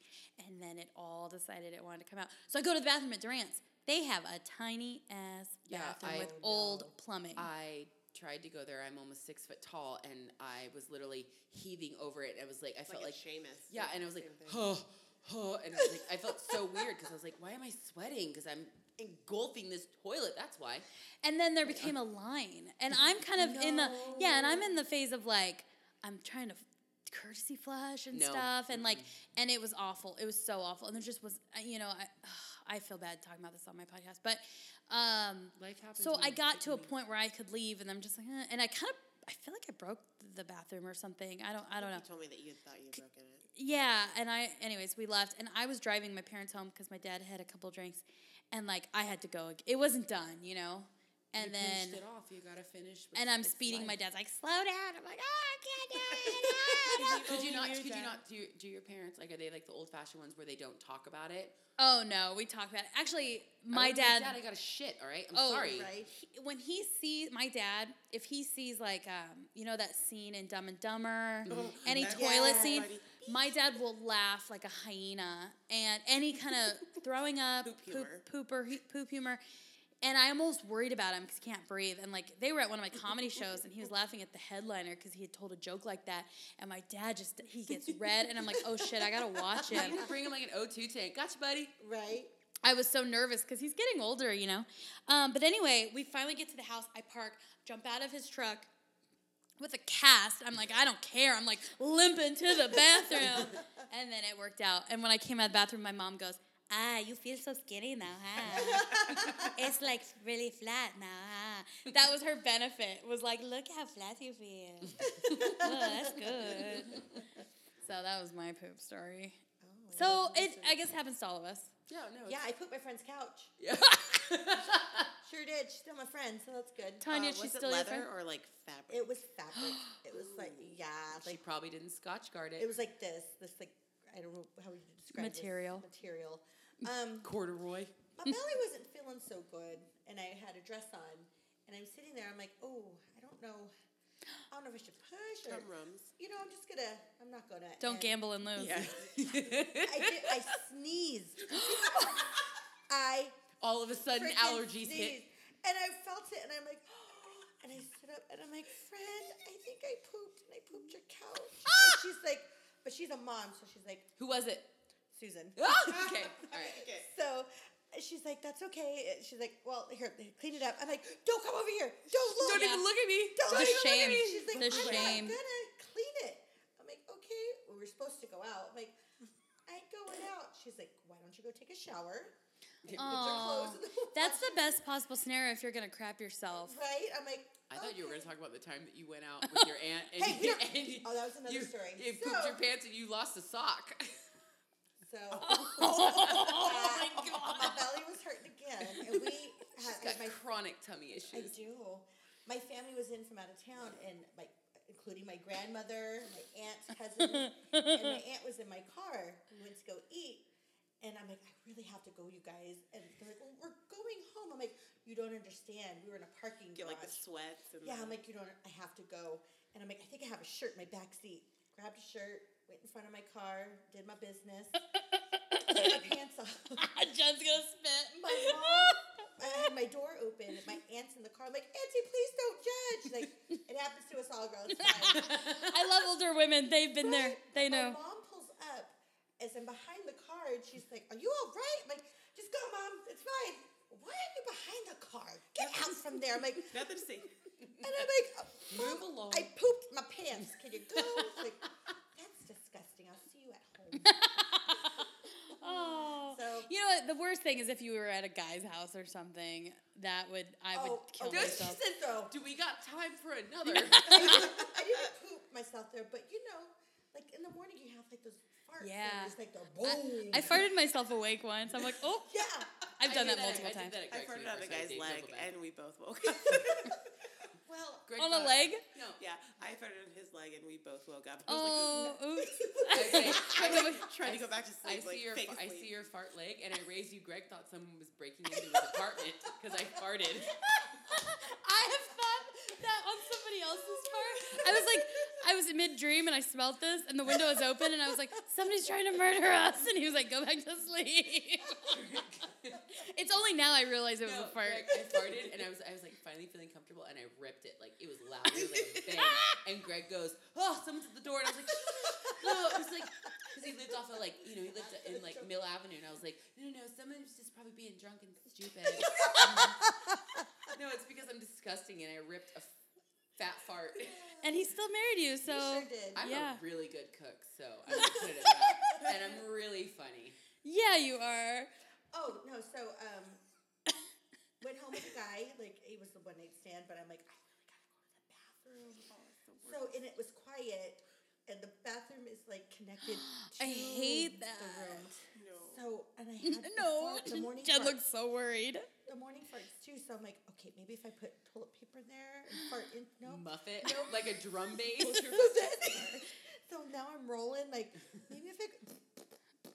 Speaker 4: And then it all decided it wanted to come out. So I go to the bathroom at Durant's. They have a tiny ass
Speaker 1: Yeah,
Speaker 4: bathroom
Speaker 1: I-
Speaker 4: with
Speaker 1: Oh,
Speaker 4: old plumbing.
Speaker 1: I tried to go there. I'm almost six foot tall, and I was literally heaving over it. I was like, I
Speaker 3: like,
Speaker 1: felt like
Speaker 3: Seamus.
Speaker 1: Yeah, and I was like,
Speaker 3: Same
Speaker 1: huh,
Speaker 3: thing.
Speaker 1: huh, and I was like, I felt so weird because I was like, why am I sweating? Because I'm engulfing this toilet. That's why.
Speaker 4: And then there became a line. And I'm kind of in the yeah, and I'm in the phase of like I'm trying to f- courtesy flush and
Speaker 1: No.
Speaker 4: stuff and like and it was awful. It was so awful. And there just was uh, you know, I I feel bad talking about this on my podcast, but um
Speaker 1: Life happens.
Speaker 4: so I got to a point where I could leave and I'm just like eh, and I kind of I feel like I broke the bathroom or something. I don't I don't know.
Speaker 3: You told me that you thought you had broken it.
Speaker 4: Yeah, and I anyways, we left and I was driving my parents home cuz my dad had a couple drinks and like I had to go. ag- It wasn't done, you know. And then
Speaker 1: it off. You gotta finish.
Speaker 4: and I'm speeding. My dad's like, "Slow down." I'm like, "Oh, I can't do it."
Speaker 1: Could you
Speaker 3: Oh,
Speaker 1: not?
Speaker 3: you're
Speaker 1: Could you
Speaker 3: dead.
Speaker 1: not do? Do your parents like? Are they like the old fashioned ones where they don't talk about it?
Speaker 4: oh no, we talked about it. Actually, my
Speaker 1: I went to
Speaker 4: dad.
Speaker 1: I got a shit. All right. I'm
Speaker 4: Oh,
Speaker 1: sorry.
Speaker 2: Right?
Speaker 4: he- when he sees my dad, if he sees like um, you know that scene in Dumb and Dumber, any
Speaker 3: That's
Speaker 4: toilet
Speaker 3: so
Speaker 4: scene,
Speaker 3: funny.
Speaker 4: my dad will laugh like a hyena, and any kind of throwing up, poop,
Speaker 3: humor.
Speaker 4: pooper, hu- poop humor. And I almost worried about him because he can't breathe. And like they were at one of my comedy shows, and he was laughing at the headliner because he had told a joke like that. And my dad just he gets red, and I'm like, oh shit, I gotta watch
Speaker 1: You
Speaker 4: him.
Speaker 1: need to bring him like an O2 tank. Gotcha, buddy.
Speaker 2: Right?
Speaker 4: I was so nervous because he's getting older, you know. Um, but anyway, we finally get to the house. I park, jump out of his truck with a cast. I'm like, I don't care. I'm like limping to the bathroom. and then it worked out. And when I came out of the bathroom, my mom goes, Ah, you feel so skinny now, huh? it's like really flat now, huh? That was her benefit, was like, look how flat you feel. oh, that's good. So that was my poop story. so it, I guess, happens to all of us.
Speaker 1: Yeah. No.
Speaker 2: Oh. Yeah, I pooped my friend's couch. Sure did. She's still my friend, so that's good.
Speaker 4: Tanya,
Speaker 3: Uh,
Speaker 4: she's
Speaker 3: was it
Speaker 4: still your friend.
Speaker 3: leather or like fabric?
Speaker 2: It was fabric. it was like yeah,
Speaker 1: She
Speaker 2: like
Speaker 1: probably didn't scotch guard it.
Speaker 2: it was like this, this like I don't know how you describe this
Speaker 4: Material.
Speaker 2: material. Um,
Speaker 1: corduroy.
Speaker 2: my belly wasn't feeling so good, and I had a dress on, and I'm sitting there. I'm like, oh, I don't know. I don't know if I should push or
Speaker 3: Rum rums.
Speaker 2: you know. I'm just gonna. I'm not gonna.
Speaker 4: Don't
Speaker 2: And
Speaker 4: gamble and lose.
Speaker 2: I did. I sneezed. I
Speaker 1: All of a sudden,
Speaker 2: freaking
Speaker 1: allergies hit.
Speaker 2: sneezed. And I felt it, and I'm like, and I stood up, and I'm like, friend, I think I pooped, and I pooped your couch. And she's like, but she's a mom, so she's like,
Speaker 1: Who was it?
Speaker 2: Susan.
Speaker 1: Ah, okay. All right.
Speaker 2: So she's like, that's okay. She's like, well, here, clean it up. I'm like, don't come over here. Don't look.
Speaker 1: Don't even look at me.
Speaker 2: Don't
Speaker 4: The
Speaker 2: even look at
Speaker 4: shame.
Speaker 2: me. She's like,
Speaker 4: The
Speaker 2: I'm
Speaker 4: shame.
Speaker 2: not gonna clean it. I'm like, okay. Well, we're supposed to go out. I'm like, I ain't going out. She's like, why don't you go take a shower? Put
Speaker 4: Aw.
Speaker 2: your clothes in the
Speaker 4: That's the best possible scenario if you're gonna crap yourself.
Speaker 2: right. I'm like,
Speaker 1: I thought you were going
Speaker 2: okay.
Speaker 1: to talk about the time that you went out with your aunt and,
Speaker 2: Hey, we
Speaker 1: you,
Speaker 2: don't-
Speaker 1: and you-
Speaker 2: Oh, that was another
Speaker 1: you,
Speaker 2: story.
Speaker 1: You
Speaker 2: So-
Speaker 1: pooped your pants and you lost a sock.
Speaker 2: So
Speaker 3: Oh
Speaker 2: my belly was hurting again, and we had
Speaker 1: Got
Speaker 2: my
Speaker 1: chronic tummy
Speaker 2: I
Speaker 1: issues.
Speaker 2: do. My family was in from out of town, and my including my grandmother, my aunt's cousin, and my aunt was in my car. We went to go eat, and I'm like, I really have to go, you guys. And they're like, well, we're going home. I'm like, you don't understand. We were in a parking
Speaker 3: Get like the
Speaker 2: garage."
Speaker 3: sweats and
Speaker 2: Yeah,
Speaker 3: the,
Speaker 2: I'm like, you don't. I have to go. And I'm like, I think I have a shirt in my back seat. Grabbed a shirt, went in front of my car, did my business. my pants off.
Speaker 4: Jen's gonna spit.
Speaker 2: My mom, I had my door open. My aunt's in the car. I'm like, Auntie, please don't judge. She's like, it happens to us all, girls.
Speaker 4: I love older women. They've been there. They
Speaker 2: my
Speaker 4: know.
Speaker 2: mom pulls up as I'm behind the car, and she's like, "Are you all right?" I'm like, just go, mom. It's fine. Why are you behind the car? Get out from there. I'm like, and
Speaker 3: Nothing to see.
Speaker 2: I'm like, "Oh,
Speaker 1: Move
Speaker 2: Mom,
Speaker 1: along."
Speaker 2: I pooped my pants. Can you go? She's like, that's disgusting. I'll see you at home.
Speaker 4: Oh.
Speaker 2: So-
Speaker 4: you know what? The worst thing is if you were at a guy's house or something. That would I would
Speaker 2: oh,
Speaker 4: kill
Speaker 2: no, she
Speaker 4: myself.
Speaker 2: said so.
Speaker 1: Do we got time for another?
Speaker 2: I didn't poop myself there, but you know, like in the morning you have like those farts.
Speaker 4: Yeah.
Speaker 2: And it's like the
Speaker 4: I,
Speaker 2: boom.
Speaker 4: I farted myself awake once. I'm like, oh,
Speaker 2: yeah.
Speaker 4: I've done
Speaker 1: I
Speaker 4: that
Speaker 1: did
Speaker 4: multiple
Speaker 1: I did
Speaker 4: times.
Speaker 1: that at
Speaker 3: I
Speaker 1: Greg's
Speaker 3: farted on a
Speaker 1: first
Speaker 3: guy's
Speaker 1: date,
Speaker 3: leg,
Speaker 1: double back.
Speaker 3: and we both woke up.
Speaker 2: Well,
Speaker 1: Greg
Speaker 4: On a
Speaker 1: thought-
Speaker 4: leg?
Speaker 1: No.
Speaker 3: yeah, I farted on his leg, and we both woke up. I was like,
Speaker 4: Oh, oops.
Speaker 1: Okay.
Speaker 3: I was
Speaker 1: I,
Speaker 3: like trying to go back to
Speaker 1: I
Speaker 3: sleep. like,
Speaker 1: see your
Speaker 3: fake
Speaker 1: fa- I
Speaker 3: asleep.
Speaker 1: see your fart leg, and I raised you. Greg thought someone was breaking into his apartment because I farted.
Speaker 4: I have thought that on somebody else's part. I was like, I was mid dream and I smelled this, and the window was open, and I was like, somebody's trying to murder us. And he was like, go back to sleep. it's only now I realize it was
Speaker 1: No,
Speaker 4: a fart.
Speaker 1: Greg, I farted, and I was I was like finally feeling comfortable, and I ripped it like it was loud. It was like a bang, and Greg goes, "Oh, someone's at the door," and I was like, "No," it was like because he lived off of like you know he lived in like Mill Avenue, and I was like, "No, no, no, someone's just probably being drunk and stupid." no, it's because I'm disgusting, and I ripped a fat fart.
Speaker 4: And he still married you, so.
Speaker 2: sure did.
Speaker 1: I'm
Speaker 4: Yeah.
Speaker 1: a really good cook, so I'm gonna put it at that. and I'm really funny.
Speaker 4: Yeah, you are.
Speaker 2: Oh no, so um, went home with a guy. Like it was the one night stand, but I'm like, I really gotta go to the bathroom.
Speaker 4: Oh,
Speaker 2: so and it was quiet, and the bathroom is like connected. to
Speaker 4: I hate that.
Speaker 2: The room.
Speaker 3: No.
Speaker 2: So and I had the
Speaker 4: No,
Speaker 2: fart- the morning
Speaker 4: Jen
Speaker 2: fart,
Speaker 4: looks so worried.
Speaker 2: the morning farts too. So I'm like, okay, maybe if I put toilet paper there and fart in, no.
Speaker 4: Mm.
Speaker 1: Muff it like a drum bass.
Speaker 2: so now I'm rolling. Like maybe if I.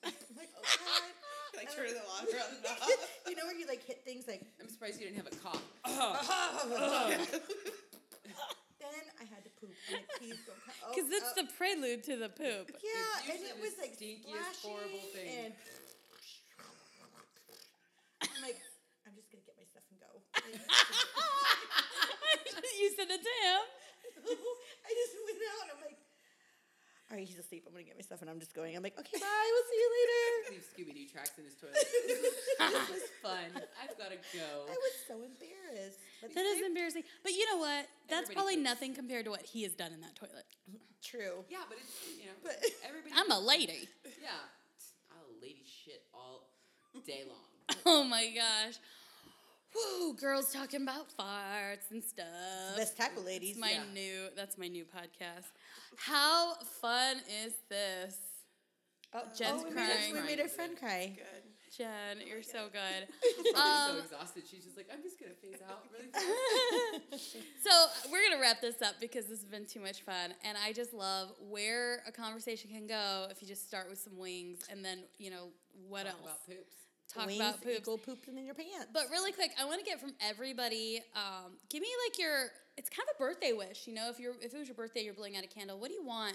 Speaker 2: I'm like, oh god.
Speaker 3: Like
Speaker 2: And
Speaker 3: turn the water on and off.
Speaker 2: you know when you like hit things like
Speaker 1: I'm surprised you didn't have a cough.
Speaker 4: Oh.
Speaker 2: then I had to poop. I'm like, please don't come. Oh,
Speaker 4: Because it's
Speaker 2: oh.
Speaker 4: the prelude to the poop.
Speaker 2: yeah, and
Speaker 1: usually
Speaker 2: it
Speaker 1: the
Speaker 2: was like
Speaker 1: stinkiest, horrible thing.
Speaker 2: splashing And I'm like, I'm just gonna get my stuff and go. I
Speaker 4: you said that to him.
Speaker 2: just went out. I'm like, all right, he's asleep. I'm gonna get my stuff and I'm just going. I'm like, okay, bye. We'll see you later.
Speaker 1: leave Scooby Doo tracks in his toilet. this was fun. I've got to go.
Speaker 2: I was so embarrassed. But
Speaker 4: That is embarrassing. But you know what? That's
Speaker 1: Everybody
Speaker 4: probably
Speaker 1: poops.
Speaker 4: nothing compared to what he has done in that toilet.
Speaker 2: true.
Speaker 1: Yeah, but it's you know
Speaker 2: But-
Speaker 1: everybody.
Speaker 4: I'm a lady.
Speaker 1: yeah. I'll lady shit all day long.
Speaker 4: Oh my gosh. Woo, girls talking about farts and stuff.
Speaker 2: Best tackle, ladies.
Speaker 4: That's my
Speaker 1: yeah.
Speaker 4: new that's my new podcast. How fun is this?
Speaker 2: oh,
Speaker 4: Jen's
Speaker 2: oh, we
Speaker 4: crying.
Speaker 2: Made our, we made our friend cry.
Speaker 3: Good.
Speaker 4: Jen, you're so good.
Speaker 1: She's
Speaker 4: Um,
Speaker 1: so exhausted. She's just like, I'm just gonna phase out. Really fast."
Speaker 4: So we're gonna wrap this up because this has been too much fun, and I just love where a conversation can go if you just start with some wings, and then you know what
Speaker 1: Talk
Speaker 4: else
Speaker 1: about poops.
Speaker 4: talk
Speaker 2: Wings
Speaker 4: about poops.
Speaker 2: equal pooping in your pants.
Speaker 4: But really quick, I want to get from everybody. Um, give me like your. It's kind of a birthday wish, you know. If you're if it was your birthday, you're blowing out a candle. What do you want?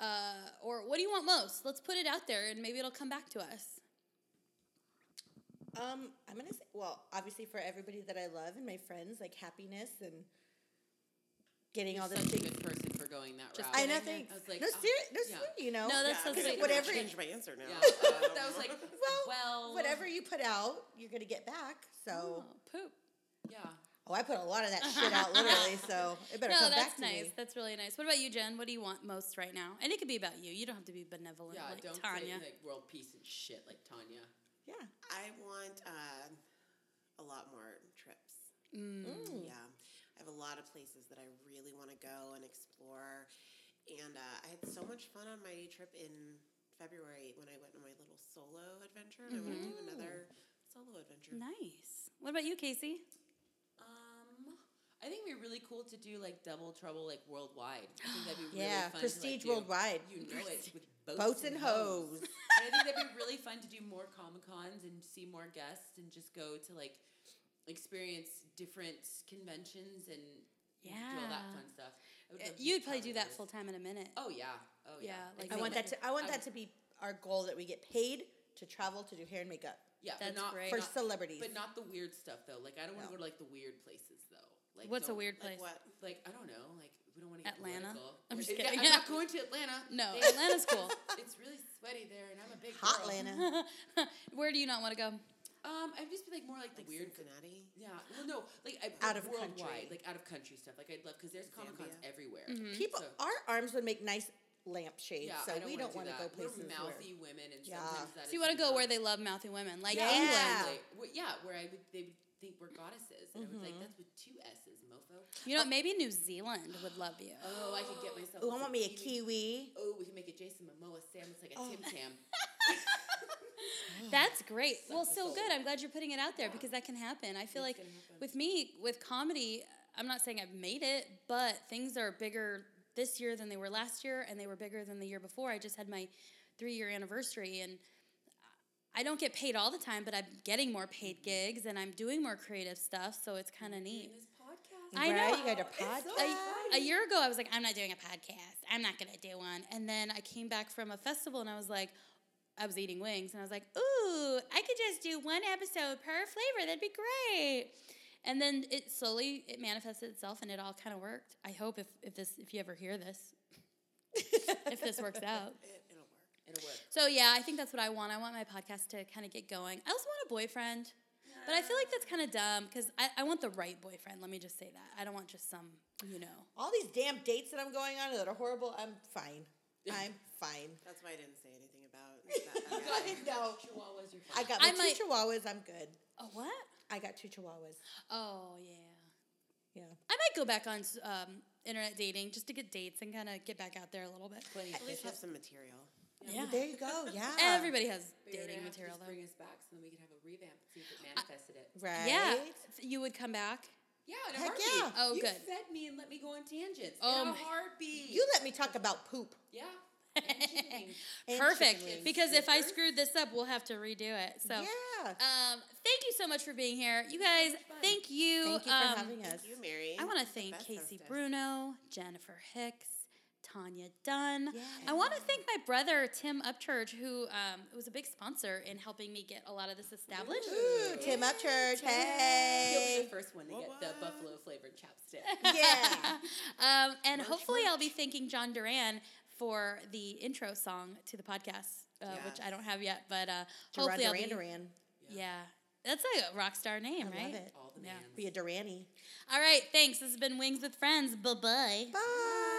Speaker 4: Uh, or what do you want most? Let's put it out there, and maybe it'll come back to us.
Speaker 2: Um, I'm gonna say, well, obviously for everybody that I love and my friends, like happiness and getting all
Speaker 1: You're
Speaker 2: this.
Speaker 1: such a
Speaker 2: Thing.
Speaker 1: good person for going that route.
Speaker 2: I know,
Speaker 1: I
Speaker 2: thanks.
Speaker 1: was like,
Speaker 2: no,
Speaker 1: oh,
Speaker 2: seri- no,
Speaker 1: yeah.
Speaker 2: seriously, you know.
Speaker 4: No, Oh, that's
Speaker 3: Yeah,
Speaker 4: so
Speaker 3: 'cause
Speaker 4: sweet.
Speaker 3: I
Speaker 2: Whatever-
Speaker 3: changed my answer now.
Speaker 1: Yeah, uh, that was like,
Speaker 2: Well,
Speaker 1: well,
Speaker 2: whatever you put out, you're gonna get back. So,
Speaker 4: Oh, poop.
Speaker 1: Yeah.
Speaker 2: oh, I put a lot of that shit out literally. So it better
Speaker 4: No,
Speaker 2: come
Speaker 4: that's
Speaker 2: back to
Speaker 4: nice.
Speaker 2: me.
Speaker 4: That's really nice. What about you, Jen? What do you want most right now? And it could be about you. You don't have to be benevolent
Speaker 1: Yeah,
Speaker 4: like
Speaker 1: don't
Speaker 4: Tanya.
Speaker 1: say like world peace and shit like Tanya.
Speaker 2: Yeah.
Speaker 3: I want um a lot more trips.
Speaker 1: Mm.
Speaker 4: Mm. Hmm.
Speaker 3: Yeah. I have a lot of places that I really want to go and explore. And uh, I had so much fun on my trip in February when I went on my little solo adventure. And I want to
Speaker 4: Mm-hmm.
Speaker 3: do another solo adventure.
Speaker 4: Nice. What about you, Casey?
Speaker 1: Um, I think it'd be really cool to do like double trouble like worldwide. I think that'd be really
Speaker 2: Yeah,
Speaker 1: fun to, like,
Speaker 2: prestige
Speaker 1: do.
Speaker 2: worldwide.
Speaker 1: You know it with boats,
Speaker 2: Boats and hoes.
Speaker 1: and I think that'd be really fun to do more comic cons and see more guests and just go to like experience different conventions and do all that
Speaker 4: Yeah.
Speaker 1: fun stuff. I would
Speaker 4: Uh,
Speaker 1: love to
Speaker 4: You'd probably
Speaker 1: travel
Speaker 4: do that
Speaker 1: those.
Speaker 4: full time in a minute.
Speaker 1: Oh yeah. Oh yeah.
Speaker 4: Yeah,
Speaker 1: I
Speaker 4: like
Speaker 2: I
Speaker 1: feel
Speaker 2: want
Speaker 4: make
Speaker 2: that to. I want that to be our goal that we get paid to travel to do hair and makeup
Speaker 1: Yeah,
Speaker 4: That's
Speaker 1: but not
Speaker 4: great.
Speaker 2: for
Speaker 1: not-
Speaker 2: celebrities.
Speaker 1: But not the weird stuff though. Like I don't want
Speaker 2: No.
Speaker 1: to go to like the weird places though. Like
Speaker 4: What's a
Speaker 1: don't-
Speaker 4: weird
Speaker 3: Like
Speaker 4: place?
Speaker 3: what?
Speaker 1: Like I don't know. Like we don't want to get
Speaker 4: Atlanta?
Speaker 1: Political.
Speaker 4: I'm just
Speaker 1: Yeah,
Speaker 4: kidding.
Speaker 1: I'm not going to Atlanta.
Speaker 4: No,
Speaker 1: They-
Speaker 4: Atlanta's cool.
Speaker 1: it's really sweaty there, and I'm a big
Speaker 2: Hot
Speaker 1: girl.
Speaker 2: Lana.
Speaker 4: Where do you not want to go?
Speaker 1: Um, I'd just be like more like the
Speaker 3: Like
Speaker 1: weird.
Speaker 3: Cincinnati.
Speaker 1: Yeah, well, no, like I,
Speaker 2: Out
Speaker 1: like,
Speaker 2: of
Speaker 1: worldwide,
Speaker 2: country.
Speaker 1: like out of country stuff. Like I'd love because there's comic cons
Speaker 3: Zambia.
Speaker 1: everywhere.
Speaker 4: Mm-hmm.
Speaker 2: People,
Speaker 1: So-
Speaker 2: our arms would make nice lampshades,
Speaker 1: Yeah,
Speaker 2: so
Speaker 1: I don't
Speaker 2: we don't want
Speaker 1: wanna
Speaker 2: to
Speaker 1: do
Speaker 2: go
Speaker 1: that. We're
Speaker 2: places where
Speaker 1: mouthy women, and
Speaker 2: Yeah.
Speaker 1: sometimes that
Speaker 4: So you
Speaker 1: is
Speaker 4: want to go
Speaker 1: not-
Speaker 4: where they love mouthy women, like
Speaker 2: Yeah.
Speaker 4: England.
Speaker 1: Exactly. Where- yeah, where I would, they would think we're goddesses, and I was like, that's with two s's, mofo.
Speaker 4: You know, maybe New Zealand would love you.
Speaker 1: Oh, I could get myself.
Speaker 2: Ooh, I
Speaker 1: some
Speaker 2: want me a kiwi.
Speaker 1: Oh, we can make a Jason Momoa sandwich like a
Speaker 4: Oh,
Speaker 1: Tim Tam. Oh.
Speaker 4: That's great. Well, so good. I'm glad you're putting it out there because that can happen. I feel like with me, with comedy, I'm not saying I've made it, but things are bigger this year than they were last year, and they were bigger than the year before. I just had my three year anniversary, and I don't get paid all the time, but I'm getting more paid gigs and I'm doing more creative stuff, so it's kind
Speaker 1: Mm-hmm.
Speaker 4: of neat.
Speaker 1: This podcast.
Speaker 4: I
Speaker 2: Right?
Speaker 4: know.
Speaker 2: You got a
Speaker 4: a,
Speaker 2: podcast.
Speaker 4: a year ago, I was like, I'm not doing a podcast. I'm not going to do one. And then I came back from a festival and I was like, I was eating wings and I was like, ooh, I could just do one episode per flavor. That'd be great. And then it slowly it manifested itself and it all kind of worked. I hope if, if this if you ever hear this, if this works out.
Speaker 3: It, it'll work.
Speaker 1: It'll work.
Speaker 4: So yeah, I think that's what I want. I want my podcast to kind of get going. I also want a boyfriend, but I feel like that's kind of dumb because I, I want the right boyfriend. Let me just say that. I don't want just some, you know.
Speaker 2: All these damn dates that I'm going on that are horrible. I'm fine. I'm fine.
Speaker 3: That's why I didn't say anything about that. other guy.
Speaker 2: no.
Speaker 1: Chihuahuas, your
Speaker 2: I got my
Speaker 4: I
Speaker 2: two
Speaker 4: might-
Speaker 2: chihuahuas. I'm good.
Speaker 4: Oh what?
Speaker 2: I got two chihuahuas.
Speaker 4: Oh yeah.
Speaker 2: Yeah.
Speaker 4: I might go back on s- um, internet dating just to get dates and kind of get back out there a little bit.
Speaker 3: At least have some material.
Speaker 4: Yeah.
Speaker 2: There you go. Yeah.
Speaker 4: Everybody has dating
Speaker 1: dating
Speaker 4: material though.
Speaker 1: Bring us back so then we can have a revamp. See if it manifested it.
Speaker 2: Right.
Speaker 4: Yeah, you would come back.
Speaker 1: Yeah, in a
Speaker 2: Heck
Speaker 1: heartbeat.
Speaker 2: yeah.
Speaker 4: Oh,
Speaker 1: you
Speaker 4: good.
Speaker 1: fed me and let me go on tangents.
Speaker 4: Oh
Speaker 1: in a
Speaker 4: my-
Speaker 1: heartbeat.
Speaker 2: You let me talk about poop.
Speaker 1: yeah. And chicken wings.
Speaker 2: And
Speaker 4: Perfect.
Speaker 2: chicken wings.
Speaker 4: Because if I
Speaker 1: Scoopers.
Speaker 4: screwed this up, we'll have to redo it. So.
Speaker 2: yeah.
Speaker 4: Um, thank you so much for being here. You guys, thank you.
Speaker 2: Thank you for
Speaker 4: Um,
Speaker 2: having us.
Speaker 3: You, Mary.
Speaker 4: I want to
Speaker 3: You're the
Speaker 4: thank
Speaker 3: best
Speaker 4: Casey
Speaker 3: hostess.
Speaker 4: Bruno, Jennifer Hicks, Tanya Dunn.
Speaker 2: Yeah.
Speaker 4: I want to thank my brother, Tim Upchurch, who um, was a big sponsor in helping me get a lot of this established.
Speaker 2: Ooh, Tim Upchurch. Hey.
Speaker 1: You'll be the first one to get the
Speaker 3: What?
Speaker 1: buffalo flavored chapstick.
Speaker 2: yeah.
Speaker 4: Um, and hopefully, I'll be thanking John Duran for the intro song to the podcast, uh, which I don't have yet, but uh,
Speaker 2: Duran
Speaker 4: hopefully, I'll
Speaker 2: Duran
Speaker 4: be.
Speaker 2: Duran.
Speaker 4: Yeah. That's a rock star name,
Speaker 2: I
Speaker 4: right?
Speaker 2: love it.
Speaker 1: All the
Speaker 4: Yeah.
Speaker 1: man.
Speaker 2: Be a Durani.
Speaker 4: All right, thanks. This has been Wings with Friends. Bye-bye.
Speaker 2: Bye.